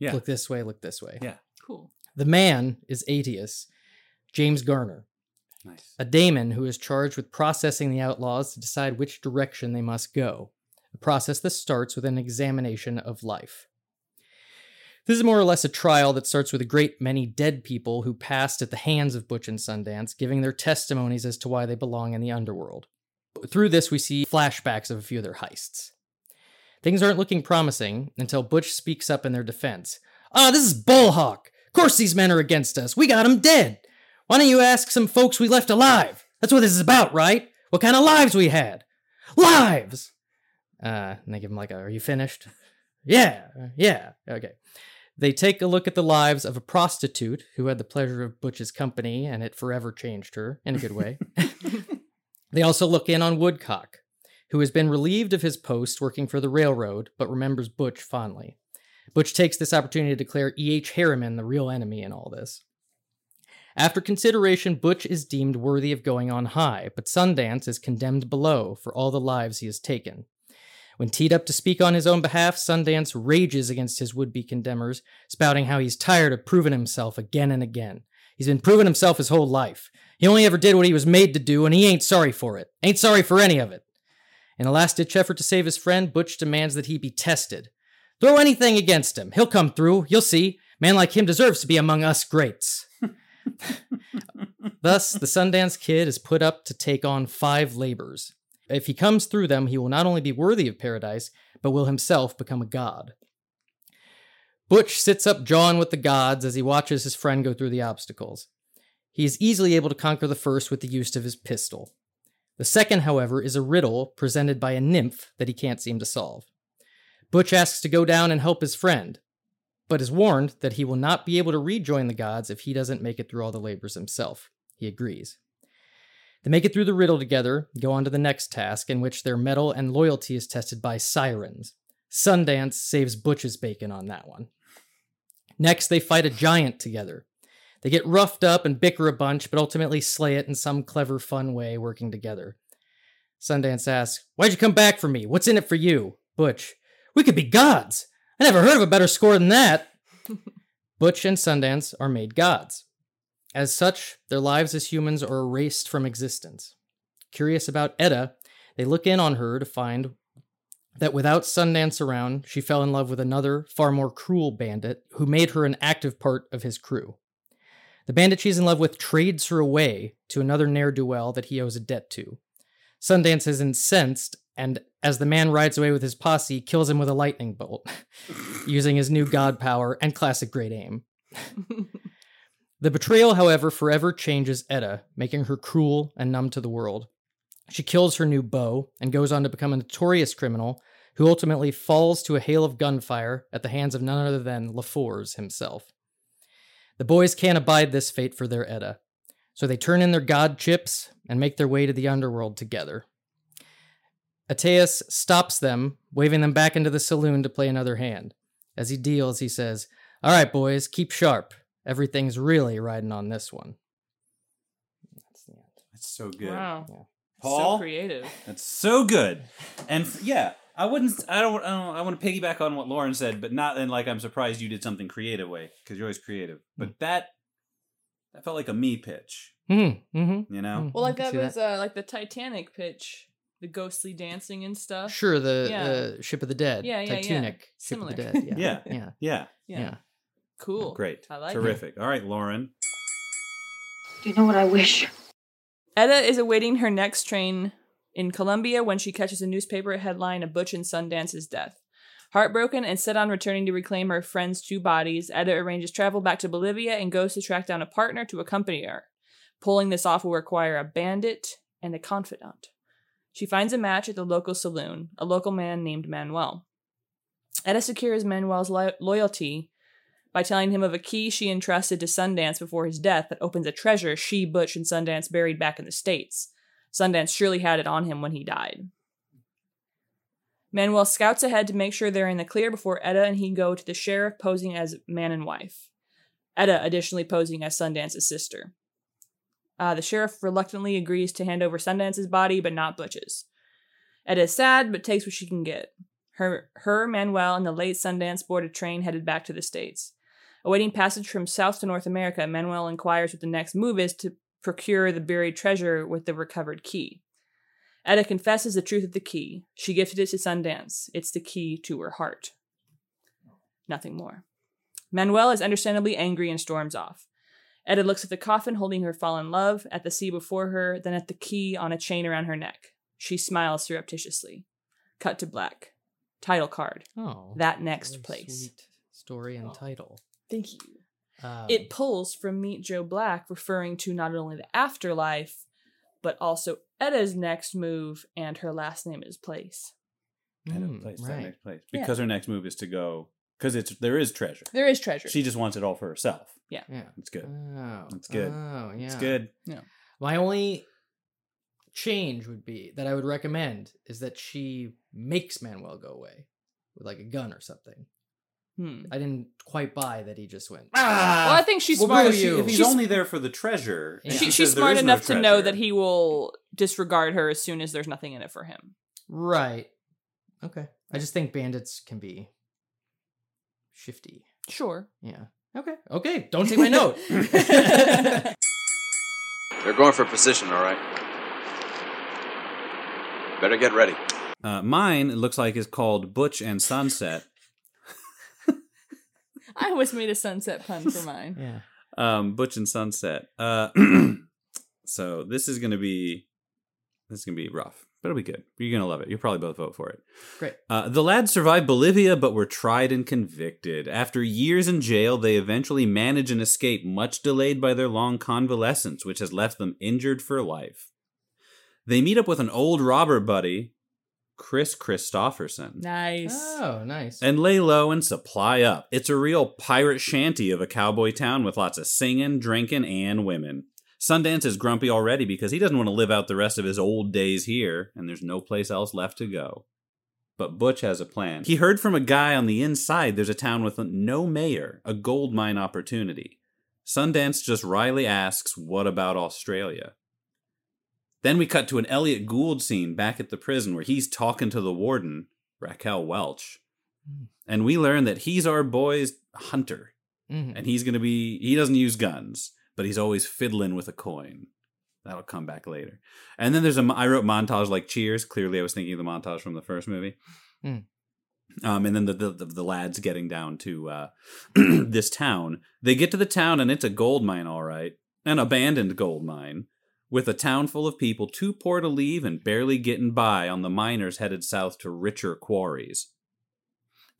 S5: Yeah.
S3: Look this way, look this way.
S5: Yeah.
S4: Cool.
S3: The man is Aetius, James Garner,
S5: Nice.
S3: a daemon who is charged with processing the outlaws to decide which direction they must go, a process that starts with an examination of life. This is more or less a trial that starts with a great many dead people who passed at the hands of Butch and Sundance, giving their testimonies as to why they belong in the underworld. Through this, we see flashbacks of a few of their heists. Things aren't looking promising until Butch speaks up in their defense. Ah, this is Bullhawk! Of course these men are against us! We got 'em dead! Why don't you ask some folks we left alive? That's what this is about, right? What kind of lives we had? Lives! Uh, and they give him like a, are you finished? Yeah, yeah, okay. They take a look at the lives of a prostitute who had the pleasure of Butch's company and it forever changed her in a good way. they also look in on Woodcock, who has been relieved of his post working for the railroad but remembers Butch fondly. Butch takes this opportunity to declare E.H. Harriman the real enemy in all this. After consideration, Butch is deemed worthy of going on high, but Sundance is condemned below for all the lives he has taken. When teed up to speak on his own behalf, Sundance rages against his would be condemners, spouting how he's tired of proving himself again and again. He's been proving himself his whole life. He only ever did what he was made to do, and he ain't sorry for it. Ain't sorry for any of it. In a last ditch effort to save his friend, Butch demands that he be tested. Throw anything against him. He'll come through. You'll see. Man like him deserves to be among us greats. Thus, the Sundance Kid is put up to take on five labors. If he comes through them, he will not only be worthy of paradise, but will himself become a god. Butch sits up jawing with the gods as he watches his friend go through the obstacles. He is easily able to conquer the first with the use of his pistol. The second, however, is a riddle presented by a nymph that he can't seem to solve. Butch asks to go down and help his friend, but is warned that he will not be able to rejoin the gods if he doesn't make it through all the labors himself. He agrees. They make it through the riddle together, go on to the next task, in which their metal and loyalty is tested by sirens. Sundance saves Butch's bacon on that one. Next, they fight a giant together. They get roughed up and bicker a bunch, but ultimately slay it in some clever, fun way working together. Sundance asks, Why'd you come back for me? What's in it for you? Butch, We could be gods. I never heard of a better score than that. Butch and Sundance are made gods. As such, their lives as humans are erased from existence. Curious about Edda, they look in on her to find that without Sundance around, she fell in love with another, far more cruel bandit who made her an active part of his crew. The bandit she's in love with trades her away to another ne'er do well that he owes a debt to. Sundance is incensed, and as the man rides away with his posse, kills him with a lightning bolt, <laughs> using his new god power and classic great aim. the betrayal, however, forever changes Edda, making her cruel and numb to the world. She kills her new beau and goes on to become a notorious criminal who ultimately falls to a hail of gunfire at the hands of none other than LaFours himself. The boys can't abide this fate for their Edda, so they turn in their god chips and make their way to the underworld together. Ateus stops them, waving them back into the saloon to play another hand. As he deals, he says, All right, boys, keep sharp. Everything's really riding on this one. That's the end.
S5: That's so good.
S4: Wow. So
S5: Paul?
S4: creative.
S5: That's so good. And f- yeah, I wouldn't. I don't. I, don't, I want to piggyback on what Lauren said, but not in like I'm surprised you did something creative way because you're always creative.
S3: Hmm.
S5: But that that felt like a me pitch.
S3: Mm-hmm. mm-hmm.
S5: You know,
S4: Well, like
S3: I
S4: that
S3: can
S4: was
S3: see
S4: Uh, like the Titanic pitch, the ghostly dancing and stuff.
S3: Sure, the
S4: Yeah.
S3: uh, Ship of the Dead.
S4: Yeah, yeah, yeah.
S3: Titanic. Ship of the
S4: Similar.
S3: Dead. Yeah.
S5: <laughs> Yeah.
S3: yeah.
S5: yeah,
S4: Yeah.
S3: yeah.
S4: Cool.
S5: great,
S4: I like it.
S5: terrific. All right, Lauren.
S11: Do you know what I wish?
S4: Etta is awaiting her next train in Colombia when she catches a newspaper headline of Butch and Sundance's death. Heartbroken and set on returning to reclaim her friend's two bodies, Etta arranges travel back to Bolivia and goes to track down a partner to accompany her. Pulling this off will require a bandit and a confidant. She finds a match at the local saloon, a local man named Manuel. Etta secures Manuel's lo- loyalty by telling him of a key she entrusted to Sundance before his death that opens a treasure she, Butch, and Sundance buried back in the States. Sundance surely had it on him when he died. Manuel scouts ahead to make sure they're in the clear before Edda and he go to the sheriff posing as man and wife. Edda additionally posing as Sundance's sister. Uh, the sheriff reluctantly agrees to hand over Sundance's body, but not Butch's. Edda is sad, but takes what she can get. Her, her, Manuel, and the late Sundance board a train headed back to the States. Awaiting passage from South to North America, Manuel inquires what the next move is to procure the buried treasure with the recovered key. Etta confesses the truth of the key. She gifted it to Sundance. It's the key to her heart. Nothing more. Manuel is understandably angry and storms off. Etta looks at the coffin holding her fallen love, at the sea before her, then at the key on a chain around her neck. She smiles surreptitiously. Cut to black. Title card.
S3: Oh.
S4: That next
S3: really
S4: place.
S3: sweet story and title.
S4: Thank you.
S3: Um,
S4: It pulls from Meet Joe Black, referring to not only the afterlife, but also Etta's next move and her last name is place.
S5: Edda,
S3: mm,
S5: place, that
S3: right.
S5: next place.
S4: Yeah.
S5: because her next move is to go because it's there is treasure.
S4: There is treasure.
S5: She just wants it all for herself.
S3: Yeah.
S5: It's good.
S3: Oh,
S5: It's good.
S3: Oh, yeah.
S5: It's good.
S3: My only change would be that I would recommend is that she makes Manuel go away with like a gun or something.
S4: hmm.
S3: I didn't quite buy that he just went.
S4: Well, I think she's
S3: Well,
S4: smart.
S3: bro,
S5: If, Ah, she- if he's
S4: she's,
S5: only there for the treasure, and
S3: Yeah.
S4: she-
S5: says
S4: she's
S5: there
S4: smart
S5: is no
S4: enough to know
S5: treasure,
S4: that he will disregard her as soon as there's nothing in it for him.
S3: Right. Okay. I just think bandits can be shifty.
S4: Sure.
S3: Yeah. Okay. Okay. Don't take my
S5: <laughs>
S3: note. <laughs>
S10: They're going for position, all right. Better get ready.
S5: Uh, mine it looks like is called Butch and Sunset.
S4: I always made a sunset pun for
S5: <laughs>
S4: mine.
S3: yeah.
S5: um, Butch and Sunset. Uh, <clears throat> so this is gonna be this is gonna be rough, but it'll be good. You're gonna love it. You'll probably both vote for it.
S3: Great.
S5: Uh, the lads survived Bolivia, but were tried and convicted. After years in jail, they eventually manage an escape, much delayed by their long convalescence, which has left them injured for life. They meet up with an old robber buddy, Chris Christopherson
S4: Nice.
S5: Ah.
S3: Oh, nice.
S5: and lay low and supply up. It's a real pirate shanty of a cowboy town with lots of singing, drinking, and women. Sundance is grumpy already because he doesn't want to live out the rest of his old days here, and there's no place else left to go. But Butch has a plan. He heard from a guy on the inside there's a town with no mayor, a gold mine opportunity. Sundance just wryly asks, What about Australia? Then we cut to an Elliot Gould scene back at the prison where he's talking to the warden, Raquel Welch, And we learn that he's our boy's hunter.
S3: Mhm.
S5: And he's going to be, he doesn't use guns, but he's always fiddling with a coin. That'll come back later. And then there's a, mo- I wrote montage like Cheers. Clearly, I was thinking of the montage from the first movie.
S3: Mm.
S5: Um, and then the, the, the, the lads getting down to uh, <clears throat> this town. They get to the town, and it's a gold mine, all right, an abandoned gold mine. With a town full of people too poor to leave and barely getting by on the miners headed south to richer quarries.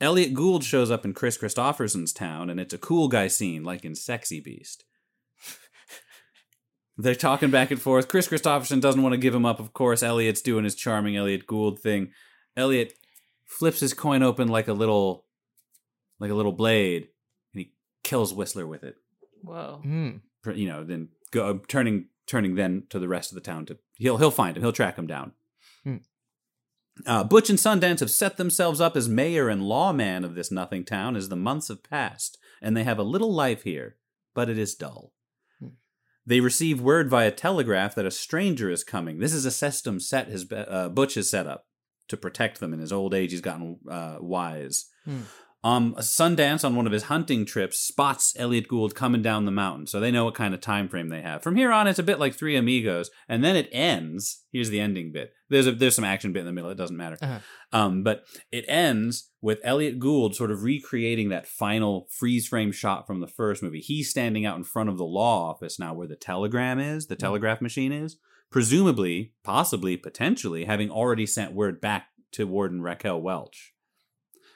S5: Elliot Gould shows up in Chris Christopherson's town, and it's a cool guy scene, like in Sexy Beast. They're talking back and forth. Chris Christopherson doesn't want to give him up, of course. Elliot's doing his charming Elliot Gould thing. Elliot flips his coin open like a little, like a little blade, and he kills Whistler with it.
S4: Whoa.
S3: Mm.
S5: Pr- You know, then go, um, turning turning then to the rest of the town to he'll he'll find him. He'll track him down.
S3: Hmm.
S5: Uh, Butch and Sundance have set themselves up as mayor and lawman of this nothing town as the months have passed, and they have a little life here, but it is dull. They receive word via telegraph that a stranger is coming. This is a system set his be- uh, Butch has set up to protect them in his old age. He's gotten uh, wise.
S3: Hmm.
S5: Um, Sundance on one of his hunting trips spots Elliot Gould coming down the mountain, so they know what kind of time frame they have. From here on, it's a bit like Three Amigos, and then it ends. Here's the ending bit. There's a there's some action bit in the middle. It doesn't matter.
S3: Uh-huh.
S5: Um, but it ends with Elliot Gould sort of recreating that final freeze frame shot from the first movie. He's standing out in front of the law office now, where the telegram is, the telegraph machine is, presumably, possibly, potentially having already sent word back to Warden Raquel Welch.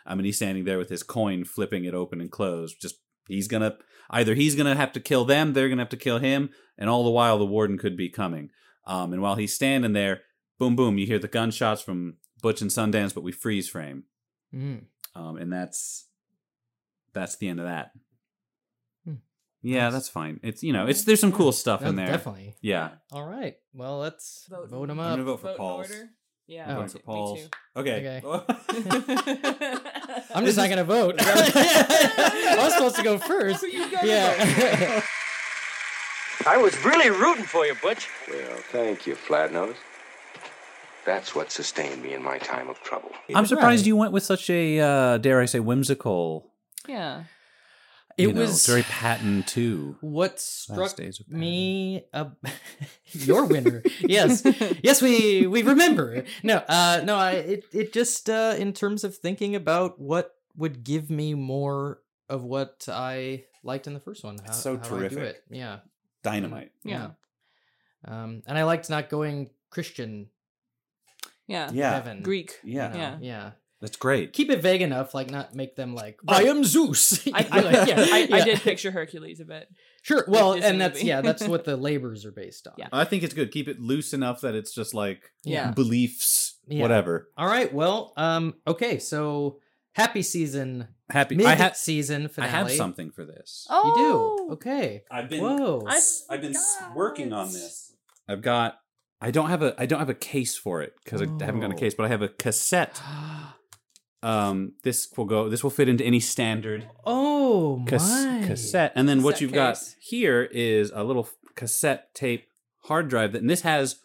S5: I mean, he's standing there with his coin, flipping it open and closed. Just he's gonna either he's gonna have to kill them, they're gonna have to kill him, and all the while the warden could be coming. Um, and while he's standing there, boom, boom, you hear the gunshots from Butch and Sundance, but we freeze frame,
S3: Mm.
S5: um, and that's that's the end of that.
S3: Hmm.
S5: Yeah,
S3: Nice.
S5: that's fine. It's you know, it's there's some cool stuff
S3: Oh,
S5: in there.
S3: Definitely.
S5: Yeah.
S3: All right. Well, let's vote,
S4: Vote.
S3: him
S5: I'm gonna
S3: up.
S5: vote for
S4: Uh, Vote in
S5: Paul's.
S4: order?
S5: I'm
S4: Yeah.
S3: Oh.
S4: me
S5: voting for
S4: too- me
S5: Paul's.
S4: too. <laughs>
S5: Okay.
S3: I'm just not gonna
S5: <laughs>
S3: vote. I was supposed to go <laughs> first. Yeah.
S10: I was really rooting for you, Butch. Well, thank you, Flatnose. That's what sustained me in my time of trouble.
S5: I'm surprised you went with such a uh, dare I say whimsical.
S4: Yeah.
S3: <laughs> it
S5: you know,
S3: was
S5: very Patton too.
S3: what struck
S5: days of
S3: me ab- <laughs> your
S5: <laughs>
S3: winner yes yes we we remember no uh no i it, it just uh in terms of thinking about what would give me more of what i liked in the first one how,
S5: so
S3: how I do
S5: terrific.
S3: it yeah
S5: Dynamite.
S4: Yeah.
S3: um and i liked not going christian
S4: <laughs> Yeah.
S3: heaven
S4: Greek.
S5: Yeah.
S3: you know,
S4: Yeah.
S3: yeah
S5: That's great.
S3: keep it vague enough like not make them like i am zeus <laughs>
S4: I,
S3: You're
S4: I,
S3: like, yeah,
S4: I, I
S3: yeah. <laughs>
S4: did picture Hercules a bit.
S3: sure well
S4: Disney
S3: and that's
S4: movie.
S3: yeah
S4: <laughs>
S3: that's what the labors are based on
S4: Yeah.
S5: I think it's good. Keep it loose enough that it's just like
S4: Yeah.
S5: beliefs,
S3: Yeah.
S5: whatever.
S3: All right. Well, um, okay. So happy season,
S5: Happy.
S3: mid
S5: I, ha-
S3: season
S5: I
S3: finale.
S5: have something for this.
S3: You
S4: Oh.
S3: do. Okay.
S5: I've
S3: Whoa.
S4: I
S5: I've been s-
S4: forgot.
S5: working on this. I've got. I don't have a. I don't have a case for it because I haven't got a
S3: Oh.
S5: case, but I have a
S3: <gasps>
S5: cassette. Um, this will go. This will fit into any standard
S3: oh
S5: cas-
S3: my.
S5: cassette. And then what
S4: Cassette
S5: you've got
S4: case.
S5: here is a little cassette tape hard drive that, and this has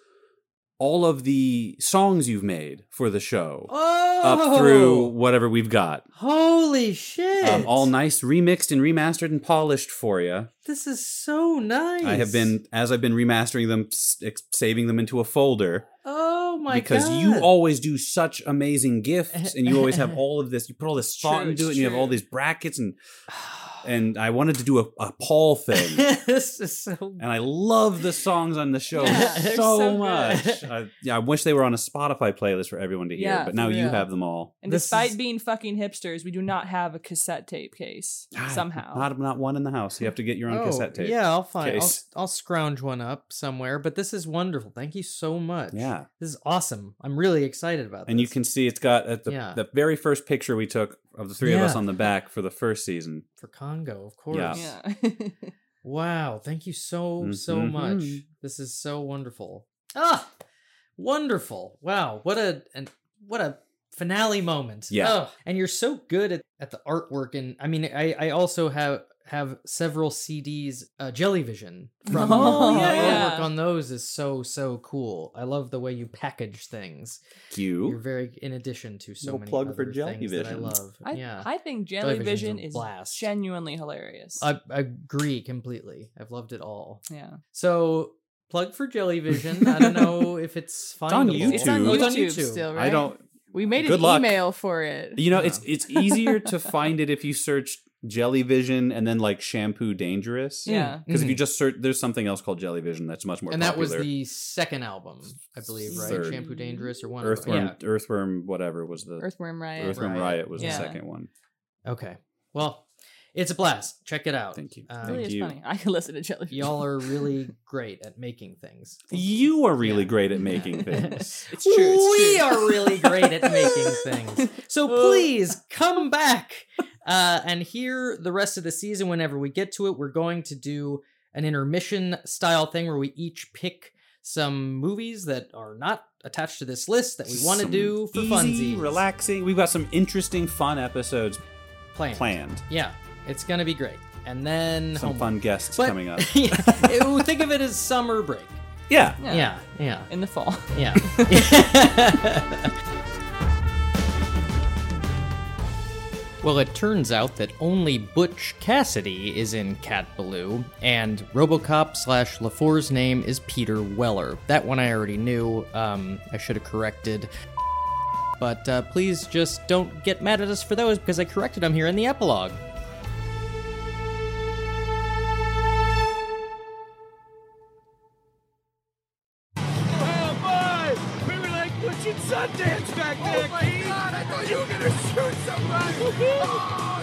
S5: all of the songs you've made for the show
S3: Oh.
S5: up through whatever we've got.
S3: Holy shit!
S5: Um, all nice, remixed and remastered and polished for you.
S3: This is so nice.
S5: I have been, as I've been remastering them, s- ex- saving them into a folder
S3: Oh my
S5: because
S3: god.
S5: you always do such amazing gifts, and you always have all of this. You put all this thought
S4: True,
S5: into it,
S4: it's
S5: and you have all
S4: true.
S5: these
S3: <sighs>
S5: brackets and and I wanted to do a, a Paul
S3: <laughs>
S5: thing.
S3: <laughs> this is so.
S5: And I love the songs on
S3: <laughs>
S5: the show
S4: Yeah,
S5: so,
S4: they're so good.
S5: much. I, yeah, I wish they were on a Spotify playlist for everyone to hear,
S4: Yeah,
S5: but now
S4: for
S5: you
S4: real.
S5: have them all.
S4: And
S3: This
S4: despite
S3: is-
S4: being fucking hipsters, we do not have a cassette tape case somehow.
S5: <sighs> Not, not one in the house. You have to get your own
S3: Oh,
S5: cassette tape.
S3: yeah, I'll find. I'll,
S5: case.
S3: I'll scrounge one up somewhere. But this is wonderful. Thank you so much.
S5: Yeah.
S3: this is awesome. I'm really excited about this.
S5: And you can see it's got at the,
S3: Yeah.
S5: the very first picture we took of the three of us
S3: Yeah.
S5: on the back for the first season.
S3: for Congo, of course.
S5: Yeah.
S4: yeah.
S3: Wow, thank you so so
S5: Mhm.
S3: much. This is so wonderful. Ah, wonderful. Wow, what a and what a finale moment.
S5: Yeah.
S3: Oh, and you're so good at, at the artwork and I mean I I also have have several CDs, uh, Jellyvision from
S4: Oh,
S3: her
S4: yeah.
S3: work on those is so so cool. I love the way you package things. You're
S5: Q.
S3: very in addition to so
S5: No
S3: many
S5: plug for
S3: other things that I
S5: Jellyvision.
S3: love.
S4: <laughs> I,
S3: yeah,
S4: I think
S3: Jellyvision's a
S4: Jellyvision is
S3: blast.
S4: genuinely hilarious.
S3: I, I agree completely. I've loved it all.
S4: yeah.
S3: So plug for Jellyvision. I don't know if it's findable.
S5: on
S4: It's on
S5: YouTube.
S4: YouTube,
S5: It's
S3: on YouTube.
S4: still, right?
S5: I don't.
S4: We made
S5: Good
S4: an
S5: luck.
S4: email for it.
S5: You know, it's
S3: <laughs>
S5: it's easier to find it if you search Jellyvision and then like shampoo dangerous.
S4: Yeah.
S5: Because if
S3: Mhm.
S5: you just search, there's something else called Jellyvision that's much more.
S3: and that was
S5: popular.
S3: the second album, I believe, right?
S5: Third.
S3: Shampoo Dangerous or one of them.
S5: Earthworm.
S3: Yeah.
S5: Earthworm. Whatever was the
S4: Earthworm Riot.
S5: Earthworm Riot,
S3: Riot.
S5: was
S4: Yeah.
S5: the second one.
S3: Okay. Well, it's a blast. Check it out.
S5: Thank you.
S3: Um,
S4: Really
S5: Thank
S4: is
S5: you.
S4: funny. I could listen to Jellyvision.
S3: Y'all are really great at making things.
S5: You are really great at
S3: <laughs>
S5: making things.
S4: It's true. It's
S3: we
S4: true.
S3: are really great at
S4: <laughs>
S3: making things. So please come back uh, and hear the rest of the season whenever we get to it. We're going to do an intermission style thing where we each pick some movies that are not attached to this list that we want to
S5: Some
S3: do for
S5: easy,
S3: funsies.
S5: relaxing. We've got some interesting, fun episodes
S3: Planned.
S5: planned.
S3: Yeah, it's gonna be great. And then
S5: Some
S3: homework.
S5: fun guests
S3: But-
S5: coming up.
S3: <laughs> yeah, it-
S5: <laughs>
S3: we'll think of it as summer break.
S5: Yeah.
S3: Yeah, yeah,
S4: <laughs> in the fall.
S3: yeah. <laughs> well, it turns out that only Butch Cassidy is in Cat Baloo, and RoboCop slash LaFour's name is Peter Weller. That one I already knew. Um, I should have corrected. But uh, please just don't get mad at us for those because I corrected them here in the epilogue.
S10: Sundance back there, oh my God, I thought you were gonna shoot somebody!